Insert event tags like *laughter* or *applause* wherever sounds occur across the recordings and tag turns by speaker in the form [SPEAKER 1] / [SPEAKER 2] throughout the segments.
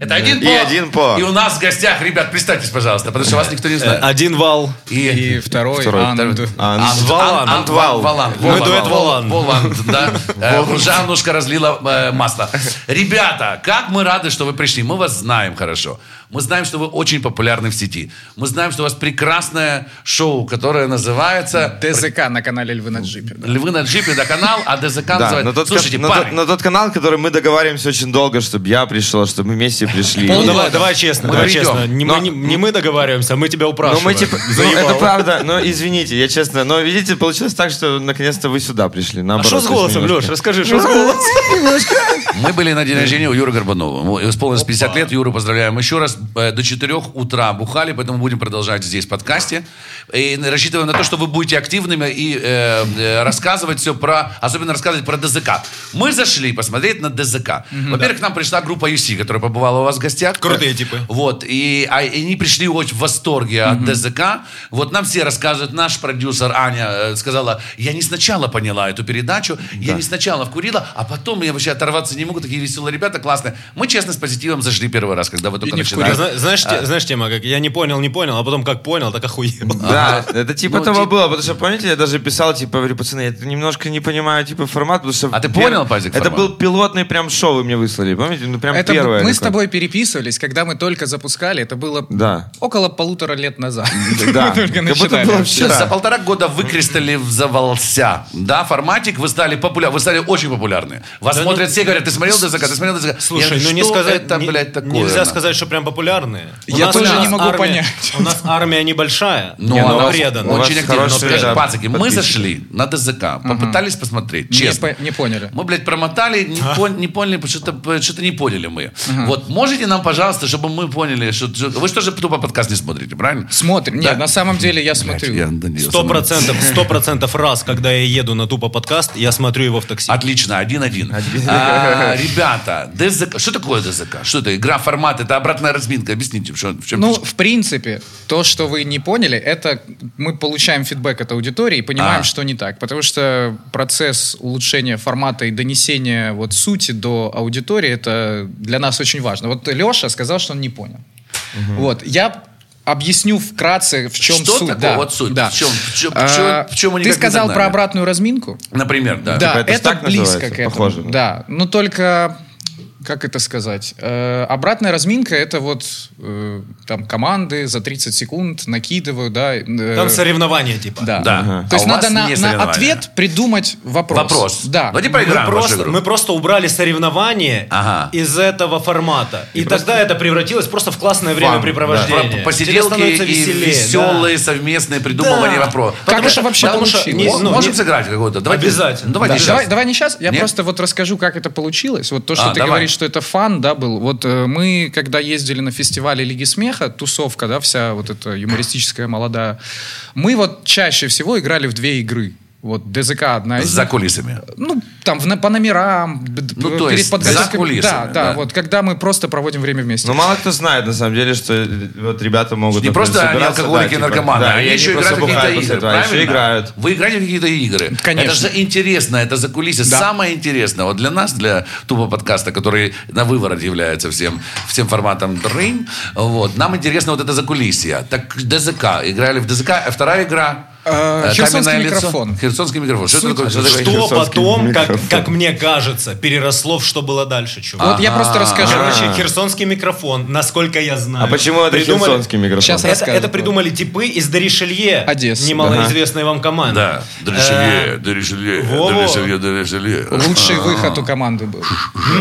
[SPEAKER 1] Это один
[SPEAKER 2] И
[SPEAKER 1] пол.
[SPEAKER 2] один пол.
[SPEAKER 1] И у нас в гостях, ребят, представьтесь, пожалуйста, потому что вас никто не знает.
[SPEAKER 3] Один вал.
[SPEAKER 1] И
[SPEAKER 4] И второй,
[SPEAKER 3] Второй.
[SPEAKER 4] Анд.
[SPEAKER 3] Второй. А. Анд.
[SPEAKER 1] Ан-
[SPEAKER 3] Валанд.
[SPEAKER 1] Ан-
[SPEAKER 2] Антвал.
[SPEAKER 1] Валанд.
[SPEAKER 3] Мы
[SPEAKER 1] Валанд.
[SPEAKER 3] дуэт Валанд.
[SPEAKER 1] Валанд, да. Э, Жаннушка разлила э, масло. Ребята, как мы рады, что вы пришли. Мы вас знаем хорошо. Мы знаем, что вы очень популярны в сети. Мы знаем, что у вас прекрасное шоу, которое называется...
[SPEAKER 4] ТЗК на канале Львы на джипе. да.
[SPEAKER 1] Львы на джипе до канал, а ДЗК
[SPEAKER 2] Да,
[SPEAKER 1] называется...
[SPEAKER 2] на тот,
[SPEAKER 1] Слушайте,
[SPEAKER 2] кан- на, тот,
[SPEAKER 1] парни,
[SPEAKER 2] на тот канал, который мы договариваемся очень долго, чтобы я пришел, а чтобы мы вместе пришли.
[SPEAKER 3] Ну,
[SPEAKER 1] Полгода.
[SPEAKER 3] давай, давай честно,
[SPEAKER 1] Мы
[SPEAKER 3] давай
[SPEAKER 1] придем.
[SPEAKER 3] честно. Не,
[SPEAKER 2] Но-
[SPEAKER 3] мы, не, не мы договариваемся, а мы тебя
[SPEAKER 2] Ну,
[SPEAKER 3] упрашиваем.
[SPEAKER 2] мы типа, ну,
[SPEAKER 3] Заебал.
[SPEAKER 2] это правда, но извините, я честно, но видите, получилось так, что наконец-то вы сюда пришли.
[SPEAKER 3] А
[SPEAKER 2] наоборот,
[SPEAKER 3] что с
[SPEAKER 2] то есть
[SPEAKER 3] голосом,
[SPEAKER 2] немножко.
[SPEAKER 3] Леш? Расскажи, что с голосом?
[SPEAKER 1] мы были на день рождения у Юры Горбунова. Ему Исполнилось 50 лет. Юру поздравляем еще раз. Э, До 4 утра бухали, поэтому будем продолжать здесь в подкасте. И рассчитываем на то, что вы будете активными и э, э, рассказывать все про... Особенно рассказывать про ДЗК. Мы зашли посмотреть на ДЗК. Во-первых, к нам пришла группа UC, которая побывала у вас в гостях.
[SPEAKER 3] Крутые типы.
[SPEAKER 1] Вот, и, а- и они пришли очень в восторге от ДЗК. Вот нам все рассказывают, наш продюсер Аня э, сказала, я не сначала поняла эту передачу, я не сначала вкурила, а потом я вообще оторваться не могу, такие веселые ребята, классные. Мы, честно, с позитивом зашли первый раз, когда вы только
[SPEAKER 4] не
[SPEAKER 1] начинали.
[SPEAKER 3] Зна- Знаешь,
[SPEAKER 1] А.
[SPEAKER 3] те- знаешь, тема, как я не понял, не понял, а потом как понял, так охуел.
[SPEAKER 2] Да, это типа
[SPEAKER 1] Ну,
[SPEAKER 2] того
[SPEAKER 1] тип-
[SPEAKER 2] было, потому что, помните, я даже писал, типа, говорю, пацаны, я немножко не понимаю, типа, формат, потому что...
[SPEAKER 1] А ты
[SPEAKER 2] пер-
[SPEAKER 1] понял, Пазик,
[SPEAKER 2] Это
[SPEAKER 1] формат?
[SPEAKER 2] был пилотный прям шоу вы мне выслали, помните? Ну, прям
[SPEAKER 4] *laughs* Это
[SPEAKER 2] первое.
[SPEAKER 4] мы с
[SPEAKER 2] такое.
[SPEAKER 4] тобой переписывались, когда мы только запускали. Это было
[SPEAKER 2] Да.
[SPEAKER 4] около полутора лет назад.
[SPEAKER 2] Да,
[SPEAKER 4] Мы только
[SPEAKER 2] как будто
[SPEAKER 4] начинали.
[SPEAKER 2] было вчера.
[SPEAKER 1] За полтора года выкристаллизовался. Да, форматик, вы стали популярны, вы стали очень популярны. Вас
[SPEAKER 3] Да ну-
[SPEAKER 1] смотрят все, говорят, ты смотрел ДЗК, ты смотрел ДЗК. Я
[SPEAKER 3] *laughs* Слушай,
[SPEAKER 1] говорю,
[SPEAKER 3] ну не
[SPEAKER 1] «Что
[SPEAKER 3] сказать,
[SPEAKER 1] это,
[SPEAKER 3] не-
[SPEAKER 1] блядь, такое.
[SPEAKER 3] нельзя
[SPEAKER 1] на?»
[SPEAKER 3] сказать, что прям популярные. У
[SPEAKER 4] Я
[SPEAKER 3] нас-
[SPEAKER 4] тоже
[SPEAKER 3] у нас
[SPEAKER 4] не могу
[SPEAKER 3] армия-
[SPEAKER 4] понять.
[SPEAKER 3] У нас армия небольшая,
[SPEAKER 1] Ну,
[SPEAKER 3] но
[SPEAKER 1] она
[SPEAKER 3] преданная.
[SPEAKER 2] у вас
[SPEAKER 1] очень активно.
[SPEAKER 2] хорошие,
[SPEAKER 1] Но, блядь,
[SPEAKER 2] да,
[SPEAKER 1] пацаки, мы
[SPEAKER 2] подписчики.
[SPEAKER 1] зашли на ДЗК, попытались посмотреть,
[SPEAKER 4] Не
[SPEAKER 1] честно.
[SPEAKER 4] по- Не поняли.
[SPEAKER 1] Мы, блядь, промотали, не, пон- не поняли, что-то, что-то не поняли мы. Вот, можете нам, пожалуйста, чтобы мы поняли, что... что- Вы же тоже тупо подкаст не смотрите, правильно?
[SPEAKER 4] Смотрим.
[SPEAKER 1] Да.
[SPEAKER 4] Нет, на самом деле я
[SPEAKER 1] Блядь,
[SPEAKER 4] смотрю.
[SPEAKER 1] я- да не, я
[SPEAKER 3] Сто
[SPEAKER 1] сам-
[SPEAKER 3] процентов, сто процентов раз, когда я еду на тупо подкаст, я смотрю его в такси.
[SPEAKER 1] Отлично, один-один. А, Ребята, ДЗК... Что такое ДЗК? Что это? Игра, формат, это обратная разминка. Объясните, в чем... в чем
[SPEAKER 4] Ну,
[SPEAKER 1] фишка?
[SPEAKER 4] в принципе, то, что вы не поняли, это мы получаем фидбэк от аудитории и понимаем,
[SPEAKER 1] А.
[SPEAKER 4] что не так. Потому что процесс улучшения формата и донесения вот сути до аудитории, это для нас очень важно. Вот Леша сказал, что он не понял. Вот, я объясню вкратце, в чем
[SPEAKER 1] Что
[SPEAKER 4] суть.
[SPEAKER 1] такое
[SPEAKER 4] да.
[SPEAKER 1] вот суть?
[SPEAKER 4] Да.
[SPEAKER 1] В чем- в чем- в
[SPEAKER 4] А,
[SPEAKER 1] чем- в чем они
[SPEAKER 4] Ты
[SPEAKER 1] как не
[SPEAKER 4] сказал
[SPEAKER 1] догнали?
[SPEAKER 4] про обратную разминку?
[SPEAKER 1] Например, да.
[SPEAKER 4] Да,
[SPEAKER 2] Типа это ж
[SPEAKER 4] это,
[SPEAKER 2] так
[SPEAKER 4] близко
[SPEAKER 2] называется?
[SPEAKER 4] к этому.
[SPEAKER 2] Похоже, да.
[SPEAKER 4] да. но только как это сказать? Э, обратная разминка это вот э, там команды за 30 секунд накидывают, да. э,
[SPEAKER 3] Там соревнования типа.
[SPEAKER 4] да.
[SPEAKER 1] Да.
[SPEAKER 2] Ага.
[SPEAKER 4] То есть
[SPEAKER 1] А у
[SPEAKER 4] надо
[SPEAKER 1] вас
[SPEAKER 4] на,
[SPEAKER 1] не
[SPEAKER 4] на
[SPEAKER 1] соревнования.
[SPEAKER 4] ответ придумать вопрос.
[SPEAKER 1] Вопрос. Ну, типа,
[SPEAKER 4] Да.
[SPEAKER 1] Давайте
[SPEAKER 3] Мы
[SPEAKER 1] проиграем вашу
[SPEAKER 3] просто,
[SPEAKER 1] игру.
[SPEAKER 3] мы просто убрали соревнования
[SPEAKER 1] Ага.
[SPEAKER 3] из этого формата. И, тогда это превратилось просто в классное
[SPEAKER 1] Про-
[SPEAKER 3] времяпрепровождение. Тебе
[SPEAKER 1] Посиделки
[SPEAKER 3] становится
[SPEAKER 1] и
[SPEAKER 3] веселее,
[SPEAKER 1] веселые совместные придумывания
[SPEAKER 3] Да.
[SPEAKER 1] вопросов.
[SPEAKER 4] Как
[SPEAKER 1] Потому
[SPEAKER 4] это вообще
[SPEAKER 1] потому что
[SPEAKER 4] получилось?
[SPEAKER 1] не-
[SPEAKER 3] Ну,
[SPEAKER 1] можем
[SPEAKER 3] не-
[SPEAKER 1] сыграть какого-то? Давайте-
[SPEAKER 3] Обязательно.
[SPEAKER 1] Давайте
[SPEAKER 3] Да.
[SPEAKER 1] сейчас.
[SPEAKER 4] Давай, давай не сейчас, я
[SPEAKER 1] Нет?
[SPEAKER 4] просто вот расскажу, как это получилось. Вот то, что
[SPEAKER 1] А,
[SPEAKER 4] ты
[SPEAKER 1] давай.
[SPEAKER 4] говоришь, что это фан, да, был. Вот э, мы, когда ездили на фестивале Лиги смеха, тусовка, да, вся вот эта юмористическая молодая, мы вот чаще всего играли в две игры. Вот ДЗК одна из
[SPEAKER 1] За кулисами.
[SPEAKER 4] ну, там, в, на- по номерам, б- б-
[SPEAKER 1] Ну,
[SPEAKER 4] перед
[SPEAKER 1] то есть
[SPEAKER 4] подготовкой.
[SPEAKER 1] за кулисами,
[SPEAKER 4] Да, да,
[SPEAKER 1] да.
[SPEAKER 4] вот, когда мы просто проводим время вместе.
[SPEAKER 2] Ну, мало кто знает, на самом деле, что э, вот ребята могут...
[SPEAKER 1] Не
[SPEAKER 2] например,
[SPEAKER 1] просто они
[SPEAKER 2] собираться,
[SPEAKER 1] алкоголики
[SPEAKER 2] да,
[SPEAKER 1] и
[SPEAKER 2] типа,
[SPEAKER 1] наркоманы,
[SPEAKER 2] да,
[SPEAKER 1] они
[SPEAKER 2] и
[SPEAKER 1] еще играют
[SPEAKER 2] просто
[SPEAKER 1] в какие-то
[SPEAKER 2] бухают после
[SPEAKER 1] игры,
[SPEAKER 2] этого, а
[SPEAKER 1] правильно?
[SPEAKER 2] еще играют.
[SPEAKER 1] Вы играете в какие-то игры.
[SPEAKER 4] Конечно.
[SPEAKER 1] Это же интересно, это за кулисы.
[SPEAKER 4] Да.
[SPEAKER 1] Самое интересное, вот для нас, для тупо подкаста, который на выворот является всем, всем форматом дрейм, вот, нам интересно вот это за Так ДЗК, играли в ДЗК, а вторая игра...
[SPEAKER 4] Э,
[SPEAKER 1] э,
[SPEAKER 4] Херсонский
[SPEAKER 1] «Каменное лицо».
[SPEAKER 4] микрофон.
[SPEAKER 1] Херсонский микрофон. Что это такое? Что такое?
[SPEAKER 3] Что
[SPEAKER 2] Херсонский
[SPEAKER 3] потом, как,
[SPEAKER 2] микрофон. А.
[SPEAKER 3] как мне кажется, переросло в что было дальше, чувак.
[SPEAKER 4] Вот я
[SPEAKER 1] а,
[SPEAKER 4] просто расскажу.
[SPEAKER 3] Короче, херсонский микрофон, насколько я знаю.
[SPEAKER 2] А почему это
[SPEAKER 3] придумали-
[SPEAKER 2] херсонский микрофон?
[SPEAKER 4] Сейчас
[SPEAKER 3] Это,
[SPEAKER 4] расскажут.
[SPEAKER 3] это придумали типы из Даришелье.
[SPEAKER 4] Одесса.
[SPEAKER 3] Немалоизвестной вам команды. Э,
[SPEAKER 1] Да, Дрешелье, Дрешелье,
[SPEAKER 3] во-во.
[SPEAKER 1] Дрешелье, Дрешелье.
[SPEAKER 4] Лучший выход у команды был.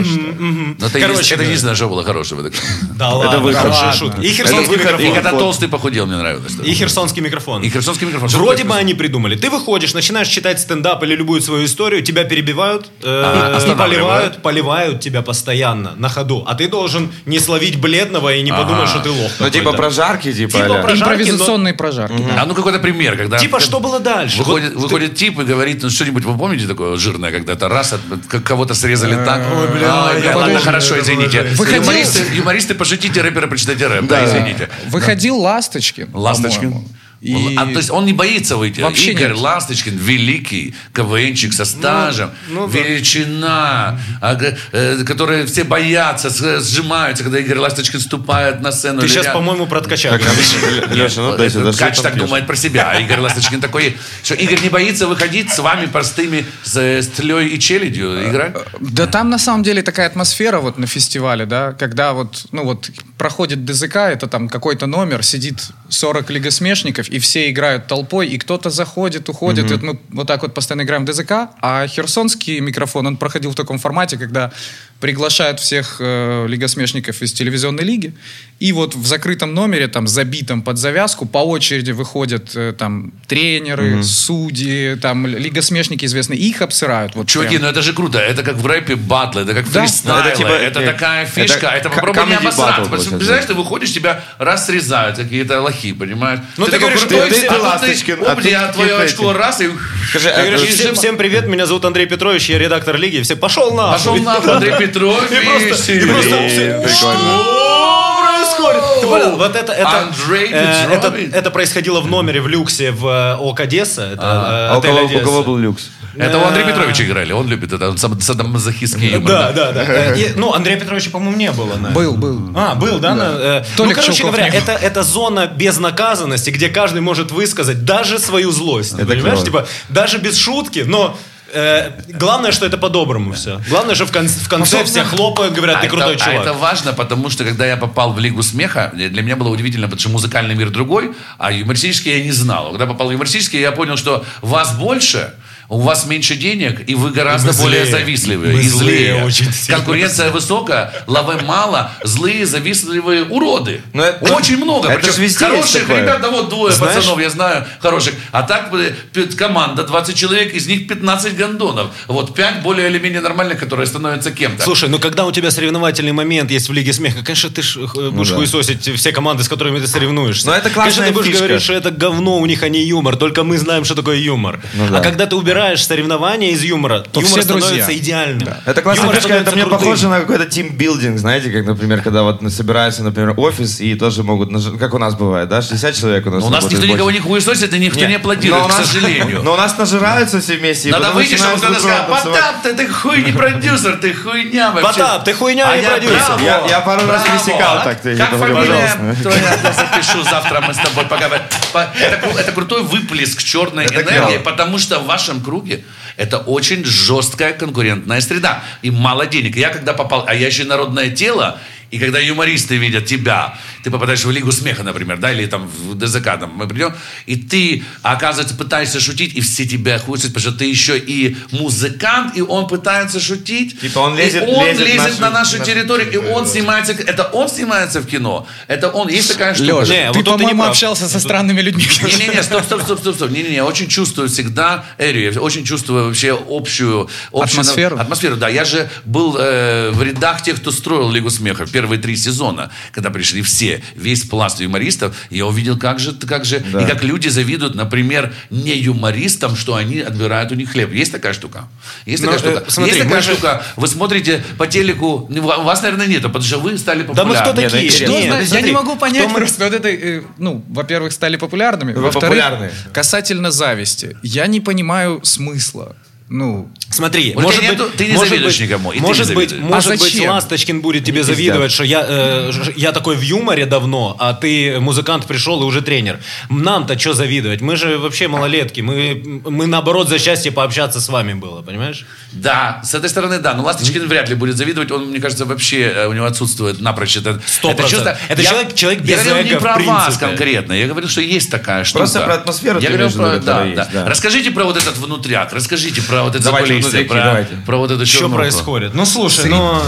[SPEAKER 1] Ну, это
[SPEAKER 3] Короче,
[SPEAKER 1] Короче, это
[SPEAKER 3] да.
[SPEAKER 1] единственное, что было хорошего. так.
[SPEAKER 3] Да ладно,
[SPEAKER 2] выход.
[SPEAKER 3] хорошая
[SPEAKER 4] Ладно.
[SPEAKER 3] шутка. И
[SPEAKER 2] Это
[SPEAKER 3] херсонский
[SPEAKER 2] выход,
[SPEAKER 1] И
[SPEAKER 3] микрофон.
[SPEAKER 1] когда толстый похудел, мне нравилось.
[SPEAKER 3] И херсонский микрофон.
[SPEAKER 1] И херсонский микрофон. Что
[SPEAKER 3] Вроде
[SPEAKER 1] такое
[SPEAKER 3] бы они придумали. Ты выходишь, начинаешь читать стендап или любую свою историю, тебя перебивают
[SPEAKER 2] А,
[SPEAKER 3] э,
[SPEAKER 1] Ага,
[SPEAKER 3] и
[SPEAKER 1] останавливают.
[SPEAKER 3] поливают, поливают тебя постоянно на ходу. А ты должен не словить бледного и не подумать, что ты лох.
[SPEAKER 2] Ну, типа,
[SPEAKER 3] какой-то.
[SPEAKER 2] прожарки, типа,
[SPEAKER 3] Типа
[SPEAKER 2] а-ля.
[SPEAKER 3] прожарки,
[SPEAKER 4] Импровизационные прожарки. да.
[SPEAKER 1] А ну какой-то пример, когда...
[SPEAKER 3] Типа, что было дальше?
[SPEAKER 1] Выходит,
[SPEAKER 3] Вот
[SPEAKER 1] выходит тип и говорит, ну что-нибудь, вы помните такое вот жирное, когда-то раз, от- как кого-то срезали так? Ой, бля,
[SPEAKER 3] Э, я
[SPEAKER 1] ладно,
[SPEAKER 3] подумал,
[SPEAKER 1] хорошо,
[SPEAKER 3] я
[SPEAKER 1] извините.
[SPEAKER 3] подумал,
[SPEAKER 1] *laughs*
[SPEAKER 4] Выходил-
[SPEAKER 1] Юмористы, юмористы пошутите, рэперы прочитайте рэп, да, извините.
[SPEAKER 4] Выходил Ласточкин.
[SPEAKER 1] Ласточкин.
[SPEAKER 4] по-моему. И-
[SPEAKER 1] А, то есть он не боится выйти.
[SPEAKER 4] Вообще
[SPEAKER 1] Игорь
[SPEAKER 4] нет.
[SPEAKER 1] Ласточкин великий КВНчик со стажем,
[SPEAKER 3] ну да.
[SPEAKER 1] величина, а, г- э, которые все боятся, с- сжимаются, когда Игорь Ласточкин ступает на сцену.
[SPEAKER 2] ну,
[SPEAKER 3] Ты
[SPEAKER 1] или
[SPEAKER 3] сейчас,
[SPEAKER 1] рядом.
[SPEAKER 3] по-моему, про ткача.
[SPEAKER 2] Так,
[SPEAKER 3] говоришь.
[SPEAKER 2] Леша, ну дай сюда. что
[SPEAKER 1] Кач
[SPEAKER 2] ты
[SPEAKER 1] Э,
[SPEAKER 2] там
[SPEAKER 1] так
[SPEAKER 2] пьёшь?
[SPEAKER 1] думает про себя, а Игорь Ласточкин такой, что Игорь не боится выходить с вами простыми, с, э, с тлей и челядью играть?
[SPEAKER 4] Да там на самом деле такая атмосфера вот на фестивале, да, когда вот, ну вот проходит ДЗК, это там какой-то номер, сидит 40 лигосмешников, и все играют толпой, и кто-то заходит, уходит, и вот мы вот так вот постоянно играем в ДЗК, а херсонский микрофон, он проходил в таком формате, когда приглашают всех э, лигосмешников из телевизионной лиги, и вот в закрытом номере, там, забитом под завязку, по очереди выходят э, там тренеры, судьи, там, лигосмешники известные, и их обсирают. Вот
[SPEAKER 1] Чуваки,
[SPEAKER 4] прям.
[SPEAKER 1] ну это же круто. Это как в рэпе батлы, это как
[SPEAKER 4] Да.
[SPEAKER 1] фристайлы. Это,
[SPEAKER 2] Это типа- нет,
[SPEAKER 1] такая фишка.
[SPEAKER 2] это
[SPEAKER 1] Это,
[SPEAKER 2] к-
[SPEAKER 1] попробуй не
[SPEAKER 2] comedy battle
[SPEAKER 1] обосраться. Потому что,
[SPEAKER 2] получается,
[SPEAKER 1] Представляешь,
[SPEAKER 2] да.
[SPEAKER 1] ты выходишь, тебя раз срезают какие-то лохи, понимаешь?
[SPEAKER 3] Ну, ты говоришь,
[SPEAKER 1] крутой,
[SPEAKER 3] ты- ты-
[SPEAKER 1] а
[SPEAKER 3] ты
[SPEAKER 1] тут
[SPEAKER 2] Ласточкин, а
[SPEAKER 1] оп,
[SPEAKER 2] тут
[SPEAKER 1] я твое
[SPEAKER 2] какие-то
[SPEAKER 1] очко
[SPEAKER 2] эти.
[SPEAKER 1] раз и...
[SPEAKER 2] Скажи,
[SPEAKER 3] Ты говоришь,
[SPEAKER 2] а,
[SPEAKER 3] всем, всем привет, меня зовут Андрей Петрович, я редактор Лиги. Все, пошел на. *laughs*
[SPEAKER 1] Пошел на Андрей Петрович.
[SPEAKER 3] И просто- и просто все,
[SPEAKER 2] э, Прикольно.
[SPEAKER 3] Что происходит? Ты понял? Вот это, это,
[SPEAKER 1] Андрей
[SPEAKER 3] э, это,
[SPEAKER 1] Петрович.
[SPEAKER 3] это происходило в номере в люксе в э, ОК Одесса. Это, э,
[SPEAKER 2] А у
[SPEAKER 3] отель
[SPEAKER 2] кого, у
[SPEAKER 3] Одесса.
[SPEAKER 2] кого был люкс?
[SPEAKER 1] Это у Андрея Петровича играли. Он любит это. Он сам садомазохистский юмор.
[SPEAKER 3] Да, да, да. Э, и- Ну, Андрея Петровича, по-моему, не было. наверное.
[SPEAKER 4] Был, был.
[SPEAKER 3] А, был, да? на- э, Ну,
[SPEAKER 4] Толик
[SPEAKER 3] короче
[SPEAKER 4] Щелков
[SPEAKER 3] говоря,
[SPEAKER 4] не был.
[SPEAKER 3] это, это зона безнаказанности, где каждый может высказать даже свою злость.
[SPEAKER 2] Это
[SPEAKER 3] понимаешь?
[SPEAKER 2] клево.
[SPEAKER 3] Типа, даже без шутки, но... э, главное, что это по-доброму все. Главное, что в, кон- в конце все хлопают, говорят, ты
[SPEAKER 1] А
[SPEAKER 3] крутой
[SPEAKER 1] это, а
[SPEAKER 3] чувак.
[SPEAKER 1] это важно, потому что когда я попал в Лигу смеха, для меня было удивительно, потому что музыкальный мир другой, а юмористический я не знал. Когда попал в юмористический, я понял, что вас больше, у вас меньше денег, и вы гораздо
[SPEAKER 3] И вы
[SPEAKER 1] более
[SPEAKER 3] злее.
[SPEAKER 1] завистливые.
[SPEAKER 3] Вы
[SPEAKER 1] и
[SPEAKER 3] злее
[SPEAKER 1] злее.
[SPEAKER 3] очень сильно.
[SPEAKER 1] Конкуренция высокая, лавы мало, злые, завистливые уроды.
[SPEAKER 2] Но Ну, это-
[SPEAKER 1] очень много.
[SPEAKER 2] это
[SPEAKER 1] Причем
[SPEAKER 2] ж везде есть
[SPEAKER 1] хороших
[SPEAKER 2] такое.
[SPEAKER 1] ребят, да вот двое
[SPEAKER 2] Знаешь-
[SPEAKER 1] пацанов, я знаю, хороших. А так бы, пи- команда 20 человек, из них 15 гондонов. Вот 5 более или менее нормальных, которые становятся кем-то.
[SPEAKER 3] Слушай, ну когда у тебя соревновательный момент есть в Лиге Смеха, конечно, ты ж, э, будешь
[SPEAKER 2] Ну да.
[SPEAKER 3] хуесосить все команды, с которыми ты соревнуешься.
[SPEAKER 2] Но это классная
[SPEAKER 3] Конечно, ты будешь
[SPEAKER 2] фишка.
[SPEAKER 3] говорить, что это говно, у них, а не юмор. Только мы знаем, что такое юмор.
[SPEAKER 2] Ну да.
[SPEAKER 3] А когда ты убираешь соревнования из юмора,
[SPEAKER 4] То
[SPEAKER 3] юмор
[SPEAKER 4] все друзья.
[SPEAKER 3] становится идеальным.
[SPEAKER 2] Это классная
[SPEAKER 3] Юмор
[SPEAKER 2] фишка, это
[SPEAKER 3] становится
[SPEAKER 2] мне
[SPEAKER 3] крутым.
[SPEAKER 2] похоже на какой-то тимбилдинг, знаете, как, например, когда вот собирается, например, офис, и тоже могут, наж- как у нас бывает, да, 60 человек у нас
[SPEAKER 1] Ну, У нас
[SPEAKER 2] работает
[SPEAKER 1] никто никого
[SPEAKER 2] больше.
[SPEAKER 1] не хуесосит и никто не,
[SPEAKER 2] Нет.
[SPEAKER 1] аплодирует,
[SPEAKER 2] Но у
[SPEAKER 1] к
[SPEAKER 2] нас-
[SPEAKER 1] сожалению.
[SPEAKER 2] *laughs* Но у нас нажираются все вместе. и
[SPEAKER 1] Надо
[SPEAKER 2] потом
[SPEAKER 1] выйти, чтобы
[SPEAKER 2] начинают
[SPEAKER 1] кто-то
[SPEAKER 2] друг друга
[SPEAKER 1] сказал,
[SPEAKER 2] танцевать.
[SPEAKER 1] Потап, ты, ты хуй не продюсер, ты хуйня вообще.
[SPEAKER 3] Потап, ты хуйня,
[SPEAKER 1] А
[SPEAKER 3] не
[SPEAKER 1] я
[SPEAKER 3] продюсер.
[SPEAKER 1] браво,
[SPEAKER 2] Я- я пару раз
[SPEAKER 1] браво.
[SPEAKER 2] пересекал так, ты
[SPEAKER 1] Как
[SPEAKER 2] это говорю,
[SPEAKER 1] фамилия
[SPEAKER 2] пожалуйста.
[SPEAKER 1] твоя? Я запишу завтра, мы с тобой поговорим. По- Это, кру- это крутой выплеск черной
[SPEAKER 2] Это
[SPEAKER 1] энергии,
[SPEAKER 2] клево.
[SPEAKER 1] потому что в вашем круге это очень жесткая конкурентная среда. И мало денег. Я когда попал, а я еще и народное тело, и когда юмористы видят тебя, ты попадаешь в Лигу смеха, например, да, или там в ДЗК, там мы придем, и ты, оказывается, пытаешься шутить, и все тебя хуйсят, потому что ты еще и музыкант, и он пытается шутить.
[SPEAKER 2] Типа он лезет-
[SPEAKER 1] и он
[SPEAKER 2] лезет в
[SPEAKER 1] лезет на
[SPEAKER 2] нашу-
[SPEAKER 1] нашу территорию, и он снимается, это он снимается в кино, это он, есть такая штука.
[SPEAKER 4] Лёш,
[SPEAKER 3] Не, вот
[SPEAKER 4] ты,
[SPEAKER 3] тут ты не
[SPEAKER 4] по-моему,
[SPEAKER 3] прав.
[SPEAKER 4] общался со странными людьми.
[SPEAKER 1] Не-не-не, стоп, стоп, стоп, стоп, стоп. Не-не-не, я очень чувствую всегда Эрию, я очень чувствую вообще общую... общую-
[SPEAKER 4] Атмосферу?
[SPEAKER 1] Атмосферу, да. Я же был э, в рядах тех, кто строил Лигу смеха в первые три сезона, когда пришли все, весь пласт юмористов. и Я увидел, как же, как же, и как люди завидуют, например, не юмористам, что они отбирают у них хлеб. Есть такая штука? Есть
[SPEAKER 3] Ну,
[SPEAKER 1] такая
[SPEAKER 3] э,
[SPEAKER 1] штука?
[SPEAKER 3] смотри,
[SPEAKER 1] Есть такая
[SPEAKER 3] мы же-
[SPEAKER 1] штука? Вы смотрите по телеку, у вас, наверное, нет, потому что вы стали
[SPEAKER 3] Да мы
[SPEAKER 1] популярны.
[SPEAKER 3] кто
[SPEAKER 2] Нет,
[SPEAKER 3] такие?
[SPEAKER 2] это
[SPEAKER 4] Что
[SPEAKER 2] Нет,
[SPEAKER 4] значит? я
[SPEAKER 3] ну, смотри,
[SPEAKER 4] не могу понять
[SPEAKER 3] кто мы-
[SPEAKER 4] просто. Вот это, э, ну, во-первых, стали популярными. во-вторых,
[SPEAKER 2] популярны.
[SPEAKER 4] касательно зависти. Я не понимаю смысла. Ну,
[SPEAKER 3] Смотри,
[SPEAKER 1] Вот
[SPEAKER 3] может
[SPEAKER 1] тебя
[SPEAKER 3] быть,
[SPEAKER 1] нету- ты не
[SPEAKER 3] может
[SPEAKER 1] завидуешь
[SPEAKER 3] быть-
[SPEAKER 1] никому, и ты
[SPEAKER 3] может
[SPEAKER 1] не
[SPEAKER 3] быть,
[SPEAKER 1] завидуешь.
[SPEAKER 4] А
[SPEAKER 3] может быть,
[SPEAKER 4] зачем?
[SPEAKER 3] Ласточкин будет тебе
[SPEAKER 2] пиздят.
[SPEAKER 3] завидовать, что я, э, ж- я такой в юморе давно, а ты музыкант пришел и уже тренер. Нам-то что завидовать? Мы же вообще малолетки, мы, мы наоборот за счастье пообщаться с вами было, понимаешь?
[SPEAKER 1] Да, с этой стороны, да. Но Ласточкин вряд ли будет завидовать. Он, мне кажется, вообще э, у него отсутствует напрочь это,
[SPEAKER 3] Сто процентов. Это человек- человек
[SPEAKER 1] Я
[SPEAKER 3] без
[SPEAKER 1] говорил не
[SPEAKER 3] эго, в
[SPEAKER 1] про вас
[SPEAKER 3] принципе.
[SPEAKER 1] конкретно. Я говорил, что есть такая штука.
[SPEAKER 2] Просто про атмосферу
[SPEAKER 1] Я
[SPEAKER 2] ты
[SPEAKER 1] говорил
[SPEAKER 2] имеешь в
[SPEAKER 1] про...
[SPEAKER 2] виду,
[SPEAKER 1] Да,
[SPEAKER 2] которая
[SPEAKER 1] да.
[SPEAKER 2] есть, да.
[SPEAKER 1] Расскажите про вот этот внутряк. Расскажите про вот это
[SPEAKER 2] Давайте
[SPEAKER 1] закулисье.
[SPEAKER 2] внутрики,
[SPEAKER 1] Про,
[SPEAKER 2] давайте.
[SPEAKER 1] про вот эту
[SPEAKER 3] Что
[SPEAKER 1] чернуху.
[SPEAKER 3] происходит? Ну слушай, ну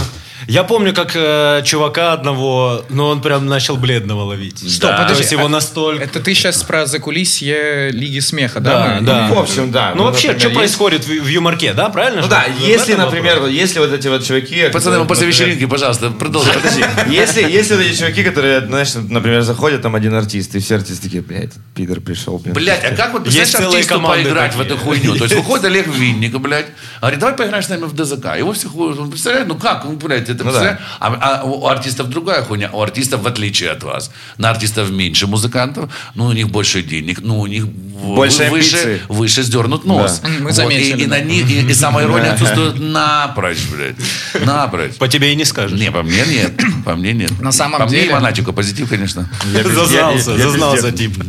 [SPEAKER 3] я помню, как э, чувака одного, ну он прям начал бледного ловить.
[SPEAKER 1] Стоп,
[SPEAKER 3] Да.
[SPEAKER 4] подожди,
[SPEAKER 3] То есть его
[SPEAKER 4] а-
[SPEAKER 3] настолько...
[SPEAKER 4] это ты сейчас про закулисье Лиги смеха, да?
[SPEAKER 3] Да,
[SPEAKER 4] мы?
[SPEAKER 3] да.
[SPEAKER 2] В общем, да.
[SPEAKER 3] Ну, вообще,
[SPEAKER 2] например,
[SPEAKER 3] что
[SPEAKER 2] есть-
[SPEAKER 3] происходит в, в юморке, да, правильно?
[SPEAKER 2] Ну
[SPEAKER 3] же?
[SPEAKER 2] да,
[SPEAKER 3] В- в
[SPEAKER 2] если,
[SPEAKER 3] этом
[SPEAKER 2] например,
[SPEAKER 3] вопрос.
[SPEAKER 2] вот- если вот эти вот чуваки...
[SPEAKER 1] Пацаны,
[SPEAKER 2] которые,
[SPEAKER 1] мы после
[SPEAKER 2] например,
[SPEAKER 1] вечеринки, пожалуйста, продолжим.
[SPEAKER 2] Подожди, если, если вот эти чуваки, которые, знаешь, например, заходят, там один артист, и все артисты такие, блядь, пидор пришел, блин.
[SPEAKER 1] Блять, а как вот,
[SPEAKER 3] Есть
[SPEAKER 1] представляешь,
[SPEAKER 3] целые
[SPEAKER 1] артисту
[SPEAKER 3] команды
[SPEAKER 1] поиграть в
[SPEAKER 3] такие.
[SPEAKER 1] эту хуйню? То есть выходит Олег Винник, блядь, говорит, давай поиграешь с нами в ДЗК. Его все хуй, он представляет, ну как, ну, блядь, это т.д.
[SPEAKER 2] Ну да.
[SPEAKER 1] а, а у артистов другая хуйня. У артистов, в отличие от вас, на артистов меньше музыкантов, ну, у них больше денег, ну, у них в-
[SPEAKER 2] Больше амбиций.
[SPEAKER 1] выше, выше сдернут нос.
[SPEAKER 4] Да. Мы
[SPEAKER 1] Вот,
[SPEAKER 4] заметили,
[SPEAKER 1] и, и
[SPEAKER 4] да.
[SPEAKER 1] на них, и, и самая ирония
[SPEAKER 2] Да.
[SPEAKER 1] отсутствует напрочь, блядь. Напрочь.
[SPEAKER 3] По тебе и не скажешь.
[SPEAKER 1] Не, по мне нет. По мне нет.
[SPEAKER 4] На самом
[SPEAKER 1] по мне
[SPEAKER 4] деле-
[SPEAKER 1] и монатику. Позитив, конечно.
[SPEAKER 2] Я без- я-
[SPEAKER 3] Зазнался,
[SPEAKER 2] я- я без
[SPEAKER 3] зазнался
[SPEAKER 2] дела.
[SPEAKER 3] тип.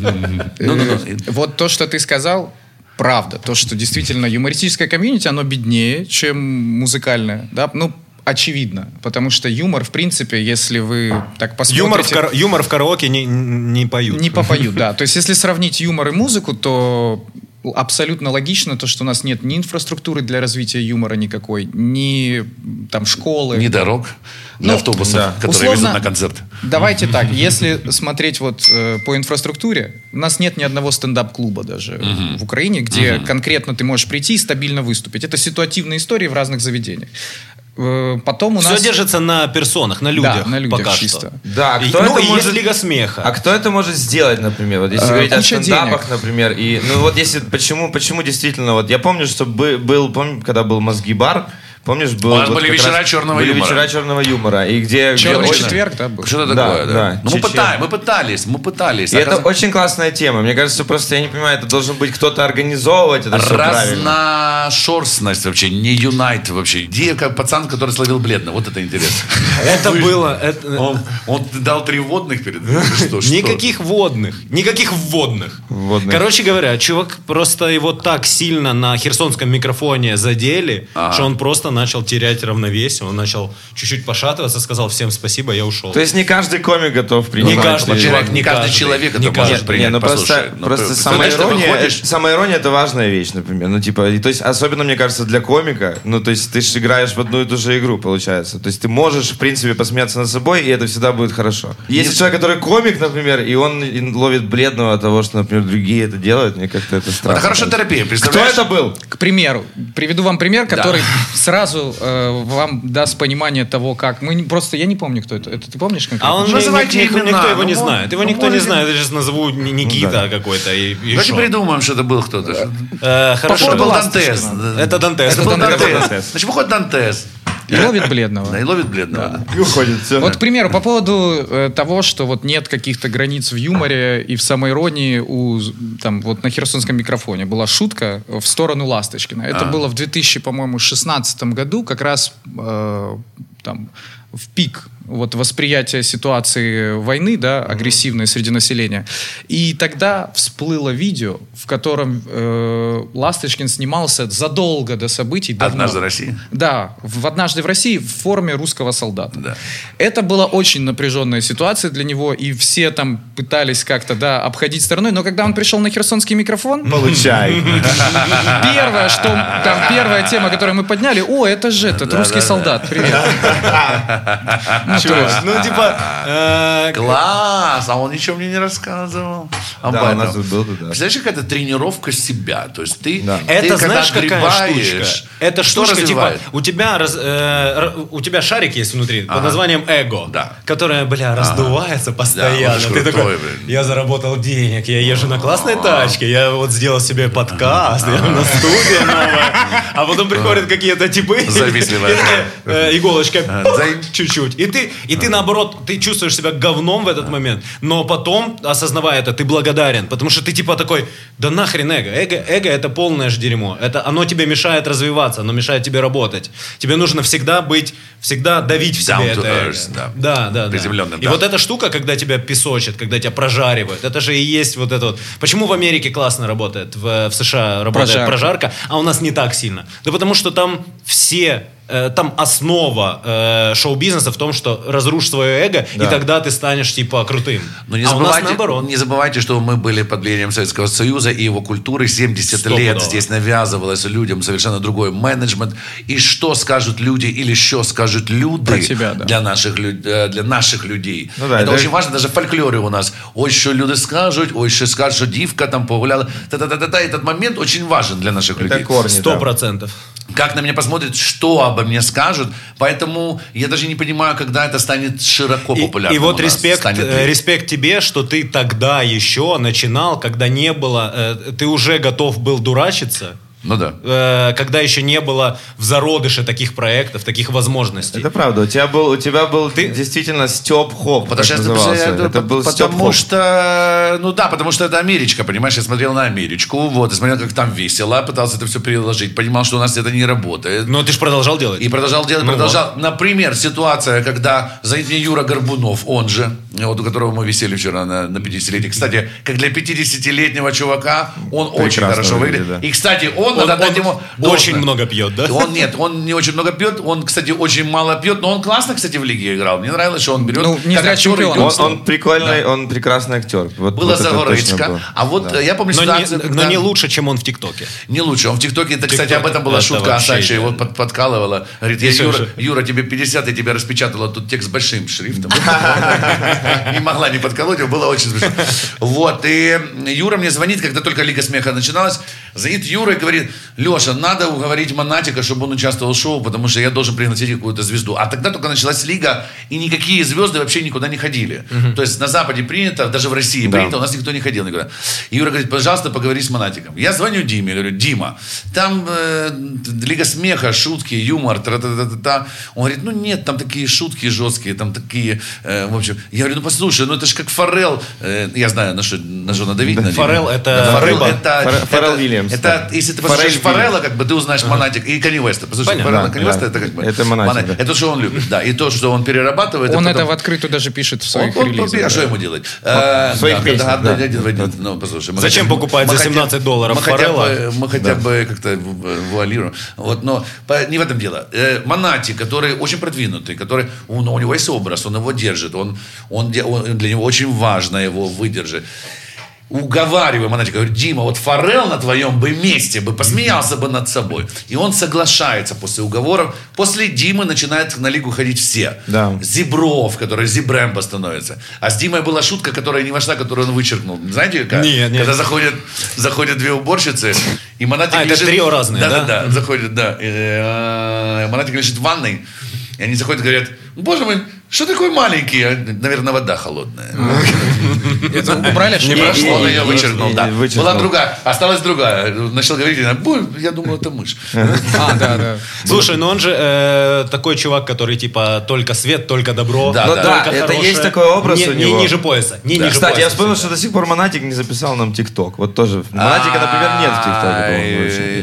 [SPEAKER 1] Ну, ну, ну.
[SPEAKER 4] Вот то, что ты сказал, правда. То, что действительно юмористическое комьюнити, оно беднее, чем музыкальное. Да? Ну, очевидно. Потому что юмор, в принципе, если вы так посмотрите...
[SPEAKER 3] Юмор в, кара- юмор в караоке не, не поют.
[SPEAKER 4] Не попоют, да. То есть, если сравнить юмор и музыку, то абсолютно логично то, что у нас нет ни инфраструктуры для развития юмора никакой, ни там школы.
[SPEAKER 1] Ни дорог для
[SPEAKER 4] Ну,
[SPEAKER 1] автобусов,
[SPEAKER 2] да.
[SPEAKER 1] которые
[SPEAKER 4] Условно-
[SPEAKER 1] везут на концерт.
[SPEAKER 4] Давайте так, если смотреть вот э, по инфраструктуре, у нас нет ни одного стендап-клуба даже в Украине, где конкретно ты можешь прийти и стабильно выступить. Это ситуативные истории в разных заведениях. Э, Потом у
[SPEAKER 3] Все
[SPEAKER 4] нас...
[SPEAKER 3] держится на персонах, на людях.
[SPEAKER 4] да, на людях
[SPEAKER 3] пока
[SPEAKER 4] чисто.
[SPEAKER 3] что.
[SPEAKER 2] Да, а
[SPEAKER 3] И-
[SPEAKER 2] кто
[SPEAKER 3] ну,
[SPEAKER 2] это
[SPEAKER 3] и есть
[SPEAKER 2] может-
[SPEAKER 3] Лига смеха.
[SPEAKER 2] А кто это может сделать, например? Вот если
[SPEAKER 4] Э,
[SPEAKER 2] говорить о
[SPEAKER 4] куча
[SPEAKER 2] стендапах,
[SPEAKER 4] денег.
[SPEAKER 2] например, и ну вот если почему почему действительно вот я помню, что бы- был помню, когда был мозги бар, помнишь был
[SPEAKER 1] У нас
[SPEAKER 2] вот
[SPEAKER 1] были
[SPEAKER 2] как
[SPEAKER 1] вечера
[SPEAKER 2] раз-
[SPEAKER 1] черного
[SPEAKER 2] были
[SPEAKER 1] юмора.
[SPEAKER 2] вечера черного юмора и где где
[SPEAKER 4] Черный
[SPEAKER 2] очень-
[SPEAKER 4] четверг, да, был?
[SPEAKER 1] Что-то
[SPEAKER 2] Да,
[SPEAKER 1] такое, да.
[SPEAKER 2] да,
[SPEAKER 1] ну, мы,
[SPEAKER 2] Чечен.
[SPEAKER 1] пытаем, мы пытались, мы пытались.
[SPEAKER 2] И это
[SPEAKER 1] Оказывается,
[SPEAKER 2] очень классная тема. Мне кажется, просто я не понимаю, это должен быть кто-то организовывать это все правильно.
[SPEAKER 1] Разношерстность вообще, не юнайт вообще. Иди, как пацан, который словил бледно. Вот это интересно.
[SPEAKER 3] Это было... это-
[SPEAKER 1] Он, он дал три водных
[SPEAKER 2] *laughs*
[SPEAKER 1] перед что, что?
[SPEAKER 3] Никаких водных. Никаких вводных.
[SPEAKER 2] Вводных.
[SPEAKER 3] Короче говоря, чувак просто его так сильно на херсонском микрофоне задели,
[SPEAKER 1] Ага.
[SPEAKER 3] что он просто начал терять равновесие. Он начал чуть-чуть пошатываться, сказал всем спасибо, я ушел.
[SPEAKER 2] То есть не каждый комик готов принять.
[SPEAKER 3] Не каждый
[SPEAKER 2] такой-
[SPEAKER 1] Человек, не
[SPEAKER 3] Не
[SPEAKER 1] каждый
[SPEAKER 3] каждый.
[SPEAKER 1] человек это
[SPEAKER 3] Не
[SPEAKER 1] может
[SPEAKER 3] каждый.
[SPEAKER 1] принять.
[SPEAKER 2] Не, ну
[SPEAKER 1] послушай.
[SPEAKER 2] просто,
[SPEAKER 1] Ну,
[SPEAKER 2] просто
[SPEAKER 1] ты-
[SPEAKER 2] сама,
[SPEAKER 1] представляешь, ты
[SPEAKER 2] ирония,
[SPEAKER 1] выходишь-
[SPEAKER 2] это, сама ирония это важная вещь, например. Ну, типа, и, то есть, особенно, мне кажется, для комика, ну, то есть, ты же играешь в одну и ту же игру, получается. То есть, ты можешь, в принципе, посмеяться над собой, и это всегда будет хорошо. Если человек, который комик, например, и он и ловит бледного от того, что, например, другие это делают, мне как-то это странно.
[SPEAKER 1] Это хорошая терапия,
[SPEAKER 2] Кто
[SPEAKER 1] представляешь?
[SPEAKER 2] это был?
[SPEAKER 4] К примеру, приведу вам пример, который сразу э, вам даст понимание того, как... Мы не- просто, я не помню, кто это. Это ты помнишь конкретно?
[SPEAKER 3] А он
[SPEAKER 1] Называйте
[SPEAKER 3] ни- ни-
[SPEAKER 1] имена,
[SPEAKER 3] никто его
[SPEAKER 1] ну,
[SPEAKER 3] не
[SPEAKER 1] мол-
[SPEAKER 3] знает. Его
[SPEAKER 1] ну,
[SPEAKER 3] никто не
[SPEAKER 1] может,
[SPEAKER 3] знает. Я сейчас назову Ни- Никита
[SPEAKER 2] да.
[SPEAKER 3] какой-то и, и
[SPEAKER 1] Давайте
[SPEAKER 3] шо.
[SPEAKER 1] придумаем, что это был кто-то.
[SPEAKER 3] Э, хорошо.
[SPEAKER 1] Это был
[SPEAKER 4] Ласточкина.
[SPEAKER 1] Дантес.
[SPEAKER 3] Это Дантес.
[SPEAKER 1] Это был
[SPEAKER 3] Это
[SPEAKER 2] Дантес.
[SPEAKER 1] Дантес. Значит, выходит Дантес.
[SPEAKER 4] И ловит
[SPEAKER 1] Да,
[SPEAKER 4] бледного.
[SPEAKER 1] и ловит бледного. да.
[SPEAKER 2] И уходит, все.
[SPEAKER 4] Вот, к примеру, по поводу э, того, что вот нет каких-то границ в юморе и в самоиронии у, там, вот на херсонском микрофоне была шутка в сторону Ласточкина. Это было в 2000, по-моему, 16 году, как раз э, там в пик вот восприятия ситуации войны, да, агрессивной среди населения. И тогда всплыло видео, в котором э, Ласточкин снимался задолго до событий. давно.
[SPEAKER 1] Однажды Россия.
[SPEAKER 4] Да, в «Однажды в России» в форме русского солдата.
[SPEAKER 1] Да.
[SPEAKER 4] Это была очень напряженная ситуация для него, и все там пытались как-то, да, обходить стороной, но когда он пришел на херсонский микрофон,
[SPEAKER 1] Ну,
[SPEAKER 2] Получай.
[SPEAKER 4] *laughs*
[SPEAKER 1] *laughs*
[SPEAKER 4] первое, что там, первая тема, которую мы подняли, о, это же этот
[SPEAKER 1] Да,
[SPEAKER 4] русский
[SPEAKER 1] да, да. *laughs*
[SPEAKER 4] солдат, привет. Ну, то есть,
[SPEAKER 3] Ну, типа... э,
[SPEAKER 1] Класс! А он ничего мне не рассказывал. А об
[SPEAKER 2] Да, у
[SPEAKER 1] этом.
[SPEAKER 2] нас тут был, да.
[SPEAKER 1] Представляешь, какая-то тренировка себя. То есть ты,
[SPEAKER 2] Да.
[SPEAKER 1] ты
[SPEAKER 3] Это
[SPEAKER 1] когда
[SPEAKER 3] знаешь, какая штучка?
[SPEAKER 1] отгребаешь, что
[SPEAKER 3] Это штучка, типа,
[SPEAKER 1] развивает?
[SPEAKER 3] у тебя, раз- э, р- у тебя шарик есть внутри под названием эго,
[SPEAKER 1] Да.
[SPEAKER 3] которое, бля, раздувается постоянно.
[SPEAKER 1] он же
[SPEAKER 3] Ты
[SPEAKER 1] крутой,
[SPEAKER 3] такой,
[SPEAKER 1] блин.
[SPEAKER 3] я заработал денег, я езжу на классной тачке, я вот сделал себе подкаст, я на студии новая. А потом приходят какие-то типы.
[SPEAKER 1] Завистливая.
[SPEAKER 3] и такая, э, Иголочка.
[SPEAKER 1] А,
[SPEAKER 3] пух,
[SPEAKER 1] за-
[SPEAKER 3] Чуть-чуть. И ты, и ты наоборот, ты чувствуешь себя говном в этот момент, но потом, осознавая это, ты благодарен, потому что ты типа такой, да нахрен эго, эго, эго это полное же дерьмо, это оно тебе мешает развиваться, оно мешает тебе работать, тебе нужно всегда быть, всегда давить в себе
[SPEAKER 1] Down
[SPEAKER 3] это
[SPEAKER 1] to
[SPEAKER 3] эго.
[SPEAKER 1] earth, да.
[SPEAKER 3] да, да, да.
[SPEAKER 1] Приземленным,
[SPEAKER 3] И
[SPEAKER 1] да.
[SPEAKER 3] вот эта штука, когда тебя песочат, когда тебя прожаривают, это же и есть вот это вот. Почему в Америке классно работает, в, в США работает
[SPEAKER 4] Прожарка.
[SPEAKER 3] прожарка? жарко, а у нас не так сильно. Да потому что там все, э, там основа э, шоу-бизнеса в том, что разрушь свое эго, и тогда ты станешь типа крутым.
[SPEAKER 1] Но Ну, не
[SPEAKER 3] а у нас
[SPEAKER 1] забывайте,
[SPEAKER 3] наоборот.
[SPEAKER 1] не забывайте, что мы были под влиянием Советского Союза и его культуры. 70 лет
[SPEAKER 3] Стопудово.
[SPEAKER 1] здесь навязывалось людям совершенно другой менеджмент. И что скажут люди или что скажут люди
[SPEAKER 4] Про тебя, да.
[SPEAKER 1] для, наших, лю- э, для наших людей.
[SPEAKER 2] Ну да,
[SPEAKER 1] это
[SPEAKER 2] это-
[SPEAKER 1] очень важно даже в фольклоре у нас. Ой, что люди скажут, ой, что скажут, что дивка там погуляла. Та-та-та-та. Этот момент очень важен для наших людей
[SPEAKER 2] Это корни.
[SPEAKER 3] Сто
[SPEAKER 2] да.
[SPEAKER 3] процентов.
[SPEAKER 1] как на меня посмотрят, что обо мне скажут. Поэтому я даже не понимаю, когда это станет широко
[SPEAKER 3] И,
[SPEAKER 1] популярным.
[SPEAKER 3] и
[SPEAKER 1] у
[SPEAKER 3] вот
[SPEAKER 1] нас,
[SPEAKER 3] респект,
[SPEAKER 1] станет
[SPEAKER 3] э, респект тебе, что ты тогда еще начинал, когда не было, э, ты уже готов был дурачиться.
[SPEAKER 1] Ну да.
[SPEAKER 3] э, когда еще не было в зародыше таких проектов, таких возможностей.
[SPEAKER 2] Это правда. У тебя был, у тебя был
[SPEAKER 3] Ты-
[SPEAKER 2] действительно Степ Хоп.
[SPEAKER 1] Потому,
[SPEAKER 2] так
[SPEAKER 1] что,
[SPEAKER 2] назывался.
[SPEAKER 1] э,
[SPEAKER 2] это был Степ
[SPEAKER 1] потому
[SPEAKER 2] Хоп.
[SPEAKER 1] что, ну да, потому что это Америчка, понимаешь, я смотрел на Америчку, вот, и смотрел, как там весело, пытался это все приложить, понимал, что у нас это не работает.
[SPEAKER 3] Но ты же продолжал делать.
[SPEAKER 1] И продолжал делать,
[SPEAKER 3] Ну
[SPEAKER 1] продолжал. Например, ситуация, когда за ним Юра Горбунов, он же, вот у которого мы висели вчера на, на 50-летие. Кстати, как для 50-летнего чувака, он очень
[SPEAKER 2] Прекрасно
[SPEAKER 1] хорошо выглядит.
[SPEAKER 2] выглядит, да.
[SPEAKER 1] И, кстати, он,
[SPEAKER 3] Он-
[SPEAKER 1] надо отдать
[SPEAKER 3] он
[SPEAKER 1] ему
[SPEAKER 3] очень
[SPEAKER 1] должное.
[SPEAKER 3] много пьет, да?
[SPEAKER 1] Он нет, он не очень много пьет. Он, кстати, очень мало пьет, но он классно, кстати, в лиге играл. Мне нравилось, что он берет.
[SPEAKER 4] Ну, не
[SPEAKER 1] как
[SPEAKER 4] зря
[SPEAKER 1] актер
[SPEAKER 4] чемпион.
[SPEAKER 1] идет.
[SPEAKER 2] Он, он прикольный, он прекрасный актер. Вот,
[SPEAKER 1] Было
[SPEAKER 2] вот это точно
[SPEAKER 1] Загорыцко.
[SPEAKER 2] было.
[SPEAKER 1] А вот
[SPEAKER 2] Да.
[SPEAKER 1] э, я помню
[SPEAKER 3] Но, не,
[SPEAKER 1] ситуацию,
[SPEAKER 3] но
[SPEAKER 1] когда-
[SPEAKER 3] не лучше, чем он в ТикТоке.
[SPEAKER 1] Не лучше. Он в ТикТоке, это,
[SPEAKER 3] ТикТок
[SPEAKER 1] кстати, об этом была
[SPEAKER 3] это
[SPEAKER 1] шутка
[SPEAKER 3] вообще
[SPEAKER 1] Асача, его
[SPEAKER 3] идеально.
[SPEAKER 1] под- подкалывала. Говорит, я,
[SPEAKER 3] Если
[SPEAKER 1] Юра,
[SPEAKER 3] уже-
[SPEAKER 1] Юра, тебе 50, я тебя распечатала тут текст большим шрифтом. *laughs* Не могла не подколоть, его было очень смешно. Вот, и Юра мне звонит, когда только Лига Смеха начиналась, звонит Юра и говорит, Леша, надо уговорить Монатика, чтобы он участвовал в шоу, потому что я должен пригласить какую-то звезду. А тогда только началась Лига, и никакие звезды вообще никуда не ходили. То есть на Западе принято, даже в России
[SPEAKER 2] Да.
[SPEAKER 1] принято, у нас никто не ходил никуда. И Юра говорит, пожалуйста, поговори с Монатиком. Я звоню Диме, говорю, Дима, там э, лига смеха, шутки, юмор, та та та та Он говорит, ну нет, там такие шутки жесткие, там такие, э, в общем. Я говорю, ну послушай, ну это же как Форел, э, я знаю, на что, на что надавить. на Диму.
[SPEAKER 3] Форелл это
[SPEAKER 1] Форелл
[SPEAKER 3] рыба.
[SPEAKER 1] это-
[SPEAKER 2] Форе-
[SPEAKER 1] это-
[SPEAKER 2] Форелл Вильямс,
[SPEAKER 1] Это,
[SPEAKER 2] да.
[SPEAKER 1] если ты
[SPEAKER 2] Форель
[SPEAKER 1] послушаешь Форелла,
[SPEAKER 2] Вильямс.
[SPEAKER 1] как бы ты узнаешь Монатик и Кани Веста. Послушай,
[SPEAKER 3] Понятно.
[SPEAKER 1] Форелла,
[SPEAKER 2] Да,
[SPEAKER 1] Кани
[SPEAKER 2] да.
[SPEAKER 1] Веста, это как бы...
[SPEAKER 2] Это Монатик,
[SPEAKER 1] Монатик.
[SPEAKER 2] да.
[SPEAKER 1] Это что он любит, да. И то, что он перерабатывает.
[SPEAKER 4] Он
[SPEAKER 1] потом-
[SPEAKER 4] это в открытую даже пишет в своих
[SPEAKER 1] он- он-
[SPEAKER 4] релизах.
[SPEAKER 1] А что ему делать? Э,
[SPEAKER 2] в своих
[SPEAKER 1] да,
[SPEAKER 2] песнях,
[SPEAKER 1] да,
[SPEAKER 2] да.
[SPEAKER 1] да, один в один. Ну, послушай, мы
[SPEAKER 3] Зачем
[SPEAKER 1] хотя бы-
[SPEAKER 3] покупать
[SPEAKER 1] мы
[SPEAKER 3] за
[SPEAKER 1] хотя-
[SPEAKER 3] 17 долларов
[SPEAKER 1] мы хотя
[SPEAKER 3] Форелла?
[SPEAKER 1] бы- Мы хотя бы как-то в- вуалируем. Вот, но по- не в этом дело. Э, Монати, который очень продвинутый, который, он- у него есть образ, он его держит, он, он, де- он- для него очень важно его выдержать. Уговариваю Монатика, говорю, Дима, вот Форел на твоем бы месте бы посмеялся бы над собой. И он соглашается после уговоров. После Димы начинают на лигу ходить все.
[SPEAKER 2] Да.
[SPEAKER 1] Зибров, который Зибрембо становится. А с Димой была шутка, которая не вошла, которую он вычеркнул. Знаете, как?
[SPEAKER 3] Нет, нет.
[SPEAKER 1] Когда заходят, заходят две уборщицы, и Монатик
[SPEAKER 3] А, это
[SPEAKER 1] лежит...
[SPEAKER 3] трио разные, да?
[SPEAKER 1] Да, да, заходят, да. И, э, Монатик лежит в ванной, и они заходят и говорят, боже мой, что такой маленький? А, Наверное, вода холодная.
[SPEAKER 3] Ну,
[SPEAKER 4] Это Ну, убрали? что
[SPEAKER 1] Не
[SPEAKER 4] ли?
[SPEAKER 1] прошло,
[SPEAKER 2] не,
[SPEAKER 1] но
[SPEAKER 2] не,
[SPEAKER 1] я
[SPEAKER 2] не,
[SPEAKER 1] вычеркнул,
[SPEAKER 2] не,
[SPEAKER 1] да.
[SPEAKER 2] не, вычеркнул.
[SPEAKER 1] Была другая, осталась другая. Начал говорить, и она, «Бу, я думал, это мышь.
[SPEAKER 4] А, да, да.
[SPEAKER 3] Слушай, ну он же э, такой чувак, который типа только свет, только добро.
[SPEAKER 1] Да, Ну да,
[SPEAKER 3] только
[SPEAKER 2] это
[SPEAKER 3] хорошее.
[SPEAKER 2] есть такой образ
[SPEAKER 3] не,
[SPEAKER 2] у
[SPEAKER 3] не
[SPEAKER 2] него.
[SPEAKER 3] ниже пояса. Не ниже
[SPEAKER 2] Кстати, я
[SPEAKER 3] пояса
[SPEAKER 2] вспомнил, что
[SPEAKER 3] всегда.
[SPEAKER 2] до сих пор Монатик не записал нам ТикТок. Вот тоже. Монатика, например, нет в ТикТоке.
[SPEAKER 1] Ай,
[SPEAKER 2] по-моему,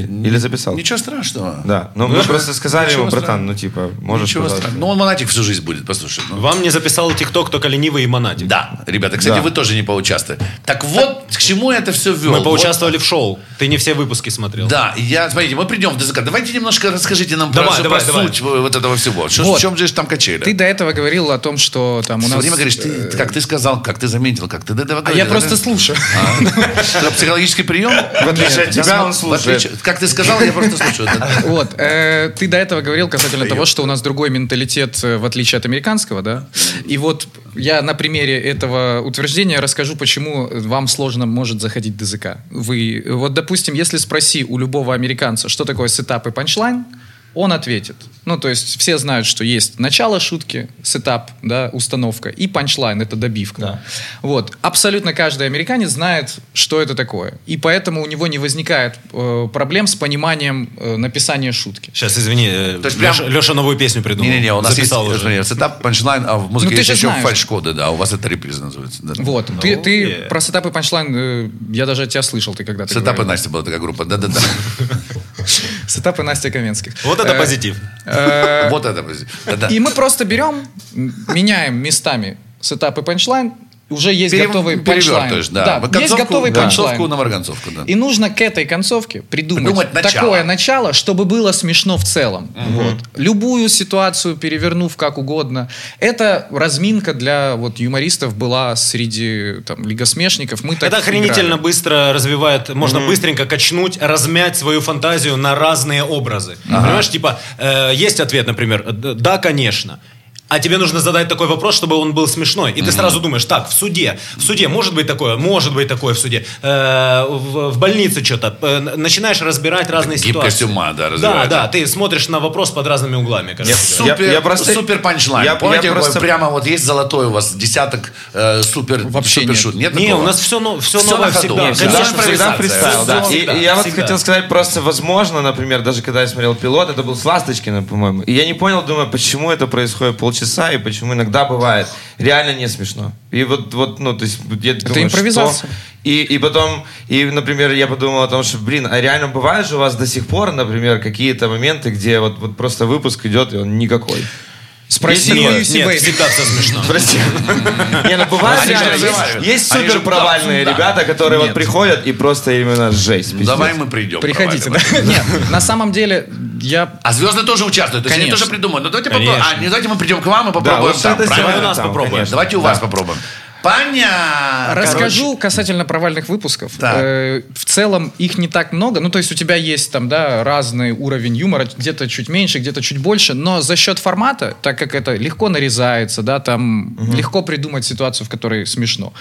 [SPEAKER 2] больше. Или записал.
[SPEAKER 1] Ничего страшного.
[SPEAKER 2] Да, но мы
[SPEAKER 1] Ничего-
[SPEAKER 2] просто сказали
[SPEAKER 1] ничего
[SPEAKER 2] ему, братан,
[SPEAKER 1] страшного.
[SPEAKER 2] ну типа, можешь
[SPEAKER 1] Ничего
[SPEAKER 2] пожалуйста».
[SPEAKER 1] страшного. Ну, он монатик всю жизнь будет, послушай. ну.
[SPEAKER 3] Вам не записал ТикТок только ленивый и монатик.
[SPEAKER 1] Да, ребята, кстати,
[SPEAKER 2] Да.
[SPEAKER 1] вы тоже не поучаствовали. Так вот, к чему я это все вел.
[SPEAKER 3] Мы
[SPEAKER 1] Вот.
[SPEAKER 3] поучаствовали в шоу. Ты не все выпуски смотрел.
[SPEAKER 1] Да, я, смотрите, мы придем в ДЗК. Давайте немножко расскажите нам
[SPEAKER 3] Давай,
[SPEAKER 1] про,
[SPEAKER 3] давай,
[SPEAKER 1] про
[SPEAKER 3] давай.
[SPEAKER 1] суть э, вот этого всего. Что,
[SPEAKER 4] Вот.
[SPEAKER 1] В чем же там качели?
[SPEAKER 4] Ты до этого говорил о том, что там у
[SPEAKER 1] Все
[SPEAKER 4] нас...
[SPEAKER 1] время говоришь, ты,
[SPEAKER 2] э,
[SPEAKER 1] как ты сказал, как ты заметил, как ты... Да, да,
[SPEAKER 4] А я просто слушаю.
[SPEAKER 1] Это А? психологический прием?
[SPEAKER 2] В отличие от тебя, он слушает.
[SPEAKER 1] Как ты сказал, я просто слушаю.
[SPEAKER 2] *laughs*
[SPEAKER 1] Да.
[SPEAKER 4] Вот, э, ты до этого говорил касательно того, что у нас другой менталитет, э, в отличие от американского, да? И вот я на примере этого утверждения расскажу, почему вам сложно может заходить ДЗК. Вы, вот, допустим, если спроси у любого американца, что такое сетап и панчлайн, он ответит. Ну, то есть все знают, что есть начало шутки, сетап, да, установка, и панчлайн, это добивка. Вот. Абсолютно каждый американец знает, что это такое. И поэтому у него не возникает э, проблем с пониманием э, написания шутки.
[SPEAKER 3] Сейчас, извини, э,
[SPEAKER 1] То есть прям-
[SPEAKER 3] Леша, Леша новую песню придумал.
[SPEAKER 1] Не-не-не, у нас
[SPEAKER 3] Записал
[SPEAKER 1] есть
[SPEAKER 3] уже.
[SPEAKER 1] смотри, Ну, сетап, панчлайн, а в музыке
[SPEAKER 4] Ну, ты
[SPEAKER 1] есть
[SPEAKER 4] же
[SPEAKER 1] еще
[SPEAKER 4] знаешь.
[SPEAKER 1] фальш-коды, да, у вас это реприз называется. да.
[SPEAKER 4] Вот. ты ты
[SPEAKER 3] yeah.
[SPEAKER 4] про сетап и панчлайн, э, я даже от тебя слышал, ты когда-то
[SPEAKER 1] Сетап и
[SPEAKER 4] говорил.
[SPEAKER 1] Настя была такая группа, да-да-да.
[SPEAKER 4] Сетап и Настя Каменских.
[SPEAKER 3] Вот это
[SPEAKER 4] Э,
[SPEAKER 3] позитив.
[SPEAKER 4] э,
[SPEAKER 1] *laughs* Вот это, подожди. Да-да.
[SPEAKER 4] И мы просто берем, м, меняем местами сетап и панчлайн, уже есть
[SPEAKER 1] Перев-
[SPEAKER 4] готовый панчлайн.
[SPEAKER 1] Перевертываешь, да. Вот
[SPEAKER 4] есть
[SPEAKER 1] концовку-
[SPEAKER 4] готовый
[SPEAKER 1] да.
[SPEAKER 4] панчлайн.
[SPEAKER 1] Концовку на марганцовку, да.
[SPEAKER 4] И нужно к этой концовке придумать,
[SPEAKER 1] Придумать начало.
[SPEAKER 4] такое начало, чтобы было смешно в целом. Вот. Любую ситуацию перевернув как угодно. Это разминка для вот юмористов была среди там лигосмешников. Мы так
[SPEAKER 3] Это охренительно
[SPEAKER 4] играли.
[SPEAKER 3] быстро развивает, можно быстренько качнуть, размять свою фантазию на разные образы. Понимаешь, типа, э, есть ответ, например, э, д- да, конечно. а тебе нужно задать такой вопрос, чтобы он был смешной. И ты сразу думаешь, так, в суде, в суде может быть такое, может быть такое в суде, Э, в, в больнице что-то. Э, начинаешь разбирать разные
[SPEAKER 1] Гибкость
[SPEAKER 3] ситуации.
[SPEAKER 1] ума, да,
[SPEAKER 3] Да,
[SPEAKER 1] развивается.
[SPEAKER 3] да, ты смотришь на вопрос под разными углами, кажется.
[SPEAKER 2] Я-
[SPEAKER 1] Супер,
[SPEAKER 2] я просто-
[SPEAKER 1] супер панчлайн.
[SPEAKER 2] я-
[SPEAKER 1] Помните,
[SPEAKER 2] я
[SPEAKER 1] какой
[SPEAKER 2] просто-
[SPEAKER 1] прямо вот есть золотой у вас десяток э, супер,
[SPEAKER 4] Вообще
[SPEAKER 1] супер
[SPEAKER 4] нет.
[SPEAKER 1] шут. Нет
[SPEAKER 3] Не,
[SPEAKER 1] такого?
[SPEAKER 3] у нас все, но, все,
[SPEAKER 1] Всё
[SPEAKER 3] новое
[SPEAKER 1] на ходу.
[SPEAKER 3] всегда.
[SPEAKER 1] Всегда
[SPEAKER 3] Конечно,
[SPEAKER 1] импровизация.
[SPEAKER 3] всегда.
[SPEAKER 1] фристайл,
[SPEAKER 2] да.
[SPEAKER 3] Всегда.
[SPEAKER 2] И, и я вот
[SPEAKER 3] Всегда.
[SPEAKER 2] хотел сказать, просто возможно, например, даже когда я смотрел «Пилот», это был с Ласточкиным, по-моему. И я не понял, думаю, почему это происходит полчаса и почему иногда бывает. Реально не смешно. И вот, вот ну, то есть... Я это
[SPEAKER 4] импровизация.
[SPEAKER 2] И, и потом, и, например, я подумал о том, что, блин, а реально бывает же у вас до сих пор, например, какие-то моменты, где вот, вот просто выпуск идет, и он никакой.
[SPEAKER 4] Спроси
[SPEAKER 2] Есть
[SPEAKER 4] у
[SPEAKER 2] такое?
[SPEAKER 3] Нет,
[SPEAKER 4] Юси
[SPEAKER 3] нет,
[SPEAKER 4] Бэйби.
[SPEAKER 3] всегда все смешно.
[SPEAKER 2] Прости. Не, ну бывает
[SPEAKER 1] Они же
[SPEAKER 2] реально. Есть-
[SPEAKER 1] называют.
[SPEAKER 2] Есть
[SPEAKER 1] Они же
[SPEAKER 2] супер провальные
[SPEAKER 1] да.
[SPEAKER 2] ребята, которые вот
[SPEAKER 4] Нет.
[SPEAKER 2] приходят и просто именно жесть.
[SPEAKER 1] Ну,
[SPEAKER 2] пиздец.
[SPEAKER 1] Давай мы придем.
[SPEAKER 4] Приходите, да?
[SPEAKER 1] давай, давай.
[SPEAKER 4] Нет, на самом деле, я...
[SPEAKER 1] А звезды тоже участвуют, то есть они
[SPEAKER 4] Конечно.
[SPEAKER 1] тоже придумают. Ну давайте попробуем.
[SPEAKER 3] Конечно.
[SPEAKER 1] А, не давайте мы придем к вам и попробуем
[SPEAKER 2] вот
[SPEAKER 1] там,
[SPEAKER 2] это
[SPEAKER 1] правильно?
[SPEAKER 2] сделаем
[SPEAKER 1] У нас
[SPEAKER 2] там,
[SPEAKER 1] попробуем.
[SPEAKER 2] конечно.
[SPEAKER 1] Давайте у вас попробуем.
[SPEAKER 3] А,
[SPEAKER 1] Понятно.
[SPEAKER 4] Расскажу касательно провальных выпусков.
[SPEAKER 1] Так.
[SPEAKER 4] Э, в целом их не так много. Ну, то есть у тебя есть там, да, разный уровень юмора, где-то чуть меньше, где-то чуть больше, но за счет формата, так как это легко нарезается, да, там легко придумать ситуацию, в которой смешно.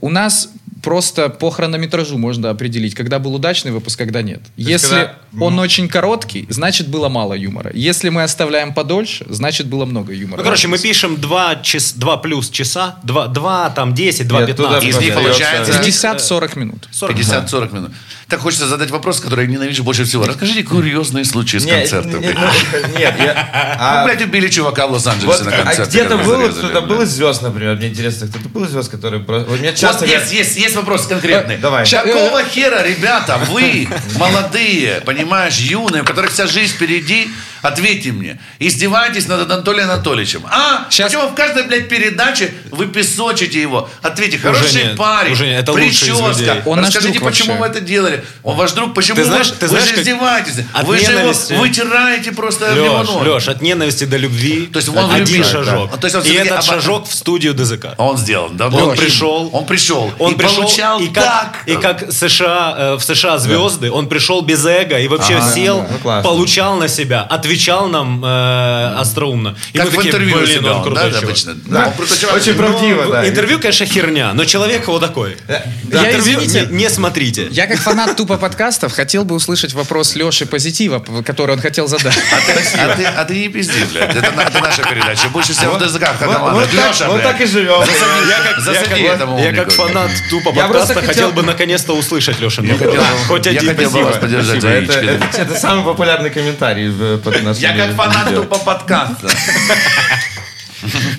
[SPEAKER 4] У нас просто по хронометражу можно определить, когда был удачный выпуск, когда нет. Если
[SPEAKER 2] когда-
[SPEAKER 4] он очень короткий, значит было мало юмора. Если мы оставляем подольше, значит было много юмора.
[SPEAKER 3] Ну, короче, мы пишем 2, час, 2 плюс часа, 2, 2 там 10, 2,
[SPEAKER 2] И оттуда
[SPEAKER 3] 15.
[SPEAKER 1] Из них
[SPEAKER 2] Раздается.
[SPEAKER 1] получается
[SPEAKER 4] 50-40 минут.
[SPEAKER 1] 50-40 минут. Так хочется задать вопрос, который я ненавижу больше всего. Расскажите курьезные случаи с
[SPEAKER 2] Не,
[SPEAKER 1] концерта.
[SPEAKER 2] не, ну, *laughs* Нет, я...
[SPEAKER 1] Ну,
[SPEAKER 2] а-
[SPEAKER 1] блядь, убили чувака в
[SPEAKER 2] Вот,
[SPEAKER 1] Лос-Анджелесе на
[SPEAKER 2] а
[SPEAKER 1] концерте.
[SPEAKER 2] где-то
[SPEAKER 1] который
[SPEAKER 2] было,
[SPEAKER 1] зарезали,
[SPEAKER 2] кто-то
[SPEAKER 1] блядь.
[SPEAKER 2] был из звезд, например. Мне интересно, кто-то был из звезд, который просто... Вот мне часто...
[SPEAKER 1] Вот есть, есть, есть вопрос конкретный.
[SPEAKER 2] Э, давай.
[SPEAKER 1] Какого хера, ребята, вы молодые, понимаешь, юные, у которых вся жизнь впереди, ответьте мне, издеваетесь над Анатолием Анатольевичем. А?
[SPEAKER 4] Щас-
[SPEAKER 1] Почему в каждой, блядь, передаче вы песочите его? Ответьте, хороший
[SPEAKER 3] нет,
[SPEAKER 1] парень,
[SPEAKER 3] уже нет, это лучший из людей.
[SPEAKER 1] прическа.
[SPEAKER 4] Он наш
[SPEAKER 1] Расскажите,
[SPEAKER 4] друг
[SPEAKER 1] почему
[SPEAKER 4] вообще.
[SPEAKER 1] вы это делали? Он ваш друг, почему
[SPEAKER 3] Ты
[SPEAKER 1] вы-
[SPEAKER 3] знаешь- ты
[SPEAKER 1] вы,
[SPEAKER 3] знаешь,
[SPEAKER 1] же
[SPEAKER 3] как э,
[SPEAKER 1] издеваетесь?
[SPEAKER 3] от
[SPEAKER 1] Вы же его
[SPEAKER 3] ненависти-
[SPEAKER 1] вытираете просто об его
[SPEAKER 3] Леш,
[SPEAKER 1] ноги.
[SPEAKER 3] Леш, от ненависти до любви
[SPEAKER 1] То есть он
[SPEAKER 3] один
[SPEAKER 1] влюбился,
[SPEAKER 3] шажок.
[SPEAKER 1] да. То есть он
[SPEAKER 3] и
[SPEAKER 1] всё-таки
[SPEAKER 3] этот
[SPEAKER 1] об-
[SPEAKER 3] шажок в студию ДЗК.
[SPEAKER 1] А Он сделан, да?
[SPEAKER 3] Он
[SPEAKER 1] Лёш,
[SPEAKER 3] пришел.
[SPEAKER 1] Он пришел.
[SPEAKER 3] Он
[SPEAKER 1] и
[SPEAKER 3] пришел,
[SPEAKER 1] получал
[SPEAKER 3] и как,
[SPEAKER 1] так.
[SPEAKER 3] и как США, э, в США звезды, он пришел без эго и вообще
[SPEAKER 2] Ага,
[SPEAKER 3] сел,
[SPEAKER 2] да. Ну, классно.
[SPEAKER 3] получал на себя, отвечал нам э, остроумно. И
[SPEAKER 1] Как
[SPEAKER 3] мы
[SPEAKER 1] в
[SPEAKER 3] такие,
[SPEAKER 1] интервью
[SPEAKER 3] блин,
[SPEAKER 1] себя
[SPEAKER 3] он
[SPEAKER 1] он,
[SPEAKER 3] крутой
[SPEAKER 1] да,
[SPEAKER 3] чувак».
[SPEAKER 1] обычно.
[SPEAKER 2] Да.
[SPEAKER 1] Да, он Ну, крутой чувак.
[SPEAKER 2] Очень правдиво,
[SPEAKER 3] Ну,
[SPEAKER 2] да.
[SPEAKER 3] Интервью, конечно, херня, но человек вот такой.
[SPEAKER 2] Да,
[SPEAKER 3] Я,
[SPEAKER 2] интервью-
[SPEAKER 3] извините, не смотрите.
[SPEAKER 4] Я как фанат тупо подкастов хотел бы услышать вопрос Леши Позитива, п- который он хотел
[SPEAKER 3] *laughs*
[SPEAKER 4] задать.
[SPEAKER 1] А ты, а ты- а ты не пизди, блядь. Это, на- это наша передача. Больше всего в ДЗК, когда
[SPEAKER 2] Вот-
[SPEAKER 1] ладно.
[SPEAKER 2] Вот так-
[SPEAKER 1] Лёша,
[SPEAKER 2] вот
[SPEAKER 1] блядь.
[SPEAKER 2] так и живем. *laughs*
[SPEAKER 1] Я как,
[SPEAKER 3] Я
[SPEAKER 1] засади
[SPEAKER 3] как,
[SPEAKER 1] этому
[SPEAKER 3] я
[SPEAKER 1] умнику.
[SPEAKER 3] как фанат тупо
[SPEAKER 2] Я
[SPEAKER 3] подкаста
[SPEAKER 2] просто
[SPEAKER 3] хотел...
[SPEAKER 2] хотел
[SPEAKER 3] бы наконец-то услышать Лешин
[SPEAKER 1] Я
[SPEAKER 3] вопрос.
[SPEAKER 1] хотел бы-
[SPEAKER 3] Хоть
[SPEAKER 1] я
[SPEAKER 3] один
[SPEAKER 1] хотел бы
[SPEAKER 3] спасибо.
[SPEAKER 1] вас поддержать
[SPEAKER 2] Спасибо.
[SPEAKER 1] за
[SPEAKER 2] Это-
[SPEAKER 1] яички. да.
[SPEAKER 2] Это это самый популярный комментарий в- под нашим
[SPEAKER 1] Я как фанат
[SPEAKER 2] видео.
[SPEAKER 1] тупо подкаста.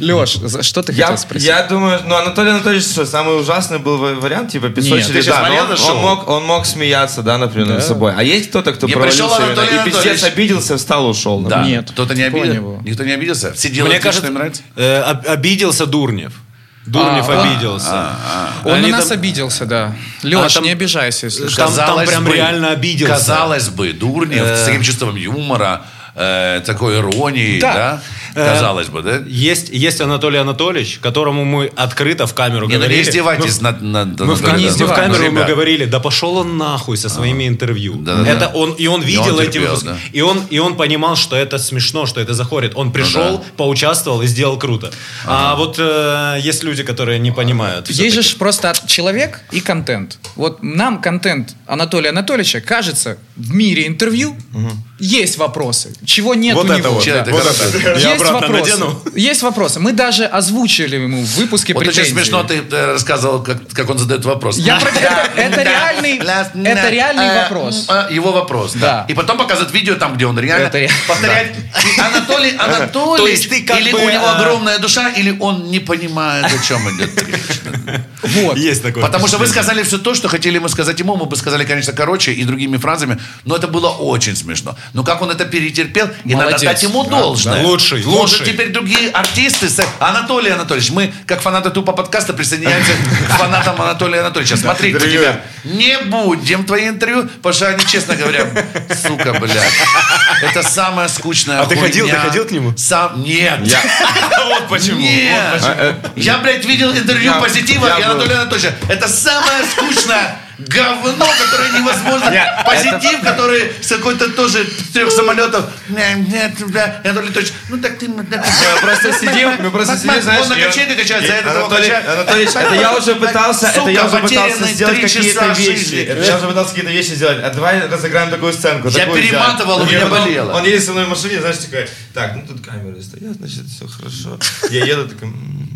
[SPEAKER 4] Леш, за что ты
[SPEAKER 2] Я,
[SPEAKER 4] хотел спросить?
[SPEAKER 2] я думаю, ну Анатолий Анатольевич, что самый ужасный был ва- вариант, типа
[SPEAKER 4] Нет, ты
[SPEAKER 2] песочили,
[SPEAKER 1] сейчас
[SPEAKER 2] да, но
[SPEAKER 1] смотрел
[SPEAKER 2] он,
[SPEAKER 1] это
[SPEAKER 2] он
[SPEAKER 1] шоу?
[SPEAKER 2] мог, он мог смеяться, да, например, над собой. А есть кто-то, кто
[SPEAKER 1] Не
[SPEAKER 2] провалился
[SPEAKER 1] пришел
[SPEAKER 2] именно
[SPEAKER 1] Анатолий
[SPEAKER 2] и пиздец
[SPEAKER 1] Анатольевич.
[SPEAKER 2] обиделся, встал, ушел.
[SPEAKER 1] Да.
[SPEAKER 4] Нет,
[SPEAKER 1] Кто-то не
[SPEAKER 4] такого не
[SPEAKER 1] обиделся?
[SPEAKER 4] было.
[SPEAKER 1] Никто не обиделся? Все делают
[SPEAKER 3] Мне
[SPEAKER 1] то, что
[SPEAKER 3] кажется,
[SPEAKER 1] им нравится?
[SPEAKER 3] э, об- обиделся Дурнев. Дурнев
[SPEAKER 4] А,
[SPEAKER 3] обиделся.
[SPEAKER 4] Он
[SPEAKER 3] Они
[SPEAKER 4] на нас
[SPEAKER 3] там-
[SPEAKER 4] обиделся, да. Леш,
[SPEAKER 3] там-
[SPEAKER 4] не обижайся, если что.
[SPEAKER 3] Там- там прям реально обиделся.
[SPEAKER 1] Казалось бы, Дурнев с таким чувством юмора, э, такой иронии, да? Э.
[SPEAKER 3] Да.
[SPEAKER 1] Казалось бы, да?
[SPEAKER 3] Есть, есть Анатолий Анатольевич, которому мы открыто в камеру
[SPEAKER 1] Не, ну
[SPEAKER 3] говорили.
[SPEAKER 1] не издевайтесь над... над-
[SPEAKER 3] Мы
[SPEAKER 1] над-
[SPEAKER 3] в, кам-
[SPEAKER 1] над-
[SPEAKER 3] мы в
[SPEAKER 1] над-
[SPEAKER 3] камеру
[SPEAKER 1] ну,
[SPEAKER 3] ему
[SPEAKER 1] ребят.
[SPEAKER 3] говорили, да пошел он нахуй со своими интервью.
[SPEAKER 1] Да-да-да.
[SPEAKER 3] Это он и он видел
[SPEAKER 1] он
[SPEAKER 3] эти
[SPEAKER 1] терпел,
[SPEAKER 3] выпуски.
[SPEAKER 1] да. Ну
[SPEAKER 3] И он и он понимал, что это смешно, что это заходит. Он пришел,
[SPEAKER 1] да.
[SPEAKER 3] поучаствовал и сделал круто. А вот э, есть люди, которые не понимают.
[SPEAKER 4] Есть
[SPEAKER 3] всё-таки.
[SPEAKER 4] же ж просто от- человек и контент. Вот нам контент Анатолия Анатольевича кажется в мире интервью есть вопросы, чего нет
[SPEAKER 3] вот
[SPEAKER 4] у
[SPEAKER 3] это
[SPEAKER 4] него.
[SPEAKER 3] вот.
[SPEAKER 1] Чё
[SPEAKER 3] да.
[SPEAKER 1] это,
[SPEAKER 3] Вот
[SPEAKER 1] красавчик?
[SPEAKER 3] это. Я
[SPEAKER 4] есть
[SPEAKER 3] обратно
[SPEAKER 4] вопросы.
[SPEAKER 3] надену.
[SPEAKER 4] Есть вопросы. Мы даже озвучили ему в выпуске
[SPEAKER 1] Вот
[SPEAKER 4] претензии.
[SPEAKER 1] очень
[SPEAKER 3] а
[SPEAKER 1] смешно ты э, рассказывал, как, как он задает вопрос.
[SPEAKER 4] Я про- это- это
[SPEAKER 1] Да.
[SPEAKER 4] реальный- это реальный вопрос.
[SPEAKER 1] а, Его вопрос, да.
[SPEAKER 4] Да.
[SPEAKER 1] И потом показывают видео там, где он реально
[SPEAKER 4] Это реально.
[SPEAKER 1] повторяет. И Анатолий
[SPEAKER 3] То
[SPEAKER 1] Анатольевич,
[SPEAKER 3] есть ты как
[SPEAKER 1] или
[SPEAKER 3] бы,
[SPEAKER 1] у него
[SPEAKER 3] а-
[SPEAKER 1] огромная душа, или он не понимает, о чем идет речь.
[SPEAKER 4] Вот.
[SPEAKER 3] Есть такое.
[SPEAKER 1] Потому что вы сказали все то, что хотели мы сказать ему. Мы бы сказали, конечно, короче и другими фразами. Но это было очень смешно. Но как он это перетерпел, и надо
[SPEAKER 4] Молодец.
[SPEAKER 1] дать ему должное.
[SPEAKER 3] да. Лучший,
[SPEAKER 1] Может,
[SPEAKER 3] лучший.
[SPEAKER 1] теперь другие артисты... с- Анатолий Анатольевич, мы, как фанаты тупо подкаста, присоединяемся к фанатам Анатолия Анатольевича. Смотри,
[SPEAKER 2] Интервью.
[SPEAKER 1] тебя не будем твои интервью, потому что они, честно говоря, сука, блядь. Это самая скучная
[SPEAKER 3] А ты ходил,
[SPEAKER 1] хуйня.
[SPEAKER 3] ты ходил к нему?
[SPEAKER 1] Сам, нет.
[SPEAKER 2] Я-
[SPEAKER 3] *laughs* Вот почему.
[SPEAKER 1] Нет.
[SPEAKER 2] почему.
[SPEAKER 1] Я, блядь, видел интервью
[SPEAKER 2] Я-
[SPEAKER 1] позитива
[SPEAKER 2] я
[SPEAKER 1] и
[SPEAKER 2] был.
[SPEAKER 1] Анатолия Анатольевича. Это самое скучное говно, которое невозможно. Позитив, который с какой-то тоже с трех самолетов. Ня, ня, ня. И Анатолий Анатольевич, ну так ты... ну, так ты».
[SPEAKER 2] Мы просто сидим, мы просто
[SPEAKER 1] Мак-
[SPEAKER 2] сидим,
[SPEAKER 1] Мак,
[SPEAKER 2] знаешь,
[SPEAKER 1] Он на
[SPEAKER 2] я-
[SPEAKER 1] качели качает, за это того
[SPEAKER 2] Анатолий,
[SPEAKER 1] качает.
[SPEAKER 2] Анатолий, это я уже пытался, это я уже
[SPEAKER 1] Сука,
[SPEAKER 2] пытался
[SPEAKER 1] потерянные
[SPEAKER 2] сделать
[SPEAKER 1] три
[SPEAKER 2] какие-то
[SPEAKER 1] часа
[SPEAKER 2] вещи.
[SPEAKER 1] жизни.
[SPEAKER 2] Это Я уже пытался какие-то вещи сделать. А давай разыграем такую сценку.
[SPEAKER 1] Я
[SPEAKER 2] такую
[SPEAKER 1] перематывал,
[SPEAKER 2] взять.
[SPEAKER 1] у меня
[SPEAKER 2] И потом
[SPEAKER 1] болело.
[SPEAKER 2] Он едет со мной в машине, знаешь, такой, так, ну тут камеры стоят, значит, все хорошо. Я еду, такой... «М».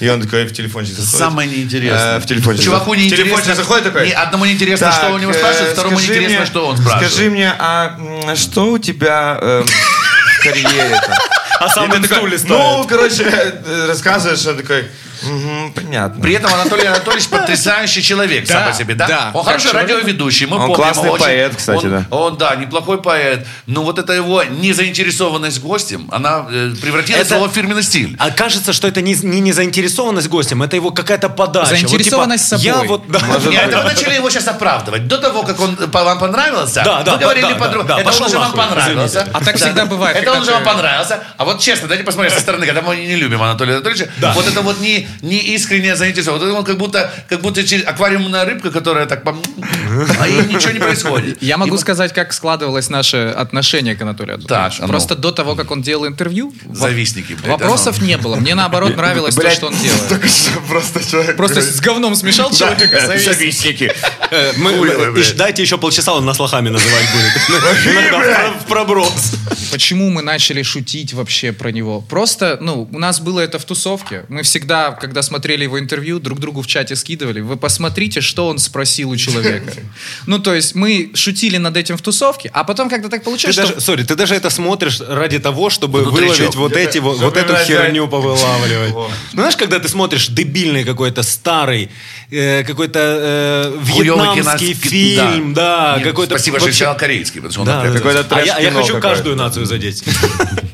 [SPEAKER 2] И он такой в телефончик заходит.
[SPEAKER 1] Самое неинтересное.
[SPEAKER 2] Э, В телефончик.
[SPEAKER 1] Чуваку
[SPEAKER 2] заходит. В
[SPEAKER 1] неинтересно.
[SPEAKER 2] телефончик заходит такой.
[SPEAKER 1] Ни одному неинтересно,
[SPEAKER 2] Так,
[SPEAKER 1] что у него
[SPEAKER 2] э,
[SPEAKER 1] спрашивают, второму
[SPEAKER 2] скажи
[SPEAKER 1] неинтересно,
[SPEAKER 2] мне-
[SPEAKER 1] что он спрашивает.
[SPEAKER 2] Скажи мне, а м, что у тебя э, в карьере?
[SPEAKER 3] А сам на
[SPEAKER 2] Ну,
[SPEAKER 3] стуле стоит.
[SPEAKER 2] короче, э, *laughs* рассказываешь, он такой, «Мгм, понятно. *laughs*
[SPEAKER 1] При этом Анатолий Анатольевич потрясающий человек сам
[SPEAKER 4] Да,
[SPEAKER 1] по себе, да?
[SPEAKER 4] да.
[SPEAKER 1] Он хороший
[SPEAKER 4] Как человек.
[SPEAKER 1] радиоведущий, мы
[SPEAKER 2] Он
[SPEAKER 1] помним.
[SPEAKER 2] классный
[SPEAKER 1] очень-
[SPEAKER 2] поэт, кстати,
[SPEAKER 1] он-
[SPEAKER 2] да.
[SPEAKER 1] Он, да, неплохой поэт. Но вот эта его незаинтересованность гостем, она э, превратилась в
[SPEAKER 3] Это-
[SPEAKER 1] его фирменный стиль.
[SPEAKER 3] А кажется, что это не, не незаинтересованность гостем, это его какая-то подача. Вот, типа,
[SPEAKER 4] Заинтересованность собой.
[SPEAKER 3] Я вот, да.
[SPEAKER 2] Может
[SPEAKER 1] Нет, это вы
[SPEAKER 2] быть.
[SPEAKER 1] начали его сейчас оправдывать. До того, как он по- вам понравился,
[SPEAKER 3] Да, да,
[SPEAKER 1] вы
[SPEAKER 3] да,
[SPEAKER 1] говорили
[SPEAKER 3] да, да,
[SPEAKER 1] подруг.
[SPEAKER 3] да,
[SPEAKER 1] это
[SPEAKER 3] пошел
[SPEAKER 1] он же вам
[SPEAKER 3] нахуй,
[SPEAKER 1] понравился.
[SPEAKER 3] извините.
[SPEAKER 4] А так
[SPEAKER 1] Да,
[SPEAKER 4] всегда
[SPEAKER 1] да.
[SPEAKER 4] бывает,
[SPEAKER 1] Это
[SPEAKER 4] когда
[SPEAKER 1] он же вам
[SPEAKER 4] ты-
[SPEAKER 1] понравился. А вот честно, дайте посмотреть со стороны, когда мы не любим Анатолия Анатольевича, вот это вот не, не искренняя заинтересованность. Вот это он как будто, как будто через- аквариумная рыбка, которая так... пом- А и ничего не происходит.
[SPEAKER 4] Я могу
[SPEAKER 1] И-
[SPEAKER 4] сказать, как складывалось наше отношение к Анатолию Анатольевичу.
[SPEAKER 1] Так, а ну.
[SPEAKER 4] Просто до того, как он делал интервью, во-
[SPEAKER 1] Завистники, блядь,
[SPEAKER 4] вопросов
[SPEAKER 1] да, ну.
[SPEAKER 4] не было.
[SPEAKER 1] *laughs*
[SPEAKER 4] Мне наоборот нравилось то, что он делал.
[SPEAKER 2] Просто человек...
[SPEAKER 4] Просто с говном смешал человека. а завис.
[SPEAKER 2] Завистники.
[SPEAKER 3] Э, мы-
[SPEAKER 1] Хуевый,
[SPEAKER 3] и
[SPEAKER 1] блядь.
[SPEAKER 3] ждайте еще полчаса, он нас лохами называть будет. Иногда в- В проброс.
[SPEAKER 4] Почему мы начали шутить вообще про него? Просто, ну, у нас было это в тусовке. Мы всегда, когда смотрели его интервью, друг другу в чате скидывали. Вы посмотрите, что он спросил
[SPEAKER 1] *laughs*
[SPEAKER 4] у человека. Ну, то есть мы шутили над этим в тусовке, а потом как-то так
[SPEAKER 3] Ты
[SPEAKER 4] получилось,
[SPEAKER 3] даже,
[SPEAKER 4] что...
[SPEAKER 3] сори, ты даже это смотришь ради того, чтобы
[SPEAKER 1] Внутричок.
[SPEAKER 3] выловить вот эти вот, вот эту
[SPEAKER 2] Забирай,
[SPEAKER 3] херню
[SPEAKER 2] да.
[SPEAKER 3] повылавливать. Ну, Знаешь, когда ты смотришь дебильный какой-то старый, э, какой-то э,
[SPEAKER 1] Хуёвый
[SPEAKER 3] вьетнамский
[SPEAKER 1] кино-
[SPEAKER 3] фильм, да,
[SPEAKER 1] Нет,
[SPEAKER 3] А, какой-то.
[SPEAKER 1] Спасибо, что
[SPEAKER 3] вообще-
[SPEAKER 1] сначала корейский, потому что он
[SPEAKER 3] Да,
[SPEAKER 1] так-
[SPEAKER 3] да,
[SPEAKER 2] Какой-то
[SPEAKER 3] да. А я, а я
[SPEAKER 2] трэш-кино
[SPEAKER 3] хочу
[SPEAKER 2] какое-то.
[SPEAKER 3] каждую нацию задеть.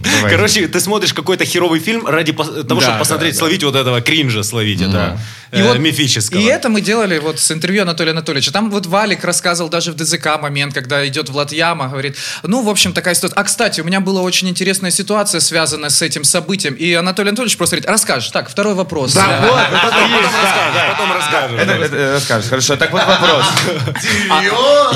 [SPEAKER 2] Давай.
[SPEAKER 3] Короче, ты смотришь какой-то херовый фильм ради пос- того,
[SPEAKER 4] Да,
[SPEAKER 3] чтобы
[SPEAKER 4] да,
[SPEAKER 3] посмотреть,
[SPEAKER 4] да.
[SPEAKER 3] словить вот этого кринжа, словить это
[SPEAKER 4] И
[SPEAKER 3] э,
[SPEAKER 4] вот-
[SPEAKER 3] мифического.
[SPEAKER 4] И это мы делали вот с интервью Анатолия Анатольевича. Там вот Валик рассказывал даже в ДЗК момент, когда идет Влад Яма, говорит, ну, в общем, такая ситуация. А, кстати, у меня была очень интересная ситуация, связанная с этим событием. И Анатолий Анатольевич просто говорит, расскажешь. Так, второй вопрос. Да.
[SPEAKER 3] А *laughs* потом расскажешь, потом расскажешь.
[SPEAKER 2] Это- это Расскажешь, хорошо. Так вот вопрос.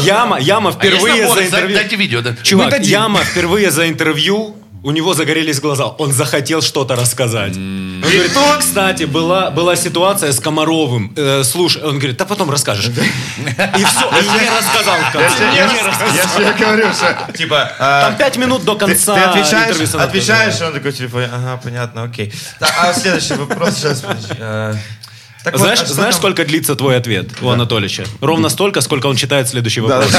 [SPEAKER 3] Яма, яма
[SPEAKER 1] А есть
[SPEAKER 3] А, впервые
[SPEAKER 1] наборы?
[SPEAKER 3] за интервью.
[SPEAKER 1] Дайте видео, да.
[SPEAKER 3] Чувак,
[SPEAKER 4] Мы дадим.
[SPEAKER 3] Яма впервые за интервью у него загорелись глаза. Он захотел что-то рассказать. Он говорит, кстати, была, была ситуация с Комаровым. Э, слушай, он говорит, да потом расскажешь. И все, и не рассказал в конце. Не рассказал.
[SPEAKER 2] Я тебе говорю, что... Типа... а,
[SPEAKER 3] Там пять минут до
[SPEAKER 2] ты,
[SPEAKER 3] конца
[SPEAKER 2] ты
[SPEAKER 3] интервью
[SPEAKER 2] отвечаешь,
[SPEAKER 3] с Анатолием.
[SPEAKER 2] отвечаешь, и он такой в телефоне, ага, понятно, окей. Так, а следующий вопрос сейчас, подожди. э, так вот,
[SPEAKER 3] Знаешь,
[SPEAKER 2] а что
[SPEAKER 3] знаешь
[SPEAKER 2] там?
[SPEAKER 3] сколько длится твой ответ у Анатолича? Ровно столько, сколько он читает следующий вопрос.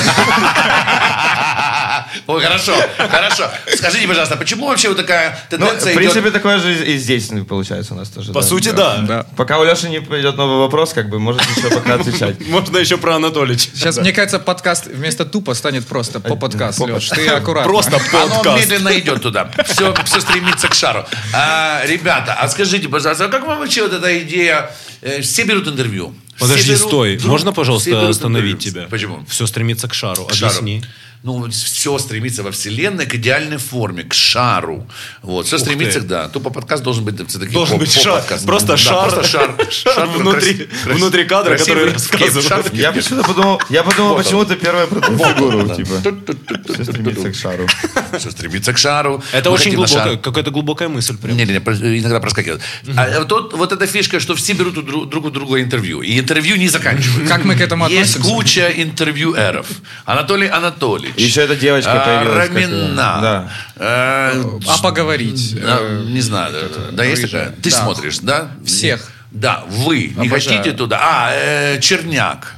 [SPEAKER 1] Ой, хорошо, хорошо. Скажите, пожалуйста, а почему вообще вот такая
[SPEAKER 2] Ну,
[SPEAKER 1] тенденция идет?
[SPEAKER 2] в принципе, такое же и и здесь ну, получается у нас тоже.
[SPEAKER 3] По сути, да.
[SPEAKER 2] Пока у Леши не придет новый вопрос, как бы, может еще пока отвечать.
[SPEAKER 3] Можно еще про Анатолича.
[SPEAKER 4] Сейчас, мне кажется, подкаст вместо тупо станет просто
[SPEAKER 1] Э,
[SPEAKER 4] по подкаст, Леш.
[SPEAKER 1] *laughs*
[SPEAKER 4] Ты аккуратно.
[SPEAKER 3] Просто
[SPEAKER 1] Оно
[SPEAKER 3] подкаст.
[SPEAKER 1] медленно идет туда. Все, все стремится к шару. А, ребята, а скажите, пожалуйста, а как вам вообще вот эта идея? Э, Все берут интервью. Все
[SPEAKER 3] Подожди,
[SPEAKER 1] берут-
[SPEAKER 3] стой.
[SPEAKER 1] вдруг
[SPEAKER 3] Можно,
[SPEAKER 1] все берут
[SPEAKER 3] пожалуйста, остановить
[SPEAKER 1] интервью?
[SPEAKER 3] тебя?
[SPEAKER 1] Почему?
[SPEAKER 3] Все стремится к шару.
[SPEAKER 1] К шару.
[SPEAKER 3] Объясни.
[SPEAKER 1] Ну, все стремится во вселенной к идеальной форме, к шару. Вот, все стремится,
[SPEAKER 3] ты.
[SPEAKER 1] да. Тупо подкаст должен быть все-таки
[SPEAKER 3] Должен быть шар. Просто шар.
[SPEAKER 1] Просто шар.
[SPEAKER 3] *laughs*
[SPEAKER 1] Шар
[SPEAKER 3] внутри- внутри кадра, который рассказывает.
[SPEAKER 2] Я почему-то подумал, я подумал, почему ты первая про эту фигуру, типа. Все стремится к шару.
[SPEAKER 1] Все стремится к шару.
[SPEAKER 3] Это
[SPEAKER 1] Мы
[SPEAKER 3] очень
[SPEAKER 1] хотим на шар.
[SPEAKER 3] глубокая, какая-то глубокая мысль прям.
[SPEAKER 1] Не, не, не, про- иногда проскакивает. А тут вот эта фишка, что все берут у дру- друг у друга интервью. И интервью не заканчивают.
[SPEAKER 4] Как мы к этому
[SPEAKER 1] Есть
[SPEAKER 4] относимся?
[SPEAKER 1] куча интервьюеров. Анатолий Анатольевич.
[SPEAKER 2] Еще эта девочка
[SPEAKER 1] а,
[SPEAKER 2] появилась, как ее,
[SPEAKER 1] Рамина.
[SPEAKER 2] да.
[SPEAKER 1] э,
[SPEAKER 4] А поговорить.
[SPEAKER 1] да,
[SPEAKER 4] Э,
[SPEAKER 1] не знаю. да, да, Да, есть
[SPEAKER 4] рыжая.
[SPEAKER 1] такая? Ты
[SPEAKER 4] Да.
[SPEAKER 1] смотришь, да?
[SPEAKER 4] Всех.
[SPEAKER 1] Да, вы. Не
[SPEAKER 4] Обожаю.
[SPEAKER 1] хотите туда? А, э, Черняк.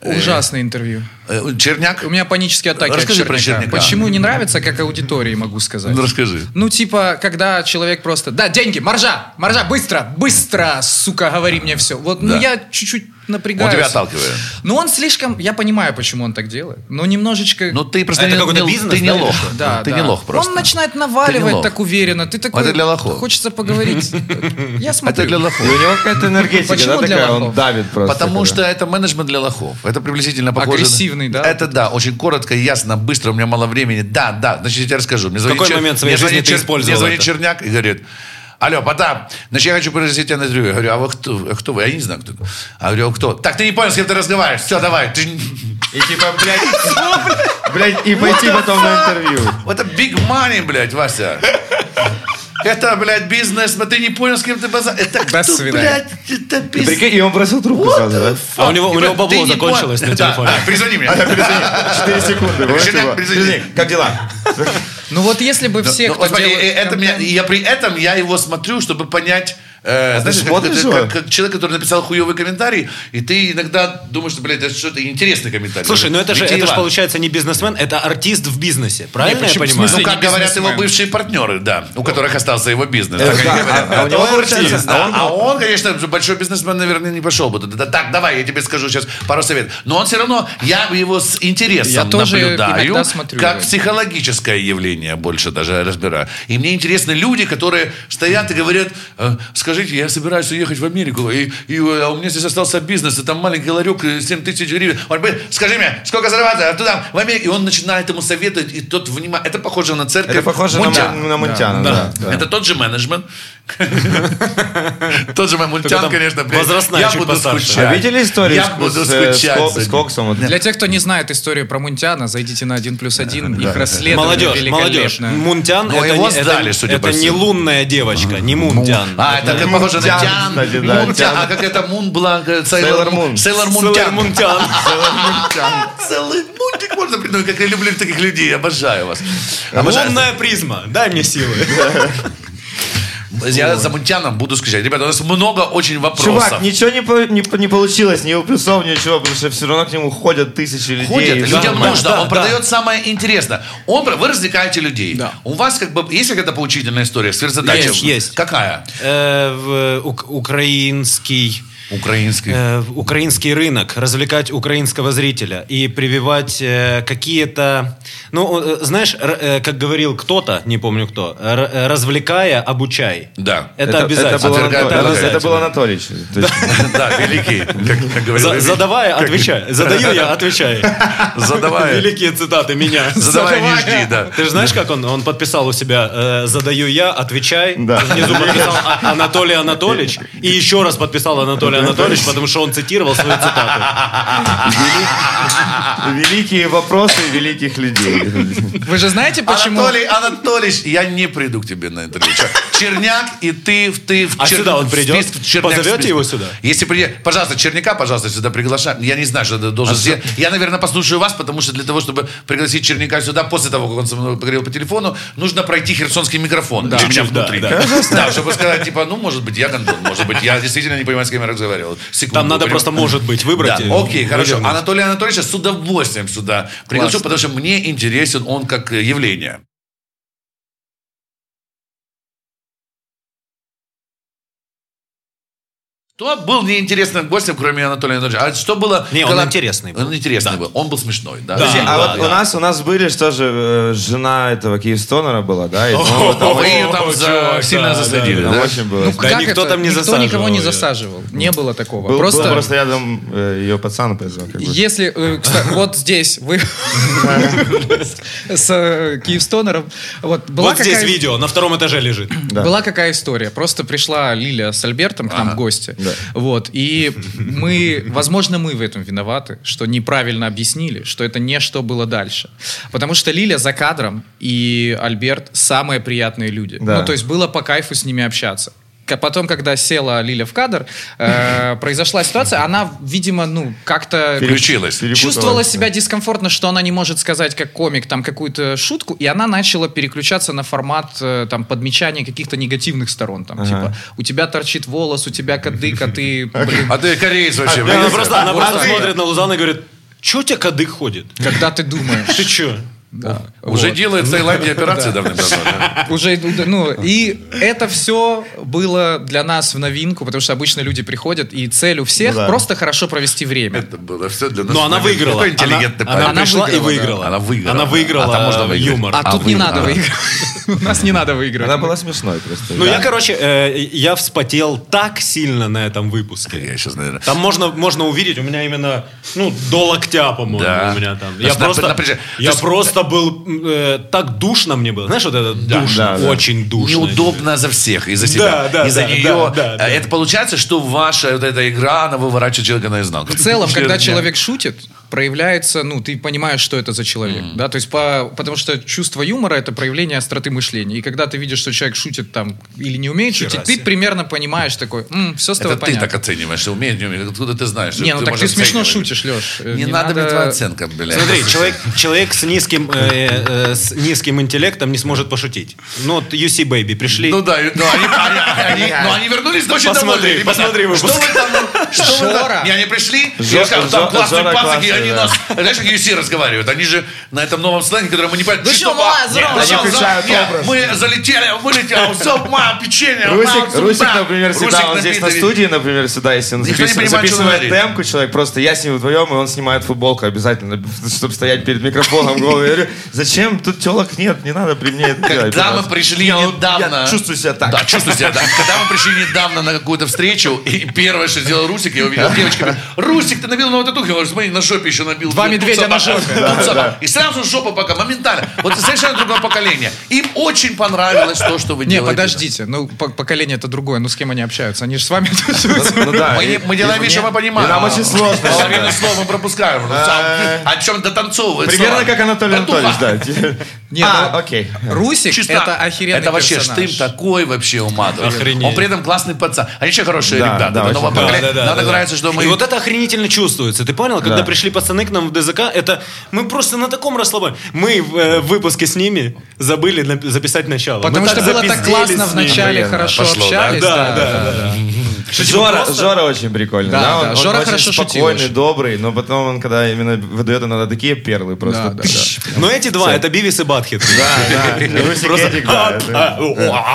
[SPEAKER 4] Ужасное интервью.
[SPEAKER 1] Э, Черняк?
[SPEAKER 4] У меня панические атаки
[SPEAKER 1] Расскажи
[SPEAKER 4] от
[SPEAKER 1] про
[SPEAKER 4] черняка.
[SPEAKER 1] черняка.
[SPEAKER 4] Почему не нравится, как аудитории, могу сказать.
[SPEAKER 1] Ну, расскажи.
[SPEAKER 4] Ну, типа, когда человек просто... Да, деньги, маржа, маржа, быстро, быстро, сука, говори мне все. Вот,
[SPEAKER 1] Да.
[SPEAKER 4] ну, я чуть-чуть напрягаюсь.
[SPEAKER 1] Он тебя отталкивает.
[SPEAKER 4] Ну, он слишком... Я понимаю, почему он так делает. Но немножечко...
[SPEAKER 1] Ну, ты просто
[SPEAKER 3] Это
[SPEAKER 1] не,
[SPEAKER 3] какой-то
[SPEAKER 1] не-
[SPEAKER 3] бизнес,
[SPEAKER 1] ты не
[SPEAKER 3] да,
[SPEAKER 1] лох.
[SPEAKER 3] или что?
[SPEAKER 4] Да,
[SPEAKER 1] ты
[SPEAKER 4] да.
[SPEAKER 1] не лох просто.
[SPEAKER 4] Он начинает
[SPEAKER 1] Ты не
[SPEAKER 4] наваливать
[SPEAKER 1] лох.
[SPEAKER 4] так уверенно. Ты такой...
[SPEAKER 1] Это для лохов.
[SPEAKER 4] Хочется поговорить. Я
[SPEAKER 1] Это
[SPEAKER 4] смотрю.
[SPEAKER 1] А для лохов.
[SPEAKER 2] И у него какая-то энергетика,
[SPEAKER 4] Почему
[SPEAKER 2] да,
[SPEAKER 4] для
[SPEAKER 2] такая, он
[SPEAKER 4] лохов?
[SPEAKER 2] давит просто. типа,
[SPEAKER 1] Потому
[SPEAKER 2] когда-
[SPEAKER 1] что это менеджмент для лохов. Это приблизительно похоже. на-
[SPEAKER 4] Агрессивный, да?
[SPEAKER 1] Это да, очень коротко, ясно, быстро, у меня мало времени. Да, да, значит, я тебе расскажу. Мне звонит
[SPEAKER 3] какой
[SPEAKER 1] чер-
[SPEAKER 3] момент в своей
[SPEAKER 1] мне
[SPEAKER 3] жизни
[SPEAKER 1] звонит
[SPEAKER 3] ты
[SPEAKER 1] чер-
[SPEAKER 3] использовал
[SPEAKER 1] Мне звонит
[SPEAKER 3] это?
[SPEAKER 1] Черняк и говорит, Алло, Потап, значит, я хочу пригласить тебя на интервью. Я говорю, а вы кто, а кто вы? Я не знаю, кто. это. А говорю, а кто? Так, ты не понял, с кем ты разговариваешь. Все, давай. Ты...
[SPEAKER 2] И типа, блядь, блядь, *laughs* и пойти потом на интервью.
[SPEAKER 1] *laughs* Это big money, блядь,
[SPEAKER 3] *laughs*
[SPEAKER 1] Вася. Это, блядь, бизнес. но Ты не понял, с кем ты базар. Это
[SPEAKER 4] До
[SPEAKER 1] кто,
[SPEAKER 4] свидания.
[SPEAKER 1] блядь, это
[SPEAKER 2] И
[SPEAKER 1] пиздец.
[SPEAKER 2] прикинь, И он бросил трубку сразу, да?
[SPEAKER 3] А у него, у него
[SPEAKER 1] Ты не
[SPEAKER 3] бабло
[SPEAKER 1] понял.
[SPEAKER 3] закончилось на
[SPEAKER 1] Да,
[SPEAKER 3] телефоне.
[SPEAKER 1] да, Перезвони мне.
[SPEAKER 3] *laughs*
[SPEAKER 2] Четыре секунды. вот
[SPEAKER 1] Женя,
[SPEAKER 2] его.
[SPEAKER 1] присоедини.
[SPEAKER 2] Женя, Как дела?
[SPEAKER 4] Ну вот если бы все,
[SPEAKER 1] Ну,
[SPEAKER 4] кто
[SPEAKER 1] вот смотри,
[SPEAKER 4] делает
[SPEAKER 1] э, это меня-
[SPEAKER 4] контент-
[SPEAKER 1] я при этом я его смотрю, чтобы понять. э,
[SPEAKER 2] А ты
[SPEAKER 1] знаешь,
[SPEAKER 2] смотришь
[SPEAKER 1] как-
[SPEAKER 2] его?
[SPEAKER 1] как, как человек, который написал хуевый комментарий, и ты иногда думаешь, что, блядь, это что-то интересный комментарий.
[SPEAKER 3] Слушай, ну это же, это
[SPEAKER 1] Витиевато.
[SPEAKER 3] же получается не бизнесмен, это артист в бизнесе. Правильно я
[SPEAKER 4] почему- в
[SPEAKER 3] понимаю?
[SPEAKER 1] Ну,
[SPEAKER 4] смысле?
[SPEAKER 1] как
[SPEAKER 4] не
[SPEAKER 1] говорят
[SPEAKER 4] бизнесмен.
[SPEAKER 1] его бывшие партнеры, да, у которых остался его
[SPEAKER 3] Э,
[SPEAKER 1] бизнес. Так они
[SPEAKER 2] да,
[SPEAKER 1] говорят.
[SPEAKER 2] а- а у него
[SPEAKER 1] Он
[SPEAKER 2] получается,
[SPEAKER 1] артист,
[SPEAKER 2] а
[SPEAKER 1] да.
[SPEAKER 2] он-
[SPEAKER 1] А он, конечно, же большой бизнесмен, наверное, не пошел бы. туда. Так, давай, я тебе скажу сейчас пару советов. Но он все равно, я его с
[SPEAKER 4] Я
[SPEAKER 1] интересом
[SPEAKER 4] тоже
[SPEAKER 1] наблюдаю,
[SPEAKER 4] иногда смотрю
[SPEAKER 1] как
[SPEAKER 4] его.
[SPEAKER 1] психологическое явление больше даже разбираю. И мне интересны люди, которые стоят и говорят, «Э, скажите, я собираюсь уехать в Америку, и, и, э, а у меня здесь остался бизнес, и там маленький ларек, э, 7 тысяч гривен. Он говорит, скажи мне, сколько зарабатывать туда, в Америке? И он начинает ему советовать, и тот внимает. Это похоже на церковь.
[SPEAKER 2] Это похоже на
[SPEAKER 1] Мунтя.
[SPEAKER 2] Мон- на Монтяна, да. да.
[SPEAKER 1] Это тот же менеджмент. *laughs* Тот же Мамультян,
[SPEAKER 3] там
[SPEAKER 1] конечно, блядь.
[SPEAKER 3] возрастная
[SPEAKER 1] Я
[SPEAKER 3] чуть
[SPEAKER 1] буду
[SPEAKER 3] постарше.
[SPEAKER 1] скучать.
[SPEAKER 2] А видели историю
[SPEAKER 1] Я
[SPEAKER 2] с-
[SPEAKER 1] буду
[SPEAKER 2] с э, с
[SPEAKER 1] скучать.
[SPEAKER 2] Ко-
[SPEAKER 1] за
[SPEAKER 2] с
[SPEAKER 1] ним.
[SPEAKER 2] Коксом? Вот
[SPEAKER 4] Для тех, кто не знает историю про Мунтяна, зайдите на 1 плюс 1, их расследование
[SPEAKER 3] Молодежь, молодежь.
[SPEAKER 4] великолепное.
[SPEAKER 3] Мунтян
[SPEAKER 1] Но
[SPEAKER 3] это,
[SPEAKER 1] его
[SPEAKER 3] не, это-
[SPEAKER 1] сдали, судя
[SPEAKER 3] это
[SPEAKER 1] по
[SPEAKER 3] не
[SPEAKER 1] всему.
[SPEAKER 3] лунная девочка, не Мунтян.
[SPEAKER 1] А, это как похоже на
[SPEAKER 2] Мунтян,
[SPEAKER 1] Тян.
[SPEAKER 2] кстати, да,
[SPEAKER 1] Мунтян.
[SPEAKER 2] Тян.
[SPEAKER 1] А как это Мун была? э,
[SPEAKER 2] Сейлор
[SPEAKER 1] Сейлор
[SPEAKER 2] Мун.
[SPEAKER 1] Мун. Сейлор
[SPEAKER 3] Сейлор
[SPEAKER 1] Мунтян.
[SPEAKER 3] Мунтян.
[SPEAKER 1] *laughs* Целый мультик можно придумать. Как я люблю таких людей. Обожаю вас. *laughs* Обожаю.
[SPEAKER 3] Лунная призма. Дай
[SPEAKER 1] *laughs*
[SPEAKER 3] мне силы.
[SPEAKER 1] Я за Мунтяном буду скучать. Ребята, у нас много очень вопросов.
[SPEAKER 2] Чувак, ничего не, по- не, по- не получилось, ни у плюсов, ничего, потому что все равно к нему ходят тысячи людей.
[SPEAKER 1] Ходят,
[SPEAKER 2] И
[SPEAKER 1] людям
[SPEAKER 2] нормально.
[SPEAKER 1] нужно,
[SPEAKER 3] да,
[SPEAKER 1] он
[SPEAKER 3] да.
[SPEAKER 1] продает самое интересное. Он, про- вы развлекаете людей.
[SPEAKER 4] Да.
[SPEAKER 1] У вас как бы есть какая-то поучительная история, сверхзадача?
[SPEAKER 3] Есть, есть.
[SPEAKER 1] Какая?
[SPEAKER 3] Э, в, ук- Украинский
[SPEAKER 1] Украинский.
[SPEAKER 3] э, украинский рынок, развлекать украинского зрителя и прививать э, какие-то, ну, э, знаешь, р- э, как говорил кто-то, не помню кто, р- э, развлекая, обучай.
[SPEAKER 1] Да.
[SPEAKER 3] Это,
[SPEAKER 2] Это,
[SPEAKER 3] обязательно.
[SPEAKER 2] это был,
[SPEAKER 1] Отвергаю,
[SPEAKER 2] Анатолий,
[SPEAKER 1] отвергаю.
[SPEAKER 2] это, это был Анатолий. То есть-
[SPEAKER 1] *laughs* Да, великий, как, как говорил.
[SPEAKER 3] За-
[SPEAKER 1] Великий.
[SPEAKER 3] задавай, отвечай. Задаю я, отвечаю.
[SPEAKER 1] Задавай.
[SPEAKER 3] Великие цитаты меня.
[SPEAKER 1] Задавай, не жди, да.
[SPEAKER 3] Ты же знаешь, как он, он подписал у себя э, «Задаю я, отвечай».
[SPEAKER 2] Да.
[SPEAKER 3] Внизу подписал «А- Анатолий Анатольевич. И еще раз подписал Анатолий Анатольевич, потому что он цитировал свою цитату.
[SPEAKER 2] *laughs* Великие вопросы великих людей.
[SPEAKER 4] Вы же знаете, почему...
[SPEAKER 1] Анатолий Анатольевич, я не приду к тебе на интервью. Чё, Черняк и ты, в- ты в
[SPEAKER 3] А сюда он
[SPEAKER 1] в
[SPEAKER 3] придет?
[SPEAKER 1] список, в черняк в
[SPEAKER 3] Позовете
[SPEAKER 1] список.
[SPEAKER 3] его сюда?
[SPEAKER 1] Если придет, пожалуйста, Черняка, пожалуйста, сюда приглашай. Я не знаю, что это должен
[SPEAKER 3] А
[SPEAKER 1] сделать. Я, наверное, послушаю вас, потому что для того, чтобы пригласить Черняка сюда, после того, как он со мной поговорил по телефону, нужно пройти херсонский микрофон. Да, у меня
[SPEAKER 3] Чуть-чуть, да,
[SPEAKER 1] внутри.
[SPEAKER 3] да.
[SPEAKER 1] Да, чтобы сказать, типа, ну, может быть, я гондон, может быть, я действительно не понимаю, с кем я разговаривал. Секунду,
[SPEAKER 3] Там надо
[SPEAKER 1] понимаешь?
[SPEAKER 3] просто «может быть» выбрать.
[SPEAKER 1] Ну, Да,
[SPEAKER 3] и
[SPEAKER 1] окей, хорошо. А
[SPEAKER 3] выдернуть.
[SPEAKER 1] Анатолия Анатольевича с удовольствием сюда приглашу, потому что мне интересен он как э, явление. Кто был неинтересным гостем, кроме Анатолия Анатольевича? А что было...
[SPEAKER 3] Не, он
[SPEAKER 1] когда-
[SPEAKER 3] интересный был.
[SPEAKER 1] Он интересный был. Он был смешной, да?
[SPEAKER 3] Да.
[SPEAKER 1] Друзья,
[SPEAKER 2] А
[SPEAKER 3] Да,
[SPEAKER 2] вот
[SPEAKER 3] да.
[SPEAKER 2] у нас у нас были же тоже э, жена этого Киевстонера была, да? и, ну, вот там
[SPEAKER 1] Вы
[SPEAKER 2] очень-
[SPEAKER 1] ее там
[SPEAKER 3] О,
[SPEAKER 1] за-
[SPEAKER 3] чувак,
[SPEAKER 1] сильно
[SPEAKER 3] да,
[SPEAKER 1] засадили,
[SPEAKER 2] там
[SPEAKER 1] да?
[SPEAKER 2] очень было.
[SPEAKER 3] Да никто там не
[SPEAKER 4] Ну, никто
[SPEAKER 3] засаживал
[SPEAKER 4] никого не
[SPEAKER 3] её.
[SPEAKER 4] засаживал. Не было такого.
[SPEAKER 2] Был-
[SPEAKER 4] просто,
[SPEAKER 2] Был просто рядом э, ее пацан позвал. как бы.
[SPEAKER 4] если... э,
[SPEAKER 3] *laughs*
[SPEAKER 4] кста- вот здесь вы... *laughs* С э, Киевстонером. Вот была
[SPEAKER 3] Вот здесь
[SPEAKER 4] какая-
[SPEAKER 3] видео, на втором этаже лежит.
[SPEAKER 4] *clears throat*
[SPEAKER 2] Да.
[SPEAKER 4] Была какая история. Просто пришла Лиля с Альбертом к нам в гости. Вот.
[SPEAKER 2] *laughs*
[SPEAKER 4] И мы, возможно, мы в этом виноваты, что неправильно объяснили, что это не что было дальше. Потому что Лиля за кадром и Альберт самые приятные люди.
[SPEAKER 2] Да.
[SPEAKER 4] Ну, то есть было по кайфу с ними общаться. К- Потом, когда села Лиля в кадр,
[SPEAKER 2] *laughs*
[SPEAKER 4] э, произошла ситуация, она, видимо, ну, как-то
[SPEAKER 1] Включилась.
[SPEAKER 2] Перепутала.
[SPEAKER 4] чувствовала себя дискомфортно, что она не может сказать как комик там какую-то шутку, и она начала переключаться на формат э, там подмечания каких-то негативных сторон, там типа у тебя торчит волос, у тебя кадык, а ты блин,
[SPEAKER 1] А ты кореец вообще.
[SPEAKER 2] да,
[SPEAKER 1] блин.
[SPEAKER 3] Она просто, она
[SPEAKER 4] а
[SPEAKER 3] просто
[SPEAKER 4] вот так.
[SPEAKER 3] смотрит на Лузану и говорит, что у тебя кадык ходит?
[SPEAKER 4] когда ты
[SPEAKER 3] *laughs*
[SPEAKER 4] думаешь.
[SPEAKER 3] Ты че?
[SPEAKER 4] Да.
[SPEAKER 1] Уже
[SPEAKER 4] Вот.
[SPEAKER 1] делает в Таиланде операции давным-давно.
[SPEAKER 3] *laughs*
[SPEAKER 1] да?
[SPEAKER 4] Уже, ну, и это все было для нас в новинку, потому что обычно люди приходят, и цель у всех
[SPEAKER 2] Ну да.
[SPEAKER 4] просто хорошо провести время.
[SPEAKER 1] Это было все для нас.
[SPEAKER 3] Но она
[SPEAKER 1] Какой
[SPEAKER 3] выиграла.
[SPEAKER 1] интеллигентный
[SPEAKER 3] Она, она
[SPEAKER 1] парень.
[SPEAKER 3] пришла и
[SPEAKER 4] выиграла, да.
[SPEAKER 3] выиграла.
[SPEAKER 1] Она выиграла.
[SPEAKER 3] Она выиграла
[SPEAKER 1] А там можно
[SPEAKER 3] э,
[SPEAKER 1] выиграть.
[SPEAKER 3] юмор.
[SPEAKER 4] А,
[SPEAKER 1] А
[SPEAKER 4] тут
[SPEAKER 1] вы-
[SPEAKER 4] не надо
[SPEAKER 1] а.
[SPEAKER 4] выиграть. *laughs* У нас не надо выиграть.
[SPEAKER 2] Она была смешной просто.
[SPEAKER 3] Ну,
[SPEAKER 2] да.
[SPEAKER 3] я, короче, э, я вспотел так сильно на этом выпуске.
[SPEAKER 1] Я сейчас, наверное...
[SPEAKER 3] Там можно, можно увидеть, у меня именно, ну, до локтя, по-моему,
[SPEAKER 1] Да.
[SPEAKER 3] у меня там.
[SPEAKER 1] То
[SPEAKER 3] Я
[SPEAKER 1] есть на-
[SPEAKER 3] просто,
[SPEAKER 1] напряжение.
[SPEAKER 3] я
[SPEAKER 1] То есть
[SPEAKER 3] просто просто был... э, так душно мне было. Знаешь, вот это душно.
[SPEAKER 2] да, да.
[SPEAKER 3] очень душно.
[SPEAKER 1] Неудобно за всех и за себя,
[SPEAKER 3] Да, да,
[SPEAKER 1] и за
[SPEAKER 3] да,
[SPEAKER 1] нее.
[SPEAKER 3] да, да, да.
[SPEAKER 1] Это получается, что ваша вот эта игра, она выворачивает человека наизнанку.
[SPEAKER 4] В целом, когда человек шутит, проявляется, ну, ты понимаешь, что это за человек, да, то есть по, потому что чувство юмора это проявление остроты мышления, и когда ты видишь, что человек шутит там или не умеет
[SPEAKER 3] Хера
[SPEAKER 4] шутить, ты
[SPEAKER 3] себе.
[SPEAKER 4] примерно понимаешь такой, все с тобой
[SPEAKER 1] Это ты
[SPEAKER 4] понятно.
[SPEAKER 1] так оцениваешь, что умеет, не умеет. Откуда ты знаешь?
[SPEAKER 4] не, ну так ты
[SPEAKER 1] можешь
[SPEAKER 4] смешно
[SPEAKER 1] оценивать.
[SPEAKER 4] шутишь, Леш.
[SPEAKER 1] Не, надо, мне твоя оценка, блядь.
[SPEAKER 3] Смотри, человек, человек с, низким, э, э, с низким интеллектом не сможет пошутить. Ну, вот UC Baby пришли.
[SPEAKER 1] Ну да, и- ну, они, они- они- ну, они вернулись очень
[SPEAKER 3] Посмотри,
[SPEAKER 1] довольны. Ребята,
[SPEAKER 3] посмотри выпуск.
[SPEAKER 1] Что вы там? ну, Что вы там?
[SPEAKER 4] Жора.
[SPEAKER 1] Не, они пришли, и
[SPEAKER 2] Жора,
[SPEAKER 1] сказали, там
[SPEAKER 2] Жора,
[SPEAKER 1] классные
[SPEAKER 2] Жора
[SPEAKER 1] пацаки, и они
[SPEAKER 2] классные,
[SPEAKER 1] нас... Знаешь, как UC разговаривают? Они же на этом новом сленге, который мы не понимаем...
[SPEAKER 4] что,
[SPEAKER 1] типа,
[SPEAKER 4] мала, здорово,
[SPEAKER 1] нет,
[SPEAKER 2] здорово.
[SPEAKER 1] нет,
[SPEAKER 2] Включают
[SPEAKER 1] нет,
[SPEAKER 2] образ.
[SPEAKER 1] Мы залетели, вылетели, все, ма, печенье, ма,
[SPEAKER 2] Русик,
[SPEAKER 1] всё,
[SPEAKER 2] Русик,
[SPEAKER 1] ма.
[SPEAKER 2] например, всегда,
[SPEAKER 1] Русик
[SPEAKER 2] он здесь на
[SPEAKER 1] напитый.
[SPEAKER 2] студии, например, всегда, если он
[SPEAKER 1] Никто не
[SPEAKER 2] записыв-
[SPEAKER 1] понимает, что
[SPEAKER 2] записывает
[SPEAKER 1] говорит.
[SPEAKER 2] темку, человек просто, я с ним вдвоем, и он снимает футболку обязательно, *laughs* чтобы стоять перед микрофоном голый. Я говорю, зачем? Тут телок нет, не надо при мне это делать.
[SPEAKER 1] Когда мы
[SPEAKER 2] пожалуйста».
[SPEAKER 1] пришли
[SPEAKER 2] вот
[SPEAKER 1] недавно...
[SPEAKER 2] я чувствую себя так.
[SPEAKER 1] Да, чувствую себя так. Когда мы пришли недавно на какую-то встречу, и первое, что сделал Русик, я увидел девочка, говорит, Русик, ты набил новую татуху? Я говорю, смотри, на жопе еще набил.
[SPEAKER 4] Два
[SPEAKER 1] Тут
[SPEAKER 4] медведя
[SPEAKER 1] собака,
[SPEAKER 4] на жопе.
[SPEAKER 1] тут собака. И сразу жопа пока, моментально. Вот это совершенно другое поколение. Им очень понравилось то, что вы
[SPEAKER 4] Не,
[SPEAKER 1] делаете.
[SPEAKER 4] подождите, ну по- поколение это другое, ну с кем они общаются? Они же с вами *laughs* тусуются.
[SPEAKER 2] Ну да,
[SPEAKER 1] Мы,
[SPEAKER 2] и-
[SPEAKER 1] не- мы
[SPEAKER 2] и
[SPEAKER 1] делаем
[SPEAKER 2] мне-
[SPEAKER 1] вид, что мы понимаем.
[SPEAKER 2] И нам очень сложно.
[SPEAKER 1] Половину слов мы пропускаем. Ну, сам-
[SPEAKER 2] Э.
[SPEAKER 1] О чем дотанцовывает
[SPEAKER 2] Примерно
[SPEAKER 1] слова.
[SPEAKER 2] как Анатолий
[SPEAKER 1] Татуха.
[SPEAKER 2] Анатольевич, да. те-
[SPEAKER 4] Не,
[SPEAKER 2] А,
[SPEAKER 4] ну,
[SPEAKER 2] окей.
[SPEAKER 4] Русик
[SPEAKER 1] Чисто.
[SPEAKER 4] это охеренный
[SPEAKER 1] Это вообще
[SPEAKER 4] персонаж.
[SPEAKER 1] штым такой вообще уматывает.
[SPEAKER 3] Охренеть.
[SPEAKER 1] Он при этом классный пацан. Они еще хорошие
[SPEAKER 2] Да,
[SPEAKER 1] ребята.
[SPEAKER 2] да,
[SPEAKER 1] Это
[SPEAKER 2] очень
[SPEAKER 1] новое
[SPEAKER 2] да.
[SPEAKER 1] поколение. Нам так нравится, что мы...
[SPEAKER 3] И вот это охренительно чувствуется. Ты понял, когда
[SPEAKER 2] Да.
[SPEAKER 3] пришли пацаны к нам в ДЗК, это мы просто на таком расслабоне. Мы в э, выпуске с ними забыли на- записать начало.
[SPEAKER 4] Потому
[SPEAKER 3] Мы
[SPEAKER 4] что было так
[SPEAKER 3] запизделись
[SPEAKER 4] классно
[SPEAKER 3] с
[SPEAKER 4] в
[SPEAKER 3] ними.
[SPEAKER 4] начале,
[SPEAKER 2] Охуенно.
[SPEAKER 4] хорошо
[SPEAKER 1] Пошло, да?
[SPEAKER 4] общались.
[SPEAKER 3] Да, да, да.
[SPEAKER 2] Жора,
[SPEAKER 3] просто-
[SPEAKER 2] Жора очень прикольный.
[SPEAKER 4] Да,
[SPEAKER 2] Да,
[SPEAKER 4] да,
[SPEAKER 2] Он, он
[SPEAKER 4] Жора
[SPEAKER 2] очень
[SPEAKER 4] хорошо шутил
[SPEAKER 2] спокойный,
[SPEAKER 4] очень.
[SPEAKER 2] добрый, но потом он, когда именно выдает иногда такие перлы
[SPEAKER 4] Да,
[SPEAKER 2] просто.
[SPEAKER 4] да,
[SPEAKER 2] пш.
[SPEAKER 3] Но эти два, это Бивис и Батхит.
[SPEAKER 2] Да, да. Русик Эдик, да,
[SPEAKER 1] Э,
[SPEAKER 2] это-
[SPEAKER 1] А,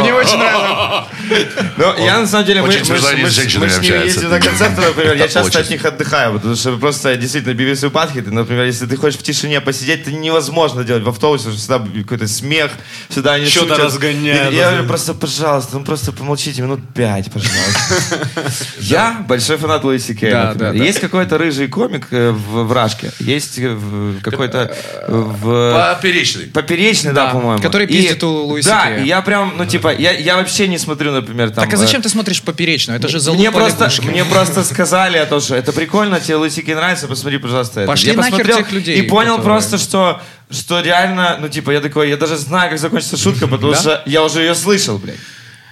[SPEAKER 4] Мне очень нравится.
[SPEAKER 2] Ну, я на самом деле, мы,
[SPEAKER 1] очень
[SPEAKER 2] мы, с-
[SPEAKER 1] тяжело
[SPEAKER 2] мы
[SPEAKER 1] с
[SPEAKER 2] с-
[SPEAKER 1] женщинами
[SPEAKER 2] мы с ними
[SPEAKER 1] общается.
[SPEAKER 2] ездим на концерты, например, я
[SPEAKER 1] Очень.
[SPEAKER 2] часто от них отдыхаю, потому что просто действительно бивис и падхит, и, например, если ты хочешь в тишине посидеть, это невозможно делать в автобусе, потому что всегда какой-то смех, всегда они
[SPEAKER 3] Что-то
[SPEAKER 2] шутят.
[SPEAKER 3] разгоняют.
[SPEAKER 2] И Я говорю, просто, пожалуйста, ну просто помолчите минут пять, пожалуйста. Я большой фанат Луиси Кей,
[SPEAKER 4] Да,
[SPEAKER 2] например.
[SPEAKER 4] да, да.
[SPEAKER 2] Есть какой-то рыжий комик э, в в Рашке, есть э, в- какой-то э, в...
[SPEAKER 1] а, Поперечный.
[SPEAKER 2] Поперечный, да,
[SPEAKER 4] Да,
[SPEAKER 2] по-моему.
[SPEAKER 4] который
[SPEAKER 2] И-
[SPEAKER 4] пиздит у Луиса
[SPEAKER 2] Да,
[SPEAKER 4] Кея.
[SPEAKER 2] и я прям, ну типо, я, я вообще не смотрю, например, там...
[SPEAKER 4] Так а
[SPEAKER 2] э,
[SPEAKER 4] зачем ты смотришь поперечную? Это же залупа
[SPEAKER 2] мне просто,
[SPEAKER 4] лягушки.
[SPEAKER 2] мне
[SPEAKER 4] *laughs*
[SPEAKER 2] просто сказали о том, что это прикольно, тебе лысики нравятся, посмотри, пожалуйста, это.
[SPEAKER 4] Пошли
[SPEAKER 2] я
[SPEAKER 4] нахер
[SPEAKER 2] посмотрел
[SPEAKER 4] тех людей,
[SPEAKER 2] И понял
[SPEAKER 4] которые-
[SPEAKER 2] просто, что, что реально, ну типа, я такой, я даже знаю, как закончится
[SPEAKER 4] *laughs*
[SPEAKER 2] шутка, потому
[SPEAKER 4] Да?
[SPEAKER 2] что я уже ее слышал, блядь.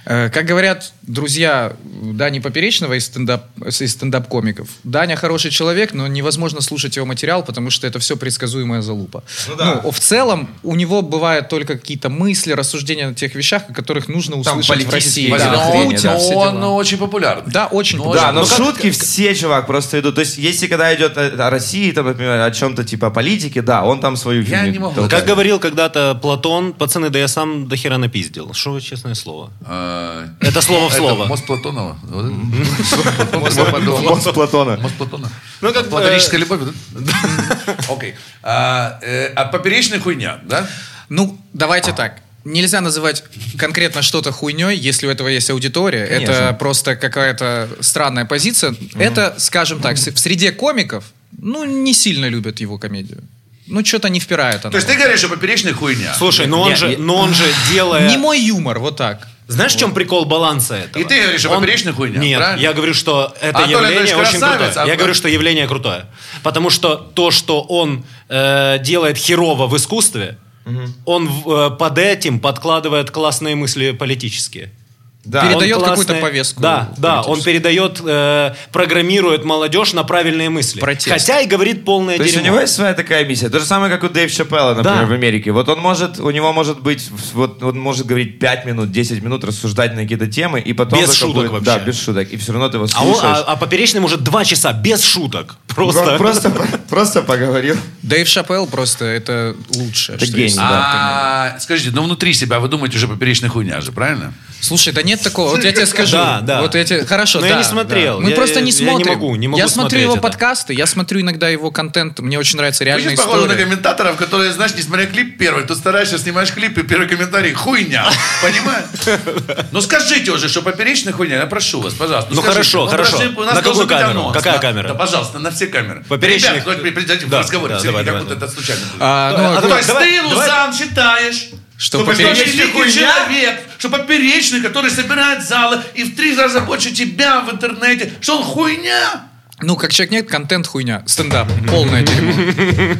[SPEAKER 4] Э, Как говорят друзья Дани Поперечного из, стендап, из стендап-комиков, Даня хороший человек, но невозможно слушать его материал, потому что это все предсказуемая залупа.
[SPEAKER 2] Ну да.
[SPEAKER 4] в целом у него бывают только какие-то мысли, рассуждения на тех вещах, о которых нужно
[SPEAKER 2] Там
[SPEAKER 4] услышать в
[SPEAKER 2] политические
[SPEAKER 4] России.
[SPEAKER 1] Но
[SPEAKER 2] Да, да,
[SPEAKER 1] он-
[SPEAKER 2] хрень, да,
[SPEAKER 1] но
[SPEAKER 4] все дела.
[SPEAKER 1] Ну, он ну, очень популярный.
[SPEAKER 4] Да, очень
[SPEAKER 1] Но-
[SPEAKER 2] Да,
[SPEAKER 4] популярный.
[SPEAKER 2] но
[SPEAKER 1] Ну, как-
[SPEAKER 2] шутки все, чувак, просто идут. То есть, если когда идет о о России, там, например, о чем-то типа о политике, да, он там свою
[SPEAKER 1] Я
[SPEAKER 2] фигню
[SPEAKER 1] не могу.
[SPEAKER 2] толкает.
[SPEAKER 3] Как говорил когда-то Платон, пацаны, да я сам до хера напиздил. Что, честное слово?
[SPEAKER 1] Э,
[SPEAKER 3] Это слово в
[SPEAKER 1] это
[SPEAKER 3] слово.
[SPEAKER 1] Мост Платонова. Вот это. Мост
[SPEAKER 2] *laughs*
[SPEAKER 1] Платонова.
[SPEAKER 2] Мост Платона.
[SPEAKER 1] Мост Платона.
[SPEAKER 3] Ну, как бы-
[SPEAKER 1] Платоническая любовь. да? *laughs* Окей. А э, а поперечная хуйня, да?
[SPEAKER 4] Ну, давайте так. Нельзя называть конкретно что-то хуйней, если у этого есть аудитория. Это просто какая-то странная позиция. Это, скажем так, с- в среде комиков, ну, не сильно любят его комедию. Ну, что-то не впирает она.
[SPEAKER 1] То есть ты говоришь, что поперечная хуйня.
[SPEAKER 3] Слушай, но он
[SPEAKER 4] Не,
[SPEAKER 3] же,
[SPEAKER 4] не-
[SPEAKER 3] но
[SPEAKER 1] *laughs*
[SPEAKER 3] он же делая...
[SPEAKER 4] Не мой юмор, вот так.
[SPEAKER 3] Знаешь, в чем прикол баланса этого?
[SPEAKER 1] И ты говоришь, что
[SPEAKER 3] Он-
[SPEAKER 1] поперечная хуйня,
[SPEAKER 3] Нет,
[SPEAKER 1] правильно?
[SPEAKER 3] я говорю, что это
[SPEAKER 1] Анатолий
[SPEAKER 3] явление
[SPEAKER 1] Анатольевич
[SPEAKER 3] очень
[SPEAKER 1] красавец,
[SPEAKER 3] крутое.
[SPEAKER 1] а
[SPEAKER 3] Я
[SPEAKER 1] вы-
[SPEAKER 3] говорю, что явление крутое. Потому что то, что он э, делает херово в искусстве, он в- э, под этим подкладывает классные мысли политические.
[SPEAKER 2] Да.
[SPEAKER 4] Перед-
[SPEAKER 2] он-
[SPEAKER 4] Передает
[SPEAKER 3] Он
[SPEAKER 4] какую-то повестку
[SPEAKER 3] Да, да, он
[SPEAKER 4] политическую.
[SPEAKER 3] передает, э, программирует молодежь на правильные мысли.
[SPEAKER 4] Протест.
[SPEAKER 3] Хотя и говорит полное
[SPEAKER 2] То есть у
[SPEAKER 3] дерьмо.
[SPEAKER 2] него есть своя такая миссия. То же самое, как у Дэйв Чапелла, например,
[SPEAKER 3] Да.
[SPEAKER 2] в Америке. Вот он может, у него может быть, вот он может говорить 5 минут, 10 минут, рассуждать на какие-то темы, и потом...
[SPEAKER 3] Без
[SPEAKER 2] только
[SPEAKER 3] шуток
[SPEAKER 2] будет-
[SPEAKER 3] вообще.
[SPEAKER 2] Да, без шуток. И все равно ты его
[SPEAKER 3] А, он-
[SPEAKER 2] слушаешь.
[SPEAKER 3] а- а поперечный может два часа без шуток.
[SPEAKER 2] Он просто, просто поговорил.
[SPEAKER 4] Дэйв Шапелл просто это лучшее.
[SPEAKER 2] Это
[SPEAKER 4] что
[SPEAKER 2] гений.
[SPEAKER 4] есть.
[SPEAKER 2] Да,
[SPEAKER 1] ну, А, Скажите, но внутри себя вы думаете уже поперечная хуйня же, правильно?
[SPEAKER 4] Слушай, да нет такого. Вот я тебе скажу.
[SPEAKER 3] Да, да.
[SPEAKER 4] Вот я тебе... Хорошо,
[SPEAKER 3] Но
[SPEAKER 4] да.
[SPEAKER 3] я не смотрел.
[SPEAKER 4] да. Мы
[SPEAKER 3] Я-
[SPEAKER 4] просто не
[SPEAKER 3] я- я не
[SPEAKER 4] смотрим.
[SPEAKER 3] могу, не могу
[SPEAKER 4] Я смотрю
[SPEAKER 3] смотреть
[SPEAKER 4] его
[SPEAKER 3] это.
[SPEAKER 4] подкасты, я смотрю иногда его контент. Мне очень нравится
[SPEAKER 1] Ты
[SPEAKER 4] реальная
[SPEAKER 1] сейчас похожа на
[SPEAKER 4] история.
[SPEAKER 1] комментаторов, которые, знаешь, не смотря клип первый, тут стараешься, снимаешь клип, и первый комментарий – хуйня. Понимаешь?
[SPEAKER 3] *laughs*
[SPEAKER 1] Ну скажите уже, что поперечная хуйня, я прошу вас, пожалуйста.
[SPEAKER 3] Ну,
[SPEAKER 1] скажите.
[SPEAKER 3] хорошо, хорошо.
[SPEAKER 1] подожди, у нас
[SPEAKER 3] На какую
[SPEAKER 1] должен быть
[SPEAKER 3] камеру?
[SPEAKER 1] анонс.
[SPEAKER 3] Какая
[SPEAKER 1] Да,
[SPEAKER 3] камера?
[SPEAKER 1] Да, пожалуйста, на все камеры.
[SPEAKER 3] Поперечных-
[SPEAKER 1] Ребят, давайте придадим
[SPEAKER 3] Да,
[SPEAKER 1] в разговоре,
[SPEAKER 3] да,
[SPEAKER 1] Сергей,
[SPEAKER 3] давай,
[SPEAKER 1] как
[SPEAKER 3] давай,
[SPEAKER 1] будто это случайно. было.
[SPEAKER 4] А, ну,
[SPEAKER 3] А,
[SPEAKER 4] а-
[SPEAKER 1] Ну, то есть
[SPEAKER 3] давай,
[SPEAKER 1] ты,
[SPEAKER 3] давай.
[SPEAKER 1] Лузан, считаешь,
[SPEAKER 4] Что
[SPEAKER 1] что
[SPEAKER 4] поперечный
[SPEAKER 1] великий человек, что поперечный, который собирает залы и в три раза больше тебя в интернете, что он хуйня?
[SPEAKER 4] Ну, как человек нет, контент хуйня. Стендап. Полное дерьмо.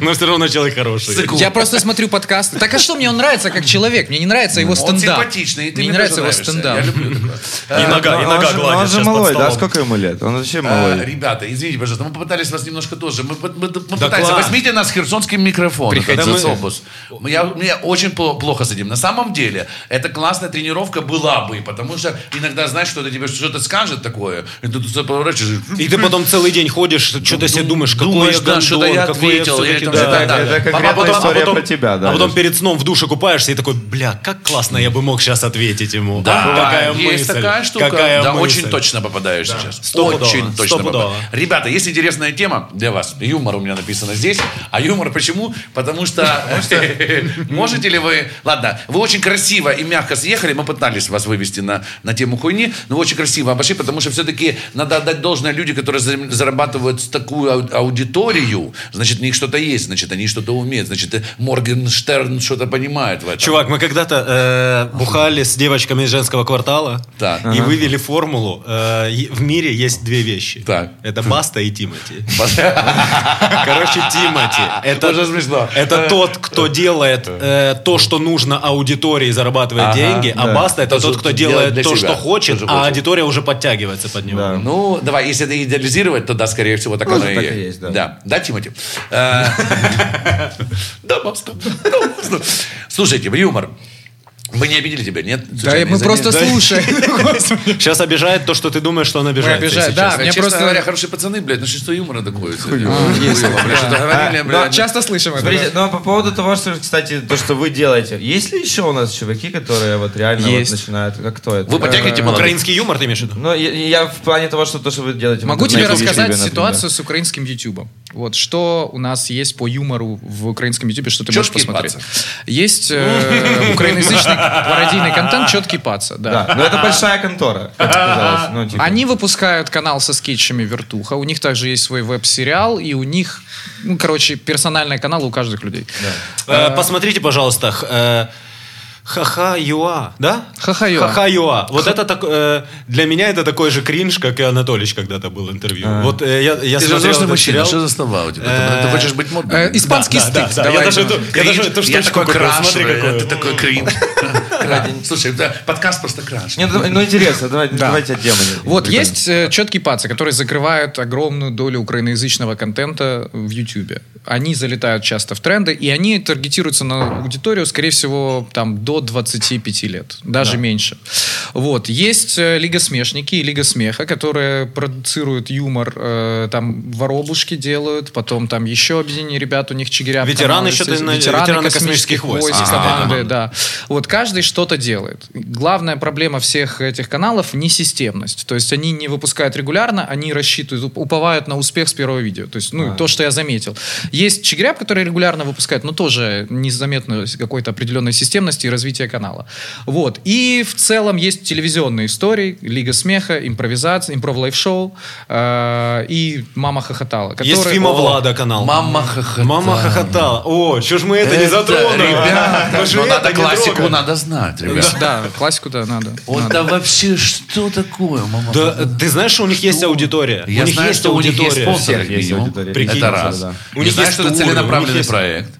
[SPEAKER 3] *laughs* Но все равно человек хороший.
[SPEAKER 4] Я просто смотрю подкасты. Так а что мне он нравится как человек? Мне не нравится его
[SPEAKER 1] Ну, Он
[SPEAKER 4] стендап.
[SPEAKER 1] симпатичный, и ты
[SPEAKER 4] Мне
[SPEAKER 1] мне
[SPEAKER 4] не нравится его
[SPEAKER 1] тоже нравишься.
[SPEAKER 4] стендап.
[SPEAKER 1] Я люблю
[SPEAKER 3] *laughs*
[SPEAKER 1] такое.
[SPEAKER 3] И нога,
[SPEAKER 2] он,
[SPEAKER 3] и нога
[SPEAKER 1] ну,
[SPEAKER 2] же, он
[SPEAKER 3] гладит
[SPEAKER 2] же
[SPEAKER 3] сейчас под
[SPEAKER 2] малой, да?
[SPEAKER 3] столом. Э,
[SPEAKER 2] Сколько ему лет? Он вообще
[SPEAKER 1] А,
[SPEAKER 2] малой.
[SPEAKER 1] Ребята, извините, пожалуйста, мы попытались вас немножко тоже. Мы, мы- мы- мы
[SPEAKER 3] Да
[SPEAKER 1] пытаемся.
[SPEAKER 3] класс.
[SPEAKER 1] Возьмите нас херсонским микрофоном.
[SPEAKER 4] Приходите.
[SPEAKER 1] этот
[SPEAKER 3] Да мы-
[SPEAKER 1] автобус. Я, мне очень пло- плохо с этим. На самом деле, это классная тренировка была бы, потому что иногда знаешь, что-то тебе что-то скажет такое, и ты тут поворачиваешься.
[SPEAKER 3] И ты потом целый день ходишь, что-то себе думаешь, какой
[SPEAKER 1] думаешь,
[SPEAKER 3] я
[SPEAKER 1] да, что-то я
[SPEAKER 3] гондон, какой я
[SPEAKER 1] ответил,
[SPEAKER 3] всё-таки,
[SPEAKER 1] я это-
[SPEAKER 3] да.
[SPEAKER 1] да, да.
[SPEAKER 2] Это
[SPEAKER 3] А
[SPEAKER 2] конкретная
[SPEAKER 3] потом, а
[SPEAKER 2] история
[SPEAKER 3] потом-
[SPEAKER 2] про тебя, да.
[SPEAKER 3] а потом
[SPEAKER 2] Лёш.
[SPEAKER 3] перед сном в душе купаешься и такой, бля, как классно я бы мог сейчас ответить ему.
[SPEAKER 1] Да,
[SPEAKER 3] А, какая
[SPEAKER 1] есть
[SPEAKER 3] мысль,
[SPEAKER 1] такая штука.
[SPEAKER 3] какая
[SPEAKER 1] да,
[SPEAKER 3] мысль.
[SPEAKER 1] очень точно попадаешь сейчас.
[SPEAKER 3] Стопудово,
[SPEAKER 1] Очень точно
[SPEAKER 3] стопудово.
[SPEAKER 1] попадаешь. Ребята, есть интересная тема для вас. Юмор у меня написано здесь. А юмор почему? Потому что... *laughs* Можете ли вы... Ладно, вы очень красиво и мягко съехали. Мы пытались вас вывести на, на тему хуйни, но вы очень красиво обошли, потому что все-таки надо отдать должное люди, которые зарем- зарабатывают с такую ау- аудиторию. Значит, у них что-то есть, значит, они что-то умеют. Значит, э, Моргенштерн что-то понимает в этом.
[SPEAKER 3] Чувак, мы когда-то э, бухали с девочками из женского квартала
[SPEAKER 1] Так.
[SPEAKER 3] и вывели формулу. э, е- в мире есть две вещи.
[SPEAKER 1] Так.
[SPEAKER 3] Это Баста и Тимати. Короче,
[SPEAKER 1] *laughs*
[SPEAKER 3] Тимати. Это
[SPEAKER 1] Уже смешно. *laughs*
[SPEAKER 3] Это тот, кто делает э, то, что нужно аудитории, зарабатывает деньги, а Баста это
[SPEAKER 1] То,
[SPEAKER 3] тот,
[SPEAKER 1] что
[SPEAKER 3] кто
[SPEAKER 1] делает
[SPEAKER 3] делает
[SPEAKER 1] для
[SPEAKER 3] то,
[SPEAKER 1] себя,
[SPEAKER 3] что хочет,
[SPEAKER 1] тоже
[SPEAKER 3] а
[SPEAKER 1] хочет.
[SPEAKER 3] аудитория уже подтягивается под него. *laughs*
[SPEAKER 2] Да.
[SPEAKER 1] Ну, давай, если это идеализировать, то да, скорее всего, так
[SPEAKER 2] Ну,
[SPEAKER 1] оно
[SPEAKER 2] это
[SPEAKER 1] и
[SPEAKER 2] так
[SPEAKER 1] есть.
[SPEAKER 2] и есть, да.
[SPEAKER 1] Да, да, Тимати? Э,
[SPEAKER 2] *laughs*
[SPEAKER 1] Да, баста. Да, баста. Слушайте, юмор. Мы не обидели тебя, нет?
[SPEAKER 4] Да,
[SPEAKER 1] случайно,
[SPEAKER 4] мы
[SPEAKER 1] из-за
[SPEAKER 4] просто
[SPEAKER 1] меня?
[SPEAKER 4] *laughs* слушаем.
[SPEAKER 3] Сейчас обижает то, что ты думаешь, что он обижает.
[SPEAKER 4] Мы обижаем,
[SPEAKER 3] если
[SPEAKER 4] да.
[SPEAKER 3] честно.
[SPEAKER 1] Мне
[SPEAKER 4] Мне
[SPEAKER 1] просто
[SPEAKER 4] просто-
[SPEAKER 1] говоря, хорошие пацаны, блядь, ну что юмора такое?
[SPEAKER 4] есть.
[SPEAKER 1] говорили,
[SPEAKER 2] А,
[SPEAKER 4] ну,
[SPEAKER 1] блядь.
[SPEAKER 4] Часто слышим это.
[SPEAKER 2] Смотрите,
[SPEAKER 4] да.
[SPEAKER 2] ну а по поводу того, что, кстати, то, что вы делаете, есть ли еще у нас чуваки, которые вот реально вот
[SPEAKER 4] Есть.
[SPEAKER 2] начинают, как кто это?
[SPEAKER 1] Вы подтягиваете молодых?
[SPEAKER 3] Украинский юмор ты имеешь в виду?
[SPEAKER 2] Ну, я, я в плане того, что то, что вы делаете. в
[SPEAKER 4] Могу тебе
[SPEAKER 2] интернете, в
[SPEAKER 4] рассказать
[SPEAKER 2] Ютубе, например.
[SPEAKER 4] ситуацию с украинским Ютубом. Вот что у нас есть по юмору в украинском Ютубе, что ты
[SPEAKER 1] Чёткий
[SPEAKER 4] можешь посмотреть.
[SPEAKER 1] паца.
[SPEAKER 4] Есть
[SPEAKER 1] Ну.
[SPEAKER 4] э, украиноязычный пародийный контент «Четкий паца». Да.
[SPEAKER 2] Да, но это большая контора, как оказалось. Ну, типа.
[SPEAKER 4] Они выпускают канал со скетчами Вертуха. У них также есть свой веб-сериал, и у них, ну, короче, персональный канал у каждых людей.
[SPEAKER 3] Э, Посмотрите, пожалуйста, х- э, Ха-ха юа, да?
[SPEAKER 4] Ха-ха юа.
[SPEAKER 3] Ха-ха юа. Вот это так, э, для меня это такой же кринж, как и Анатолич когда-то был интервью. Вот э, я, я
[SPEAKER 1] Ты же
[SPEAKER 3] смотрел
[SPEAKER 1] взрослый
[SPEAKER 3] этот
[SPEAKER 1] мужчина,
[SPEAKER 3] сериал.
[SPEAKER 1] что за слова у тебя? Ты- Ты хочешь быть модным?
[SPEAKER 4] Э, Испанский
[SPEAKER 3] Да, да,
[SPEAKER 4] стыд.
[SPEAKER 3] да. Я
[SPEAKER 4] давай.
[SPEAKER 3] даже эту- я даже эту
[SPEAKER 1] Я
[SPEAKER 3] штучку
[SPEAKER 1] такой
[SPEAKER 3] купил,
[SPEAKER 1] краш,
[SPEAKER 3] смотри,
[SPEAKER 1] блядь,
[SPEAKER 3] какую.
[SPEAKER 1] ты такой кринж. Слушай, да, подкаст просто краш.
[SPEAKER 2] Не, ну, давай- ну, интересно, давайте,
[SPEAKER 4] Да.
[SPEAKER 2] давайте от темы.
[SPEAKER 4] Вот есть четкие пацы, которые закрывают огромную долю украиноязычного контента в Ютьюбе. Они залетают часто в тренды, и они таргетируются на аудиторию, скорее всего, там до 25 лет, даже меньше. Вот. Есть э, Лига Смешники и Лига Смеха, которые продуцируют юмор, э, там воробушки делают, потом там еще объединение ребят, у них Чигиря.
[SPEAKER 3] Ветераны еще ты на- ветераны космических войск.
[SPEAKER 4] войск,
[SPEAKER 3] А,
[SPEAKER 4] команды,
[SPEAKER 3] команда.
[SPEAKER 4] да. Вот каждый что-то делает. Главная проблема всех этих каналов – несистемность. То есть они не выпускают регулярно, они рассчитывают, уп- уповают на успех с первого видео. То есть,
[SPEAKER 3] А.
[SPEAKER 4] ну, то, что я заметил. Есть Чигряб, который регулярно выпускает, но тоже незаметно с какой-то определенной системности и развития канала. Вот. И в целом есть телевизионные истории, Лига смеха, импровизация, импров-лайф-шоу э, и Мама хохотала.
[SPEAKER 3] Есть
[SPEAKER 4] которые-
[SPEAKER 3] Фима
[SPEAKER 4] О,
[SPEAKER 3] Влада канал.
[SPEAKER 1] Мама хохотала. Э,
[SPEAKER 3] Мама хохотала. О, чё ж мы это, не затронули?
[SPEAKER 1] Ребята,
[SPEAKER 3] Мы же
[SPEAKER 1] ну
[SPEAKER 3] это
[SPEAKER 1] надо
[SPEAKER 3] а не
[SPEAKER 1] классику
[SPEAKER 3] трогали.
[SPEAKER 1] надо знать, ребят.
[SPEAKER 4] Да, классику-то надо.
[SPEAKER 1] Вот
[SPEAKER 4] надо.
[SPEAKER 1] да вообще, что такое, мама? Ну,
[SPEAKER 3] Да, э, ты знаешь, что у них есть аудитория?
[SPEAKER 1] Я
[SPEAKER 3] у них
[SPEAKER 1] знаю,
[SPEAKER 3] есть
[SPEAKER 1] что у них есть
[SPEAKER 3] аудитория.
[SPEAKER 1] спонсоры,
[SPEAKER 2] Всех есть
[SPEAKER 1] минимум.
[SPEAKER 2] аудитория.
[SPEAKER 3] Прикинь,
[SPEAKER 1] это раз.
[SPEAKER 2] да.
[SPEAKER 1] У
[SPEAKER 3] У
[SPEAKER 1] них
[SPEAKER 3] них
[SPEAKER 1] знаю,
[SPEAKER 3] есть
[SPEAKER 1] что это
[SPEAKER 3] туры, у них
[SPEAKER 1] целенаправленный
[SPEAKER 3] есть-
[SPEAKER 1] проект.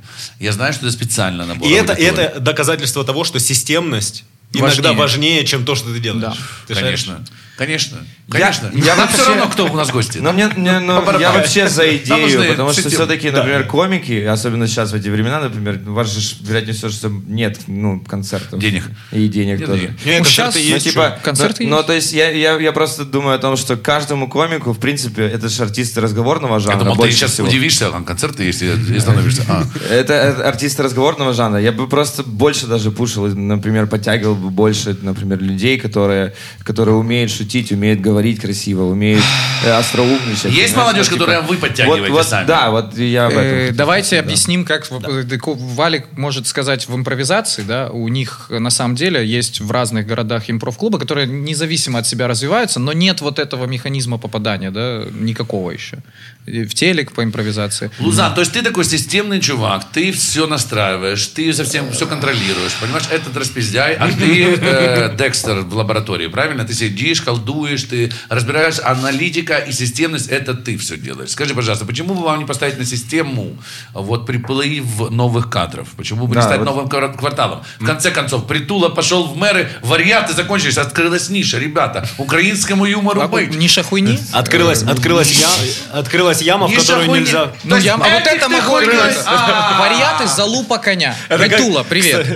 [SPEAKER 1] Я знаю, что это специально набор
[SPEAKER 3] И это, и
[SPEAKER 1] аудитории.
[SPEAKER 3] это доказательство того, что системность иногда
[SPEAKER 4] Важнее.
[SPEAKER 3] важнее, чем то, что ты делаешь.
[SPEAKER 4] Да.
[SPEAKER 3] Ты
[SPEAKER 1] Конечно. Конечно.
[SPEAKER 2] Я-
[SPEAKER 1] Конечно.
[SPEAKER 2] я
[SPEAKER 1] Нам
[SPEAKER 2] вообще-
[SPEAKER 1] все равно, кто у нас гости.
[SPEAKER 2] Но мне, мне- ну,
[SPEAKER 1] барабану.
[SPEAKER 2] я вообще за
[SPEAKER 1] Нам нужны
[SPEAKER 2] идею, потому что
[SPEAKER 1] системы.
[SPEAKER 2] все-таки, например, комики, особенно сейчас в эти времена, например, у вас же, ж, вероятнее всего, что нет ну, концертов.
[SPEAKER 1] Денег.
[SPEAKER 2] И денег
[SPEAKER 1] Нет,
[SPEAKER 2] тоже.
[SPEAKER 1] денег.
[SPEAKER 3] Нет,
[SPEAKER 4] Ну,
[SPEAKER 3] концерты
[SPEAKER 4] щас,
[SPEAKER 3] есть,
[SPEAKER 2] ну,
[SPEAKER 4] чё,
[SPEAKER 2] типа,
[SPEAKER 4] концерты
[SPEAKER 2] ну,
[SPEAKER 4] есть.
[SPEAKER 2] ну, то есть я, я, я просто думаю о том, что каждому комику, в принципе, это же артисты разговорного
[SPEAKER 1] Я
[SPEAKER 2] жанра.
[SPEAKER 1] думал, ты
[SPEAKER 2] больше
[SPEAKER 1] сейчас
[SPEAKER 2] всего.
[SPEAKER 1] удивишься, а там концерты есть, и и становишься. А.
[SPEAKER 2] Это э, артисты разговорного жанра. Я бы просто больше даже пушил, и, например, подтягивал бы больше, например, людей, которые, которые умеют шутить, умеют говорить красиво, умеют э, остроумничать.
[SPEAKER 1] Есть
[SPEAKER 2] понимаешь?
[SPEAKER 1] молодежь,
[SPEAKER 2] Ну, типа,
[SPEAKER 1] которую вы подтягиваете
[SPEAKER 2] вот, вот,
[SPEAKER 1] сами?
[SPEAKER 2] Да, вот я об этом.
[SPEAKER 4] Э,
[SPEAKER 2] хотел
[SPEAKER 4] Давайте
[SPEAKER 2] сказать, да.
[SPEAKER 4] объясним, как в- э, ко- Валик может сказать в импровизации, да, у них э, на самом деле есть в разных городах импров-клубы, которые независимо от себя развиваются, но нет вот этого механизма попадания, да, никакого еще. И в телек по импровизации.
[SPEAKER 1] Лузан, то есть ты такой системный чувак, ты все настраиваешь, ты совсем все контролируешь, понимаешь, этот распиздяй, а ты э, Декстер в лаборатории, правильно? Ты сидишь, колдуешь, ты разбираешь, аналитика и системность, это ты все делаешь. Скажи, пожалуйста, почему бы вам не поставить на систему вот приплыв новых кадров? Почему бы
[SPEAKER 2] Да,
[SPEAKER 1] не стать
[SPEAKER 2] вот-
[SPEAKER 1] новым квар- кварталом? В конце концов, Притула пошел в мэры, варианты закончились, открылась ниша, ребята, украинскому юмору
[SPEAKER 4] А,
[SPEAKER 1] быть.
[SPEAKER 4] Ниша хуйни?
[SPEAKER 1] А,
[SPEAKER 3] Открылась,
[SPEAKER 1] Э,
[SPEAKER 3] открылась, я- открылась яма, в
[SPEAKER 1] Ниша
[SPEAKER 3] которую
[SPEAKER 1] хуйни.
[SPEAKER 3] нельзя...
[SPEAKER 1] То
[SPEAKER 4] Ну,
[SPEAKER 1] есть
[SPEAKER 4] я, а вот
[SPEAKER 1] этих
[SPEAKER 4] это
[SPEAKER 1] ты
[SPEAKER 4] могу
[SPEAKER 1] хочешь?
[SPEAKER 4] играть.
[SPEAKER 1] А.
[SPEAKER 4] Вариаты залупа коня.
[SPEAKER 3] Это как-
[SPEAKER 4] Притула, привет.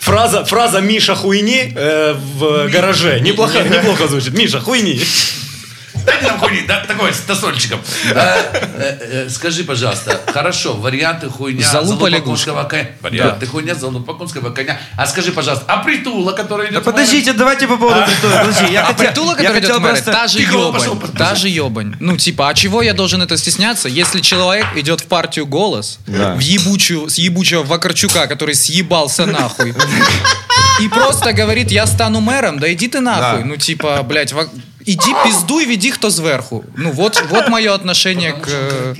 [SPEAKER 3] Фраза, фраза «Миша хуйни» э, в гараже. Неплохо, неплохо звучит. «Миша хуйни».
[SPEAKER 1] Дайте нам хуйни, да, такой, с тосольчиком. Э, э, э, Скажи, пожалуйста, хорошо, варианты хуйня
[SPEAKER 4] Залупа лягушка.
[SPEAKER 1] конского коня. Варианты хуйня залупа конского коня. А скажи, пожалуйста, а притула, который идет...
[SPEAKER 2] Да подождите, давайте по поводу притула. Подожди, я
[SPEAKER 4] А
[SPEAKER 2] хотел-
[SPEAKER 4] притула,
[SPEAKER 2] я
[SPEAKER 4] который идет
[SPEAKER 2] хотел
[SPEAKER 4] в мэры,
[SPEAKER 2] просто-
[SPEAKER 4] та же
[SPEAKER 1] Тихо, пошел,
[SPEAKER 4] ебань.
[SPEAKER 1] пошел.
[SPEAKER 4] Та же ебань. Ну, типа, а чего я должен это стесняться, если человек идет в партию «Голос»,
[SPEAKER 2] Да.
[SPEAKER 4] в ебучую, с ебучего Вакарчука, который съебался нахуй, и просто говорит, я стану мэром, да иди ты нахуй.
[SPEAKER 2] Да.
[SPEAKER 4] Ну, типа, блядь, Вак- иди пиздуй, веди кто сверху. Ну, вот, вот мое отношение к... э,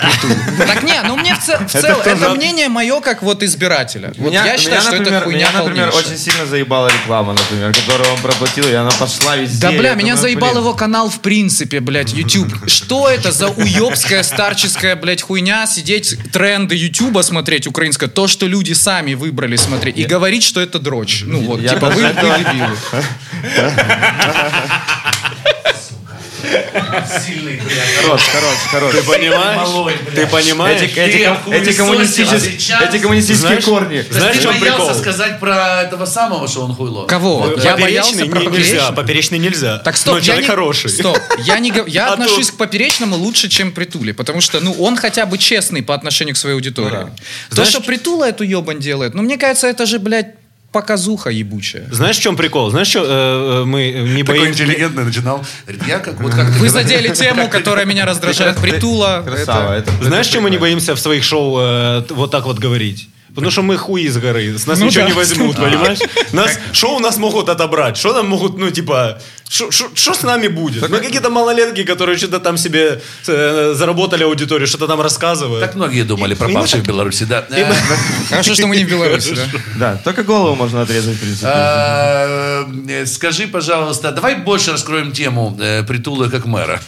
[SPEAKER 1] ну,
[SPEAKER 4] Так не, ну мне в, ц- в целом, это,
[SPEAKER 2] тоже от-
[SPEAKER 4] мнение мое как вот избирателя. Вот
[SPEAKER 2] меня,
[SPEAKER 4] я считаю,
[SPEAKER 2] меня,
[SPEAKER 4] что
[SPEAKER 2] например,
[SPEAKER 4] это хуйня
[SPEAKER 2] меня, например,
[SPEAKER 4] полнейшая.
[SPEAKER 2] очень сильно заебала реклама, например, которую он проплатил, и она пошла везде.
[SPEAKER 4] Да, бля,
[SPEAKER 2] Я
[SPEAKER 4] меня
[SPEAKER 2] думаю,
[SPEAKER 4] заебал
[SPEAKER 2] блин.
[SPEAKER 4] его канал в принципе, блядь, YouTube. Что это за уебская старческая, блядь, хуйня сидеть, тренды Ютуба смотреть украинское, то, что люди сами выбрали смотреть, и говорить, что это дрочь. Ну вот,
[SPEAKER 2] Я
[SPEAKER 4] типа,
[SPEAKER 2] даже
[SPEAKER 4] вы, вы
[SPEAKER 2] этого-
[SPEAKER 4] дебилы.
[SPEAKER 1] Сильный, блядь.
[SPEAKER 2] Хорош, хорош, хорош.
[SPEAKER 3] Ты понимаешь?
[SPEAKER 1] Малой, блядь.
[SPEAKER 3] Ты понимаешь?
[SPEAKER 2] Эти, эти,
[SPEAKER 1] я
[SPEAKER 2] ком- эти
[SPEAKER 1] хуесосил,
[SPEAKER 2] коммунистичес-
[SPEAKER 1] а сейчас-
[SPEAKER 2] эти коммунистические
[SPEAKER 3] Знаешь-
[SPEAKER 2] корни.
[SPEAKER 3] Знаешь,
[SPEAKER 1] Ты
[SPEAKER 3] в чем
[SPEAKER 1] боялся
[SPEAKER 3] прикол?
[SPEAKER 1] сказать про этого самого, что он хуйло?
[SPEAKER 4] Кого? Я боялся
[SPEAKER 3] Поперечный
[SPEAKER 4] про
[SPEAKER 3] не- нельзя,
[SPEAKER 4] поперечный.
[SPEAKER 3] поперечный нельзя.
[SPEAKER 4] Так стоп,
[SPEAKER 3] Но
[SPEAKER 4] я
[SPEAKER 3] человек
[SPEAKER 4] не...
[SPEAKER 3] хороший.
[SPEAKER 4] Стоп, я не гов- я
[SPEAKER 3] А
[SPEAKER 4] отношусь
[SPEAKER 3] тут?
[SPEAKER 4] к поперечному лучше, чем Притуле, потому что, ну, он хотя бы честный по отношению к своей аудитории.
[SPEAKER 2] Ну да.
[SPEAKER 4] То, что Притула эту ебань делает, ну, мне кажется, это же, блядь, показуха ебучая.
[SPEAKER 3] Знаешь, в чем прикол? Знаешь, что э, э, мы э, не
[SPEAKER 1] Такой
[SPEAKER 3] боимся...
[SPEAKER 1] интеллигентный начинал. Говорит, Я как вот как ты
[SPEAKER 4] Вы
[SPEAKER 1] говоришь.
[SPEAKER 4] задели тему, которая меня раздражает. Притула.
[SPEAKER 2] Красава.
[SPEAKER 4] это-
[SPEAKER 2] Это,
[SPEAKER 3] Знаешь,
[SPEAKER 2] это
[SPEAKER 3] чем мы не
[SPEAKER 2] прикольно.
[SPEAKER 3] боимся в своих шоу э, т- вот так вот говорить? Потому что мы хуи из горы, с нас
[SPEAKER 4] Ну
[SPEAKER 3] ничего
[SPEAKER 4] да.
[SPEAKER 3] не
[SPEAKER 4] *laughs*
[SPEAKER 3] возьмут, понимаешь? Нас, шо у нас могут отобрать? Что нам могут, ну, типа, что с нами будет?
[SPEAKER 4] а
[SPEAKER 3] Мы какие-то малолетки, которые что-то там себе э, заработали аудиторию, что-то там рассказывают.
[SPEAKER 1] Так многие думали, пропавшие в Беларуси, да.
[SPEAKER 4] Хорошо, что мы не в Беларуси, да?
[SPEAKER 2] Да, только голову можно отрезать, в принципе.
[SPEAKER 1] Э, э, Скажи, пожалуйста, давай больше раскроем тему э, притула как мэра.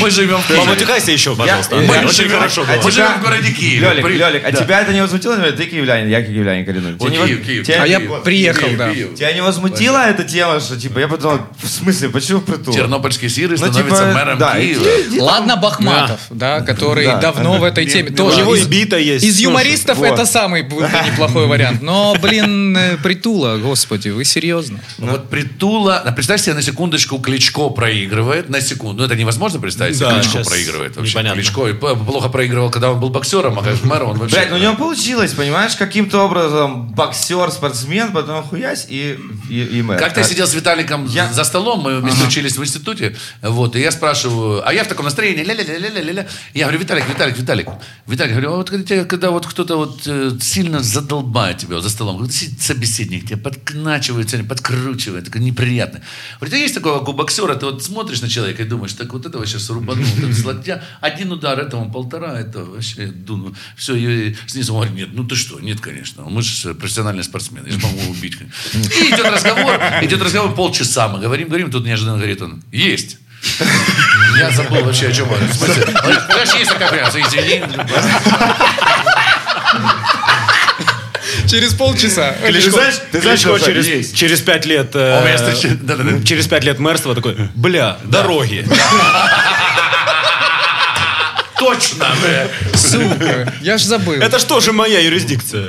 [SPEAKER 1] Мы живем в Киеве.
[SPEAKER 3] Помутихайся еще, пожалуйста.
[SPEAKER 2] я-
[SPEAKER 3] Андрей,
[SPEAKER 1] я-
[SPEAKER 3] Очень
[SPEAKER 1] я-
[SPEAKER 3] хорошо
[SPEAKER 1] я-
[SPEAKER 3] было.
[SPEAKER 1] Мы живем в городе Киеве.
[SPEAKER 2] А Лёлик,
[SPEAKER 1] При-
[SPEAKER 2] Лёлик, а
[SPEAKER 1] Да.
[SPEAKER 2] тебя это не возмутило? Например, Ты киевлянин, я киевлянин коренной.
[SPEAKER 1] О,
[SPEAKER 2] Тебя не
[SPEAKER 1] Киев,
[SPEAKER 2] воз-
[SPEAKER 1] Киев.
[SPEAKER 2] тебя-
[SPEAKER 4] А я
[SPEAKER 1] Киев,
[SPEAKER 4] приехал,
[SPEAKER 1] Киев,
[SPEAKER 4] да.
[SPEAKER 1] Киев.
[SPEAKER 2] Тебя не возмутила эта тема, что типа, я подумал, в смысле, почему притул?
[SPEAKER 1] Тернопольский сирый
[SPEAKER 2] Ну,
[SPEAKER 1] становится
[SPEAKER 2] типа,
[SPEAKER 1] мэром
[SPEAKER 2] да, и-
[SPEAKER 1] Киева.
[SPEAKER 4] Ладно, Бахматов, да, который
[SPEAKER 2] Да.
[SPEAKER 4] давно в этой теме.
[SPEAKER 3] У
[SPEAKER 4] Тоже
[SPEAKER 3] него
[SPEAKER 4] из-
[SPEAKER 3] и бита есть.
[SPEAKER 4] Из
[SPEAKER 3] Слушай,
[SPEAKER 4] юмористов
[SPEAKER 2] вот.
[SPEAKER 4] это самый был бы неплохой вариант. Но, блин, э, Притула, господи, вы серьезно?
[SPEAKER 1] Ну, Вот Притула... а Представь себе, на секундочку Кличко проигрывает. На секунду. Ну, это невозможно представить себе,
[SPEAKER 3] Да,
[SPEAKER 1] Кличко
[SPEAKER 3] щас
[SPEAKER 1] проигрывает вообще.
[SPEAKER 3] непонятно.
[SPEAKER 1] Кличко и п- плохо проигрывал, когда он был боксером, а как мэр он вообще...
[SPEAKER 2] Блять, ну у него получилось, понимаешь, каким-то образом боксер, спортсмен, потом хуясь и, и, и мэр.
[SPEAKER 1] Как-то я
[SPEAKER 2] А-
[SPEAKER 1] сидел с Виталиком
[SPEAKER 2] Я-
[SPEAKER 1] за столом, мы вместе учились в институте, вот, и я спрашиваю, а я в таком настроении, ля-ля-ля-ля-ля-ля. Я говорю, Виталик, Виталик, Виталик. Виталик, говорю, а вот когда, тебя- когда вот кто-то вот э, сильно задолбает тебя за столом, когда сидит собеседник, тебя подкначивает, сегодня подкручивает, такой неприятный. Говорит, а есть такое, как у боксера, ты вот смотришь на человека и думаешь, так вот этого сейчас рубанул, так с локтя, один удар этому, полтора, это вообще дуну. Все, и снизу он говорит, нет, ну ты что, нет, конечно, мы же профессиональные спортсмены, я же могу убить. И идет разговор, идет разговор полчаса, мы говорим, говорим, тут неожиданно говорит он, есть. Я забыл вообще, о чем он. В смысле, он говорит, «У тебя же есть такая прям, извини.
[SPEAKER 4] Через полчаса.
[SPEAKER 3] Ты
[SPEAKER 2] Кличко-
[SPEAKER 3] знаешь,
[SPEAKER 2] ты
[SPEAKER 3] ты
[SPEAKER 2] знаешь,
[SPEAKER 3] знаешь,
[SPEAKER 2] что
[SPEAKER 3] через,
[SPEAKER 2] есть?
[SPEAKER 3] через пять лет...
[SPEAKER 1] У меня
[SPEAKER 3] э,
[SPEAKER 1] встреча- да-да-да.
[SPEAKER 3] через пять лет мэрства такой, бля, дороги.
[SPEAKER 1] Точно, бля.
[SPEAKER 4] Сука, я ж забыл.
[SPEAKER 3] Это что же моя юрисдикция?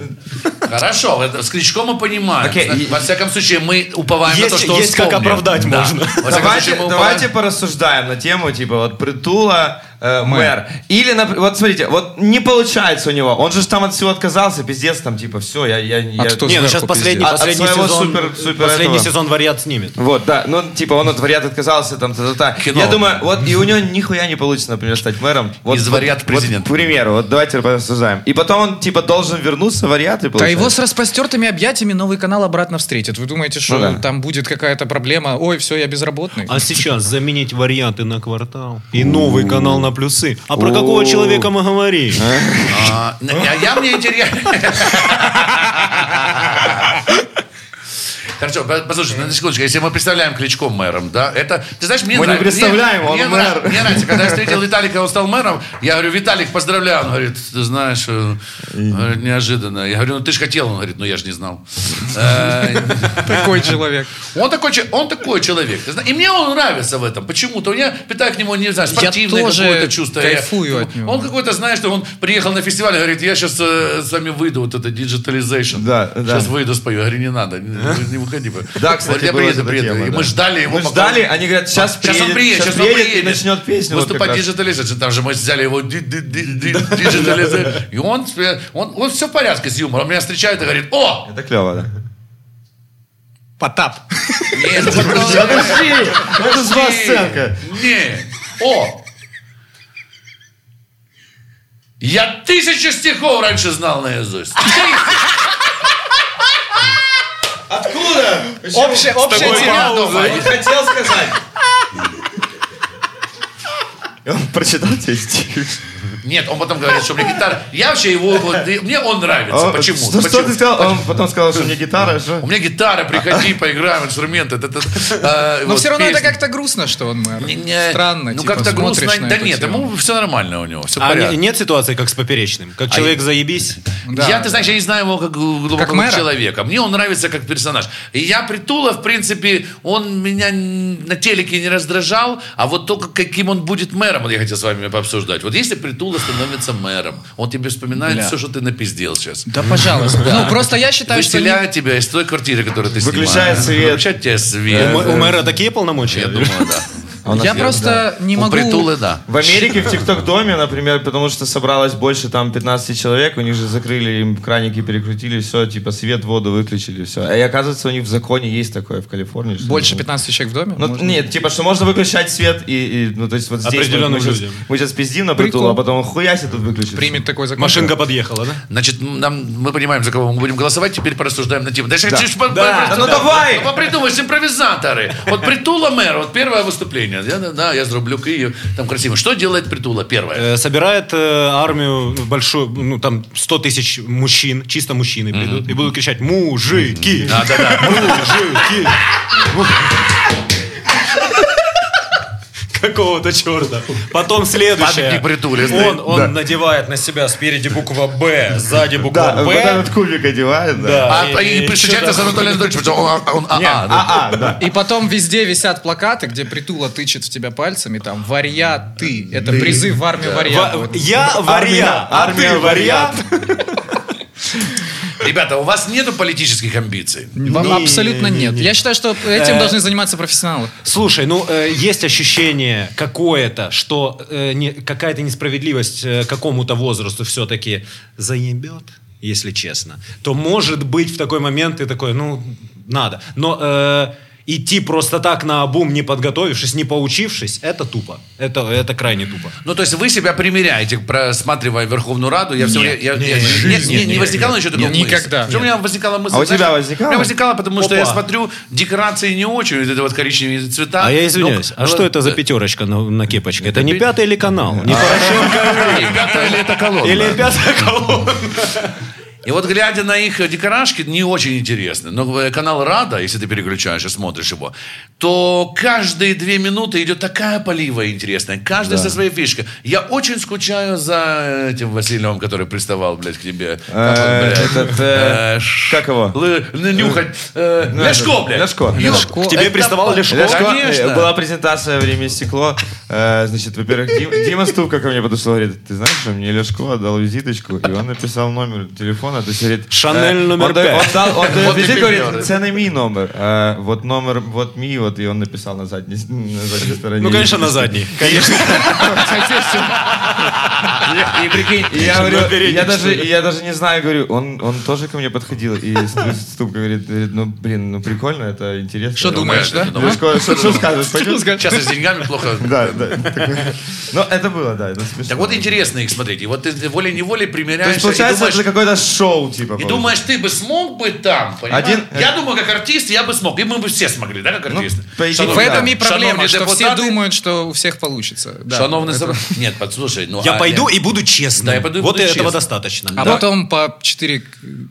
[SPEAKER 1] Хорошо, это с Кличко мы понимаем.
[SPEAKER 2] Окей,
[SPEAKER 1] Значит,
[SPEAKER 2] и-
[SPEAKER 1] Во всяком случае, мы уповаем на
[SPEAKER 3] Есть-
[SPEAKER 1] то, что он
[SPEAKER 3] есть как
[SPEAKER 1] вспомнит.
[SPEAKER 3] оправдать
[SPEAKER 1] Да.
[SPEAKER 3] можно.
[SPEAKER 1] Во всяком
[SPEAKER 2] Давайте,
[SPEAKER 1] случае, мы
[SPEAKER 2] давайте
[SPEAKER 1] уповаем.
[SPEAKER 2] порассуждаем на тему, типа, вот притула, э, мэр. Или, нап- вот смотрите, вот не получается у него. Он же ж там от всего отказался, пиздец, там типа, все, я... я, я-
[SPEAKER 4] кто
[SPEAKER 3] Не, ну сейчас
[SPEAKER 4] Сверху
[SPEAKER 3] последний,
[SPEAKER 4] пиздец.
[SPEAKER 2] От- от
[SPEAKER 3] последний
[SPEAKER 2] своего
[SPEAKER 3] сезон,
[SPEAKER 2] супер- супер
[SPEAKER 3] последний
[SPEAKER 2] этого.
[SPEAKER 3] сезон вариант снимет.
[SPEAKER 2] Вот, да, ну, типа, он от вариат отказался, там, та-та-та.
[SPEAKER 1] Кино.
[SPEAKER 2] Я думаю, вот, и у него нихуя не получится, например, стать мэром. Вот,
[SPEAKER 1] Из
[SPEAKER 2] вот-
[SPEAKER 1] вариат
[SPEAKER 2] вот,
[SPEAKER 1] президент.
[SPEAKER 2] к примеру, вот давайте рассуждаем. И потом он, типа, должен вернуться в вариат и
[SPEAKER 4] Да его
[SPEAKER 2] получается.
[SPEAKER 4] с распостертыми объятиями новый канал обратно встретит. Вы думаете, что
[SPEAKER 2] Ну да.
[SPEAKER 4] там будет какая-то проблема? Ой, все, я безработный.
[SPEAKER 3] А сейчас заменить варианты на квартал и новый канал на плюсы. А про какого
[SPEAKER 2] О.
[SPEAKER 3] человека мы говорим?
[SPEAKER 1] А, н- а я мне интересно. Хорошо, по- послушай, ну, на секундочку, если мы представляем Кличко мэром, да, это, ты знаешь, мне
[SPEAKER 2] Мы не
[SPEAKER 1] нравится-
[SPEAKER 2] представляем,
[SPEAKER 1] мне-
[SPEAKER 2] он
[SPEAKER 1] мне
[SPEAKER 2] мэр.
[SPEAKER 1] нра- Мне нравится, когда я встретил Виталика, он стал мэром, я говорю, Виталик, поздравляю, он говорит, ты знаешь, э, говорит, неожиданно. Я говорю, ну ты же хотел, он говорит, ну я же не знал. Э,
[SPEAKER 4] Такой человек.
[SPEAKER 1] Он такой, че- он такой человек. ты зна- И мне он нравится в этом. Почему-то у меня питаю к нему, не знаю, спортивное
[SPEAKER 4] тоже
[SPEAKER 1] какое-то чувство. Я-
[SPEAKER 4] кайфую от него.
[SPEAKER 1] Он какой-то, знаешь, что он приехал на фестиваль и говорит, я сейчас с вами выйду, вот это digitalization.
[SPEAKER 2] Да, да.
[SPEAKER 1] Сейчас выйду, спою. Я говорю, не надо, не, не выходи. бы».
[SPEAKER 2] Да, кстати,
[SPEAKER 1] Вот я
[SPEAKER 2] была
[SPEAKER 1] приеду,
[SPEAKER 2] эта
[SPEAKER 1] приеду.
[SPEAKER 2] тема,
[SPEAKER 1] И
[SPEAKER 2] да.
[SPEAKER 1] мы ждали его.
[SPEAKER 2] Мы ждали, они говорят, сейчас
[SPEAKER 1] Сейчас он
[SPEAKER 2] приедет,
[SPEAKER 1] приедет,
[SPEAKER 2] сейчас
[SPEAKER 1] сейчас он
[SPEAKER 2] приедет и
[SPEAKER 1] приедет.
[SPEAKER 2] начнет песню вот как
[SPEAKER 1] Выступать
[SPEAKER 2] раз.
[SPEAKER 1] digitalization. Там же мы взяли его ди- ди- ди- ди- digitalization. И он, э, он, он все в порядке с юмором. Он меня встречает и говорит, о!
[SPEAKER 2] Это клево, да.
[SPEAKER 4] *laughs* Потап.
[SPEAKER 2] *laughs*
[SPEAKER 1] Нет, это правда.
[SPEAKER 2] Это же сценка.
[SPEAKER 1] Не. О! Я тысячу стихов раньше знал
[SPEAKER 4] А
[SPEAKER 1] наизусть.
[SPEAKER 2] Откуда?
[SPEAKER 4] Общая, общая тема.
[SPEAKER 1] Я дома.
[SPEAKER 2] хотел сказать. Он прочитал тебе стих.
[SPEAKER 1] Нет, он потом говорит, что мне гитара... Я вообще его... вот, и мне он нравится.
[SPEAKER 2] А,
[SPEAKER 1] Почему?
[SPEAKER 2] Что, что
[SPEAKER 1] Почему?
[SPEAKER 2] ты сказал? Он потом сказал, что мне гитара,
[SPEAKER 1] У
[SPEAKER 2] что?
[SPEAKER 1] меня гитара, приходи, поиграем, инструменты. т- т- т- а,
[SPEAKER 4] Но
[SPEAKER 1] вот,
[SPEAKER 4] все равно это
[SPEAKER 1] песни.
[SPEAKER 4] как-то грустно, что он мэр.
[SPEAKER 1] Не- не-
[SPEAKER 4] Странно.
[SPEAKER 1] Ну,
[SPEAKER 4] типа,
[SPEAKER 1] как-то
[SPEAKER 4] смотришь
[SPEAKER 1] грустно.
[SPEAKER 4] на
[SPEAKER 1] Да
[SPEAKER 4] эту
[SPEAKER 1] нет,
[SPEAKER 4] тему.
[SPEAKER 1] ему все нормально у него, все
[SPEAKER 3] А не-
[SPEAKER 1] порядке.
[SPEAKER 3] нет ситуации, как с поперечным? Как человек заебись?
[SPEAKER 4] Да.
[SPEAKER 1] Я, ты знаешь, я не знаю его как глубоко
[SPEAKER 4] Как
[SPEAKER 1] как
[SPEAKER 4] мэра?
[SPEAKER 1] человека. Мне он нравится как персонаж. И я Притула, в принципе, он меня н- на телеке не раздражал, а вот только каким он будет мэром, вот я хотел с вами пообсуждать. Вот если Притула становится мэром, он тебе вспоминает
[SPEAKER 4] Бля.
[SPEAKER 1] все, что ты напиздел сейчас.
[SPEAKER 4] Да, пожалуйста. Ну, просто я считаю, что... не-
[SPEAKER 1] Выселяет тебя из той квартиры, которую ты
[SPEAKER 2] Выключает
[SPEAKER 1] снимаешь.
[SPEAKER 2] свет.
[SPEAKER 1] Выключает тебя
[SPEAKER 3] У
[SPEAKER 1] свет.
[SPEAKER 3] мэ- у мэра такие полномочия?
[SPEAKER 1] Я думаю, да.
[SPEAKER 2] А
[SPEAKER 4] Я просто не
[SPEAKER 1] У
[SPEAKER 4] могу...
[SPEAKER 1] Притулы, да.
[SPEAKER 2] В Америке в ТикТок-доме, например, потому что собралось больше там 15 человек, у них же закрыли, им краники перекрутили, все, типа свет, воду выключили, все. А и оказывается, у них в законе есть такое в Калифорнии. что
[SPEAKER 4] Больше
[SPEAKER 2] можно-
[SPEAKER 4] 15 человек в доме?
[SPEAKER 2] Ну,
[SPEAKER 4] Можно?
[SPEAKER 2] нет, типа, что можно выключать свет и, и, ну, то есть вот здесь мы,
[SPEAKER 3] Определенным
[SPEAKER 2] сейчас,
[SPEAKER 3] людям.
[SPEAKER 2] мы сейчас пиздим на притул,
[SPEAKER 4] Прикол.
[SPEAKER 2] а потом хуясь и тут выключится.
[SPEAKER 4] Примет такой закон.
[SPEAKER 3] Машинка подъехала, да?
[SPEAKER 1] Значит, нам, мы понимаем, за кого мы будем голосовать, теперь порассуждаем на тему. Да, я хочу по-
[SPEAKER 3] Да.
[SPEAKER 1] по-
[SPEAKER 2] Да ну
[SPEAKER 1] да.
[SPEAKER 2] давай!
[SPEAKER 1] Ну, попридумаешь, импровизаторы. Вот Притула мэр, вот первое выступление. Я, да, да, я зарублю Киев, там красиво. Что делает Притула первое?
[SPEAKER 3] Э, Собирает э, армию большую, ну там 100 тысяч мужчин, чисто мужчины придут, и будут кричать «Мужики!
[SPEAKER 1] Да, да, да.
[SPEAKER 3] Мужики!» Какого-то черта. Потом следующее.
[SPEAKER 1] Памятник Притуле,
[SPEAKER 3] Он,
[SPEAKER 1] знаете.
[SPEAKER 3] он надевает на себя спереди буква «Б», сзади буква
[SPEAKER 2] Да, вот
[SPEAKER 3] «Б».
[SPEAKER 2] этот кубик одевает, да.
[SPEAKER 1] А,
[SPEAKER 3] Да,
[SPEAKER 1] и, встречается
[SPEAKER 3] чё-то-
[SPEAKER 1] с Анатолием Анатольевичем, потому что он, он- а, а, да.
[SPEAKER 2] А, а, да.
[SPEAKER 4] И потом везде висят плакаты, где притула тычет в тебя пальцами, там, варья ты. Это призыв в армию варья.
[SPEAKER 3] Ва- Я
[SPEAKER 2] Армия,
[SPEAKER 3] варья, а
[SPEAKER 2] армия
[SPEAKER 3] ты варья.
[SPEAKER 1] Ребята, у вас нету политических амбиций?
[SPEAKER 4] Вам
[SPEAKER 3] Не,
[SPEAKER 4] абсолютно
[SPEAKER 3] не,
[SPEAKER 4] нет.
[SPEAKER 3] не.
[SPEAKER 4] Я считаю, что этим должны заниматься профессионалы.
[SPEAKER 3] Слушай, ну э, есть ощущение какое-то, что э, не- какая-то несправедливость э, какому-то возрасту все-таки заебет, если честно. То может быть в такой момент ты такой, ну надо. Но э, идти просто так на обум, не подготовившись, не поучившись, это тупо. Это это крайне тупо.
[SPEAKER 1] Ну, то есть вы себя примеряете, просматривая Верховную Раду. Я все время... я- я-
[SPEAKER 3] не,
[SPEAKER 1] я-
[SPEAKER 3] жизнь,
[SPEAKER 1] нет, не-
[SPEAKER 3] нет,
[SPEAKER 1] не
[SPEAKER 3] нет,
[SPEAKER 1] возникало еще такого
[SPEAKER 4] нет, никогда.
[SPEAKER 1] У меня возникала мысль...
[SPEAKER 2] А у
[SPEAKER 1] знаешь,
[SPEAKER 2] тебя возникало?
[SPEAKER 1] У меня возникало, потому что
[SPEAKER 3] Опа.
[SPEAKER 1] я смотрю, декорации не очень, вот это вот коричневые
[SPEAKER 3] А
[SPEAKER 1] цвета. Ну, ну, э, *laughs*
[SPEAKER 3] пятерочка на, кепочке? Это
[SPEAKER 1] не
[SPEAKER 3] пятый или канал?
[SPEAKER 1] а,
[SPEAKER 3] Не Порошенко
[SPEAKER 1] Ребята, или это колонна?
[SPEAKER 3] или пятая колонна?
[SPEAKER 1] И вот глядя на их декорашки, не очень интересно. Но э, канал Рада, если ты переключаешь и смотришь его, то каждые две минуты идет такая полива интересная. Каждый со своей фишкой. Я очень скучаю за этим Васильевым, который приставал, блядь, к тебе. Как он,
[SPEAKER 2] Э,
[SPEAKER 1] блядь?
[SPEAKER 2] этот, э,
[SPEAKER 1] Э, ш-
[SPEAKER 2] как его?
[SPEAKER 1] л- н- Нюхать. э, Ляшко, блядь.
[SPEAKER 2] Ляшко.
[SPEAKER 1] Ёп,
[SPEAKER 4] Ляшко. К тебе
[SPEAKER 1] это
[SPEAKER 3] приставал
[SPEAKER 1] по-
[SPEAKER 3] Ляшко?
[SPEAKER 2] Ляшко, э,
[SPEAKER 1] Конечно.
[SPEAKER 2] была презентация «Время и стекло». Э, Значит, во-первых, Дим- Дима Ступка ко мне подошел и говорит, ты знаешь, что мне Лешко отдал визиточку, и он написал номер телефона номер. То есть, говорит, э,
[SPEAKER 3] Шанель номер
[SPEAKER 2] он дает-
[SPEAKER 3] пять.
[SPEAKER 2] он дал- он дает
[SPEAKER 5] Вот и
[SPEAKER 2] визит,
[SPEAKER 5] партнеры.
[SPEAKER 2] говорит, цены ми номер. А, Вот номер, вот ми, вот, и он написал на задней, на задней стороне.
[SPEAKER 3] Ну, конечно, на задней. Конечно.
[SPEAKER 2] И прикинь, и я
[SPEAKER 3] На
[SPEAKER 2] говорю,
[SPEAKER 3] передней,
[SPEAKER 2] я
[SPEAKER 3] что
[SPEAKER 2] даже,
[SPEAKER 3] ли?
[SPEAKER 2] я даже не знаю, говорю, он, он тоже ко мне подходил и с ступкой говорит, говорит, ну, блин, ну, прикольно, это интересно.
[SPEAKER 5] Что
[SPEAKER 2] Я
[SPEAKER 5] думаешь,
[SPEAKER 1] думаю,
[SPEAKER 5] да?
[SPEAKER 2] думаю, Что что- что скажешь, пойдем?
[SPEAKER 1] Сейчас и с деньгами плохо.
[SPEAKER 2] Да, да. такое. Ну, это было, да, это смешно.
[SPEAKER 1] Так вот интересно их смотреть. И вот ты волей-неволей
[SPEAKER 2] То есть,
[SPEAKER 1] примеряешься и
[SPEAKER 2] получается, это
[SPEAKER 1] думаешь,
[SPEAKER 2] же какое-то шоу, типа.
[SPEAKER 1] и
[SPEAKER 2] получается.
[SPEAKER 1] думаешь, ты бы смог бы там, понимаешь?
[SPEAKER 2] Один-
[SPEAKER 3] э,
[SPEAKER 1] Я думаю, как артист, я бы смог. И мы бы все смогли, да, как
[SPEAKER 2] Ну,
[SPEAKER 1] артисты?
[SPEAKER 2] по идее,
[SPEAKER 1] Шановные-
[SPEAKER 2] да.
[SPEAKER 4] В этом и проблема,
[SPEAKER 1] шановные
[SPEAKER 4] что все
[SPEAKER 1] депутаты,
[SPEAKER 4] думают, что у всех получится. Да.
[SPEAKER 1] Шановные собра- Нет, подслушай. ну,
[SPEAKER 3] Я
[SPEAKER 1] а-
[SPEAKER 3] пойду и буду честным.
[SPEAKER 1] Да, я пойду и
[SPEAKER 3] Вот
[SPEAKER 1] буду
[SPEAKER 3] этого
[SPEAKER 1] честным.
[SPEAKER 4] А
[SPEAKER 3] достаточно.
[SPEAKER 4] потом по 4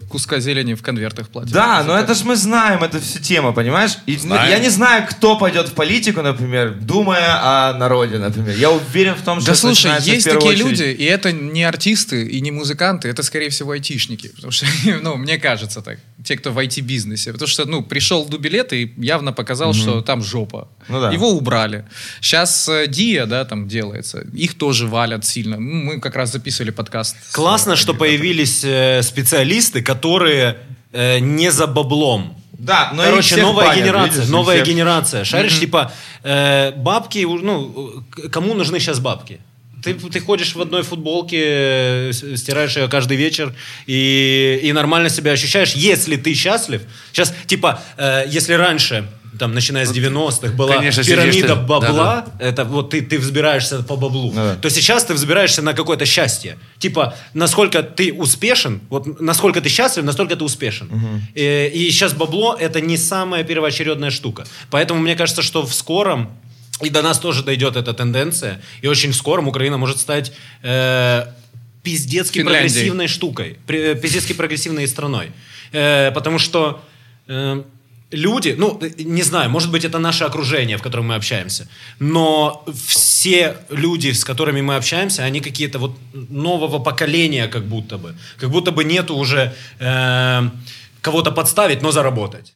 [SPEAKER 4] куска зелени в конвертах платят.
[SPEAKER 2] Да, но это ж мы знаем, это все тема, понимаешь? И, ну,
[SPEAKER 1] Знаем.
[SPEAKER 2] я не знаю, кто пойдет в политику, например, думая о народе, например. Я уверен в том, что
[SPEAKER 4] Да
[SPEAKER 2] это
[SPEAKER 4] слушай,
[SPEAKER 2] начинается в
[SPEAKER 4] есть
[SPEAKER 2] первую
[SPEAKER 4] такие
[SPEAKER 2] очередь.
[SPEAKER 4] люди, и это не артисты и не музыканты, это скорее всего айтишники, потому что, *laughs* ну, мне кажется так, те, кто в IT-бизнесе, потому что, ну, пришел Дубилет и явно показал, что там жопа.
[SPEAKER 2] Ну да.
[SPEAKER 4] Его убрали. Сейчас э, Диа, да, там делается, их тоже валят сильно. М, Мы как раз записывали подкаст. с-
[SPEAKER 3] Классно, что появились э, специалисты, которые э, не за баблом.
[SPEAKER 2] Да, но и
[SPEAKER 3] Короче,
[SPEAKER 2] Ну, всех
[SPEAKER 3] новая
[SPEAKER 2] банят,
[SPEAKER 3] генерация,
[SPEAKER 2] видишь, и
[SPEAKER 3] новая
[SPEAKER 2] всех-
[SPEAKER 3] генерация. Шаришь, типа, э, бабки, у- ну, к- кому нужны сейчас бабки? Ты, ты ходишь в одной футболке, э, с- стираешь ее каждый вечер и, и нормально себя ощущаешь, если ты счастлив. Сейчас, типа, э, если раньше, там, начиная с 90-х, была
[SPEAKER 1] конечно, сидишь
[SPEAKER 3] пирамида
[SPEAKER 1] ты.
[SPEAKER 3] бабла, это вот ты, ты взбираешься по баблу,
[SPEAKER 2] Ну да.
[SPEAKER 3] то сейчас ты взбираешься на какое-то счастье. Типа, насколько ты успешен, вот насколько ты счастлив, настолько ты успешен. Э, И, сейчас бабло это не самая первоочередная штука. Поэтому мне кажется, что в скором и до нас тоже дойдет эта тенденция, и очень в скором Украина может стать э, пиздецки
[SPEAKER 4] Финляндией.
[SPEAKER 3] прогрессивной штукой, пре- э, пиздецки прогрессивной страной. Э, потому что э, люди, ну, э, не знаю, может быть, это наше окружение, в котором мы общаемся, но все люди, с которыми мы общаемся, они какие-то вот нового поколения как будто бы. Как будто бы нету уже э, кого-то подставить, но заработать.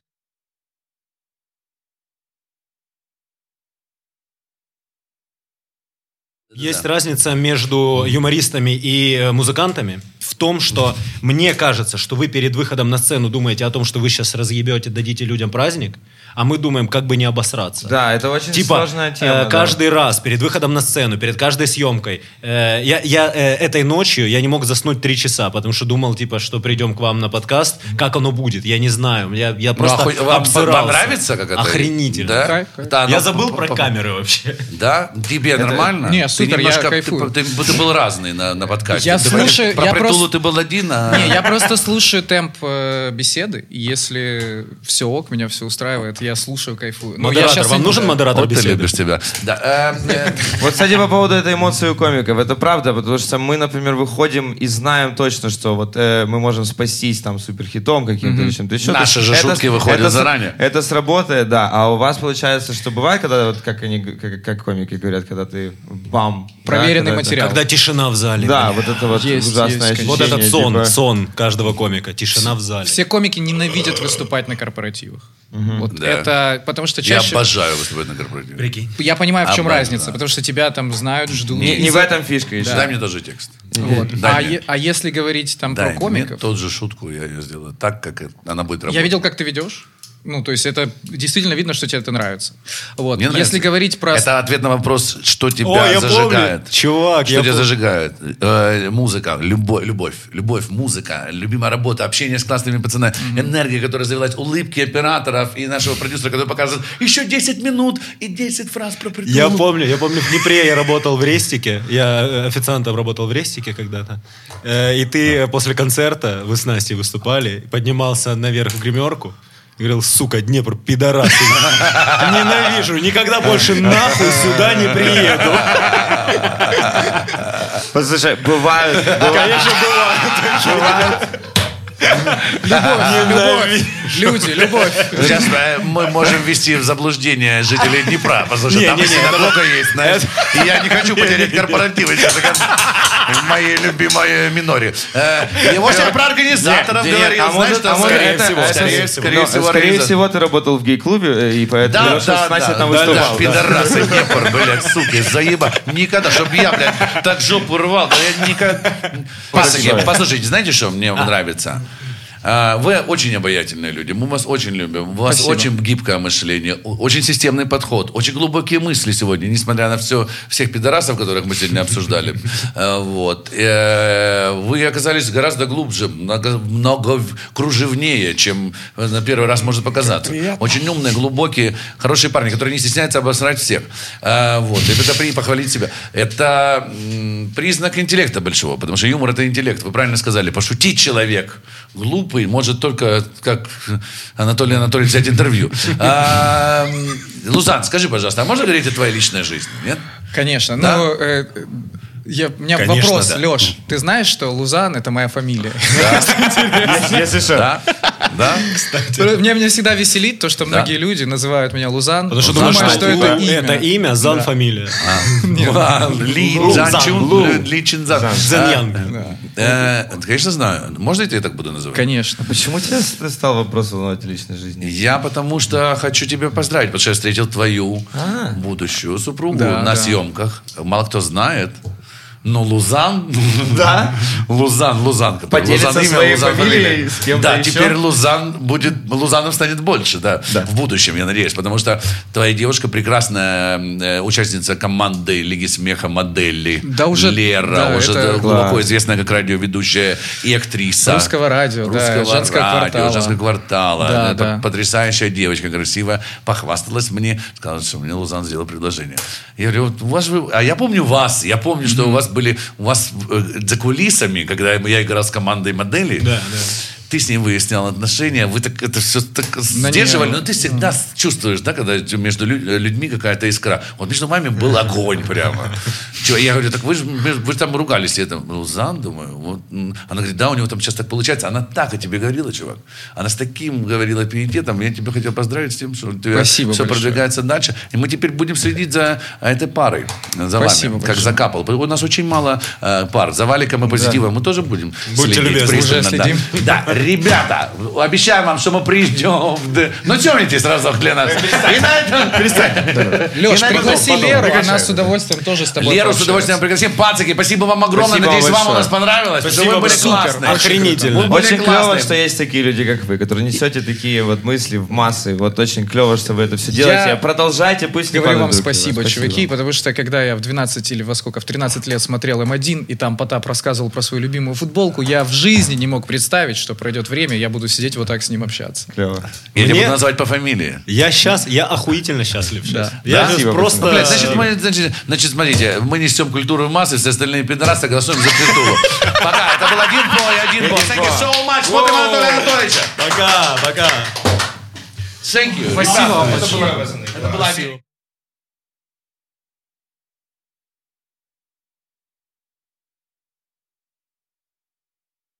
[SPEAKER 3] Есть разница между юмористами и э, музыкантами в том, что мне кажется, что вы перед выходом на сцену думаете о том, что вы сейчас разъебете, дадите людям праздник, а мы думаем, как бы не обосраться.
[SPEAKER 2] Да, это очень
[SPEAKER 3] Типа,
[SPEAKER 2] сложная тема.
[SPEAKER 3] э,
[SPEAKER 2] да.
[SPEAKER 3] каждый раз перед выходом на сцену, перед каждой съемкой. э, я я э, этой ночью я не мог заснуть три часа, потому что думал, типа, что придем к вам на подкаст, как оно будет, я не знаю. Я,
[SPEAKER 1] Ну,
[SPEAKER 3] я
[SPEAKER 1] а
[SPEAKER 3] просто
[SPEAKER 1] хоть вам
[SPEAKER 3] обсырался.
[SPEAKER 1] понравится, как это?
[SPEAKER 3] Охренительно.
[SPEAKER 1] Да?
[SPEAKER 4] Кайф, кайф.
[SPEAKER 1] Да,
[SPEAKER 3] Я
[SPEAKER 1] ну,
[SPEAKER 3] забыл
[SPEAKER 1] по-
[SPEAKER 3] про
[SPEAKER 1] по-
[SPEAKER 3] камеры вообще.
[SPEAKER 1] Да? Тебе нормально?
[SPEAKER 4] Не,
[SPEAKER 1] Ты
[SPEAKER 4] супер, я
[SPEAKER 1] немножко-
[SPEAKER 4] кайфую.
[SPEAKER 1] Ты, ты- ты был разный на, на подкасте.
[SPEAKER 4] Я
[SPEAKER 1] Ты про-
[SPEAKER 4] слушаю,
[SPEAKER 1] Про
[SPEAKER 4] я
[SPEAKER 1] Притулу
[SPEAKER 4] просто-
[SPEAKER 1] ты был один, а... *laughs*
[SPEAKER 4] Не, я просто слушаю темп э, беседы, и если все ок, меня все устраивает, я слушаю, кайфую.
[SPEAKER 1] Ну,
[SPEAKER 4] Но я
[SPEAKER 3] Модератор,
[SPEAKER 4] щас
[SPEAKER 3] вам
[SPEAKER 4] не-
[SPEAKER 3] нужен модератор
[SPEAKER 1] Вот ты
[SPEAKER 3] беседы?
[SPEAKER 1] любишь тебя. Да, э, э,
[SPEAKER 2] Вот, кстати, по поводу этой эмоции у комиков, это правда, потому что мы, например, выходим и знаем точно, что вот э, мы можем спастись там суперхитом каким-то или чем-то еще.
[SPEAKER 1] Наши
[SPEAKER 2] То есть
[SPEAKER 1] же шутки выходят
[SPEAKER 2] это с-
[SPEAKER 1] заранее.
[SPEAKER 2] Это сработает, да. А у вас получается, что бывает, когда вот как они, г- как, как комики говорят, когда ты бам. да,
[SPEAKER 4] Проверенный
[SPEAKER 2] когда это-
[SPEAKER 4] материал.
[SPEAKER 3] Когда тишина в зале.
[SPEAKER 2] Да, вот это вот
[SPEAKER 4] Есть,
[SPEAKER 2] ужасное
[SPEAKER 4] есть, конечно.
[SPEAKER 3] Вот
[SPEAKER 2] ощущение,
[SPEAKER 3] этот сон,
[SPEAKER 2] типа-
[SPEAKER 3] сон каждого комика, тишина в зале.
[SPEAKER 4] Все комики ненавидят выступать на корпоративах. Вот
[SPEAKER 1] Да.
[SPEAKER 4] это потому что
[SPEAKER 1] Я
[SPEAKER 4] *laughs* чаще.
[SPEAKER 1] обожаю выступать на корпоративе.
[SPEAKER 3] Прикинь.
[SPEAKER 4] Я понимаю, в чем
[SPEAKER 1] Обожаю.
[SPEAKER 4] разница, потому что тебя там знают, ждут.
[SPEAKER 2] Не, не в этом фишка еще.
[SPEAKER 1] Дай мне тоже текст.
[SPEAKER 4] Вот.
[SPEAKER 1] Дай
[SPEAKER 4] а,
[SPEAKER 1] мне.
[SPEAKER 4] е- а если говорить там
[SPEAKER 1] Дай
[SPEAKER 4] про
[SPEAKER 1] мне
[SPEAKER 4] комиков,
[SPEAKER 1] тот же шутку, я ее сделаю так, как это- она будет работать.
[SPEAKER 4] я видел, как ты ведешь. Ну, то есть это действительно видно, что тебе это нравится. Вот.
[SPEAKER 1] Мне
[SPEAKER 4] Если
[SPEAKER 1] нравится.
[SPEAKER 4] говорить про
[SPEAKER 1] Это ответ на вопрос, что тебя
[SPEAKER 3] О, я
[SPEAKER 1] зажигает.
[SPEAKER 3] помню. Чувак,
[SPEAKER 1] что
[SPEAKER 3] я
[SPEAKER 1] тебя
[SPEAKER 3] помню.
[SPEAKER 1] зажигает? Э, музыка, любовь, любовь, любовь, музыка, любимая работа, общение с классными пацанами, энергия, которая завелась, улыбки операторов и нашего продюсера, который показывает еще 10 минут и 10 фраз про притулу.
[SPEAKER 3] Я помню, я помню, в Днепре я работал в Рестике, я э, официантом работал в Рестике когда-то, Э, и ты э, после концерта, вы с Настей выступали, поднимался наверх в гримерку, и говорил, сука, Днепр, пидорас, ненавижу, никогда больше нахуй сюда не приеду.
[SPEAKER 2] Послушай, бывают,
[SPEAKER 1] *laughs*
[SPEAKER 2] бывают,
[SPEAKER 3] Конечно, бывает.
[SPEAKER 2] бывают,
[SPEAKER 4] Любовь, любовь. Люди, любовь.
[SPEAKER 1] Сейчас э, мы можем ввести в заблуждение жителей Днепра, потому что
[SPEAKER 3] Не,
[SPEAKER 1] там
[SPEAKER 3] не,
[SPEAKER 1] и
[SPEAKER 3] не,
[SPEAKER 1] синагога есть, знаешь. И я не хочу потерять корпоративы сейчас. как в моей любимой миноре. Э, И вот я про организаторов
[SPEAKER 2] Нет,
[SPEAKER 1] говорил,
[SPEAKER 2] а
[SPEAKER 1] знаешь,
[SPEAKER 2] может, а
[SPEAKER 1] там,
[SPEAKER 2] может,
[SPEAKER 1] скорее
[SPEAKER 2] это-
[SPEAKER 1] всего,
[SPEAKER 2] это-
[SPEAKER 1] скорее всего,
[SPEAKER 2] но, скорее
[SPEAKER 1] организа-
[SPEAKER 2] всего, ты работал в гей-клубе, э, и поэтому
[SPEAKER 1] Да,
[SPEAKER 2] Леша
[SPEAKER 1] да,
[SPEAKER 2] с Настей
[SPEAKER 1] да,
[SPEAKER 2] там
[SPEAKER 1] да, да,
[SPEAKER 2] выступал. да.
[SPEAKER 1] пидорасы, Днепр, блядь, суки, заеба. Никогда, чтобы я, блядь, так жопу рвал, да я никогда... Пацаны, Послушайте, знаете, что мне нравится? А, Вы очень обаятельные люди, мы вас очень любим, у вас
[SPEAKER 4] Спасибо.
[SPEAKER 1] очень гибкое мышление, о- очень системный подход, очень глубокие мысли сегодня, несмотря на все, всех пидорасов, которых мы сегодня обсуждали. *laughs* Э, Вот. Э, Вы оказались гораздо глубже, много, много в- кружевнее, чем на первый раз может показаться. Очень умные, глубокие, хорошие парни, которые не стесняются обосрать всех. Э, Вот. И это при похвалить себя. Это м, признак интеллекта большого, потому что юмор это интеллект. Вы правильно сказали, пошутить человек глупый может только, как Анатолий Анатольевич, взять интервью. А, м, Лузан, скажи, пожалуйста, а можно говорить о твоей личной жизни? Нет?
[SPEAKER 4] Конечно.
[SPEAKER 1] Да?
[SPEAKER 4] Ну, э, я, у меня
[SPEAKER 3] Конечно,
[SPEAKER 4] вопрос,
[SPEAKER 3] да.
[SPEAKER 4] Леш. Ты знаешь, что Лузан это моя фамилия?
[SPEAKER 2] Если- Если что.
[SPEAKER 1] Да? Да?
[SPEAKER 4] Мне меня всегда веселит то, что многие люди называют меня Лузан.
[SPEAKER 3] Потому что
[SPEAKER 4] думаю,
[SPEAKER 3] думаешь, что,
[SPEAKER 4] это
[SPEAKER 3] у-
[SPEAKER 4] имя.
[SPEAKER 3] это имя, Зан фамилия.
[SPEAKER 1] Ла- Ли
[SPEAKER 3] Лу-
[SPEAKER 1] Цзан
[SPEAKER 3] Зан,
[SPEAKER 1] Чун,
[SPEAKER 3] Лу.
[SPEAKER 1] Лю- Ли Чин Цзан.
[SPEAKER 3] Зан
[SPEAKER 1] А,
[SPEAKER 3] Янг.
[SPEAKER 1] э, Конечно, знаю. Можно я тебя так буду называть?
[SPEAKER 4] Конечно.
[SPEAKER 2] Почему тебя с- стал вопрос волновать о личной жизни?
[SPEAKER 1] Я потому что хочу тебя поздравить, потому что я встретил твою будущую супругу
[SPEAKER 4] А. Да,
[SPEAKER 1] на
[SPEAKER 4] да.
[SPEAKER 1] съемках. Мало кто знает, но Лузан... Да? *laughs* Лузан, Лузан. который-
[SPEAKER 2] Поделится
[SPEAKER 1] Лузан имя,
[SPEAKER 2] своей
[SPEAKER 1] Лузан
[SPEAKER 2] фамилией
[SPEAKER 1] фамилия.
[SPEAKER 2] с кем-то
[SPEAKER 1] Да,
[SPEAKER 2] еще?
[SPEAKER 1] теперь Лузан будет... Лузанов станет больше, да, в будущем, я надеюсь, потому что твоя девушка прекрасная э, участница команды Лиги Смеха модели.
[SPEAKER 4] Да, уже-
[SPEAKER 1] Лера,
[SPEAKER 4] да,
[SPEAKER 1] уже
[SPEAKER 4] это-
[SPEAKER 1] глубоко
[SPEAKER 2] Класс.
[SPEAKER 1] известная как радиоведущая и актриса.
[SPEAKER 4] Русского радио, да, «Женского квартала».
[SPEAKER 1] «Женского квартала.
[SPEAKER 4] Да,
[SPEAKER 1] Это
[SPEAKER 4] да.
[SPEAKER 1] Потрясающая девочка, красивая, похвасталась мне, сказала, что мне Лузан сделал предложение. Я говорю, вот у вас же- а я помню вас, я помню, что у вас были, у вас э, за кулисами, когда я играл с командой моделей,
[SPEAKER 3] Да, да.
[SPEAKER 1] ты с ней выяснял отношения, вы так это все так сдерживали, но ты всегда с- чувствуешь, да, когда между лю- э, людьми какая-то искра. Вот между вами был огонь прямо. Чё, Я говорю, так вы же вы же там ругались, я там, Лузан, думаю, вот. м». Она говорит, да, у него там сейчас так получается. Она так о тебе говорила, чувак. Она с таким говорила пиететом, я тебя хотел поздравить с тем, что у тебя
[SPEAKER 4] Спасибо
[SPEAKER 1] все
[SPEAKER 4] большое.
[SPEAKER 1] продвигается дальше. И мы теперь будем следить за э, этой парой, за
[SPEAKER 4] Спасибо
[SPEAKER 1] вами, как
[SPEAKER 4] большое.
[SPEAKER 1] за капл. У нас очень мало э, пар. За валиком и позитивом мы тоже будем
[SPEAKER 3] Будьте
[SPEAKER 1] следить
[SPEAKER 3] любезны.
[SPEAKER 1] пристально,
[SPEAKER 4] Уже
[SPEAKER 1] да.
[SPEAKER 4] следим.
[SPEAKER 1] Да, ребята, обещаем вам, что мы придем. в Д- Ну, темните сразу для нас. И на этом...
[SPEAKER 4] Леш,
[SPEAKER 1] И на этом
[SPEAKER 4] пригласи
[SPEAKER 1] потом
[SPEAKER 4] Леру, она
[SPEAKER 1] прекращаем.
[SPEAKER 4] с удовольствием тоже с тобой
[SPEAKER 1] Леру с
[SPEAKER 4] пообщается.
[SPEAKER 1] удовольствием пригласим. Пацаки, спасибо вам огромное.
[SPEAKER 2] Спасибо вам
[SPEAKER 1] Надеюсь, вам у
[SPEAKER 2] большое.
[SPEAKER 1] нас понравилось. потому что
[SPEAKER 3] Спасибо,
[SPEAKER 1] Вы были
[SPEAKER 3] супер,
[SPEAKER 1] классные.
[SPEAKER 3] охренительно.
[SPEAKER 1] Вы были
[SPEAKER 2] Очень клево,
[SPEAKER 1] классные.
[SPEAKER 2] что есть такие люди, как вы, которые несете такие вот мысли в массы. Вот очень клево, что вы это все
[SPEAKER 4] Я-
[SPEAKER 2] делаете. А Продолжайте, пусть не
[SPEAKER 4] Говорю вам
[SPEAKER 2] падают руки у вас.
[SPEAKER 4] спасибо, чуваки, потому что когда я в 12 или во сколько, в 13 лет смотрел М1, и там Потап рассказывал про свою любимую футболку, я в жизни не мог представить, что пройдет время, я буду сидеть вот так с ним общаться.
[SPEAKER 2] Клево.
[SPEAKER 1] Я тебя
[SPEAKER 3] Мне-
[SPEAKER 1] буду называть по фамилии.
[SPEAKER 3] Я сейчас, я охуительно счастлив сейчас.
[SPEAKER 4] Да.
[SPEAKER 3] Я
[SPEAKER 2] Да?
[SPEAKER 3] же
[SPEAKER 2] Спасибо,
[SPEAKER 3] просто...
[SPEAKER 2] пацаны.
[SPEAKER 1] Ну, Блядь, значит, мы, значит, значит, смотрите, мы несем культуру в массы, все остальные пидорасы голосуем за культуру. Пока, это был один бой, один бой. Thank you so much. Смотрим Анатолия Анатольевича.
[SPEAKER 3] Пока, пока.
[SPEAKER 1] Thank you. Спасибо вам. Это было- это было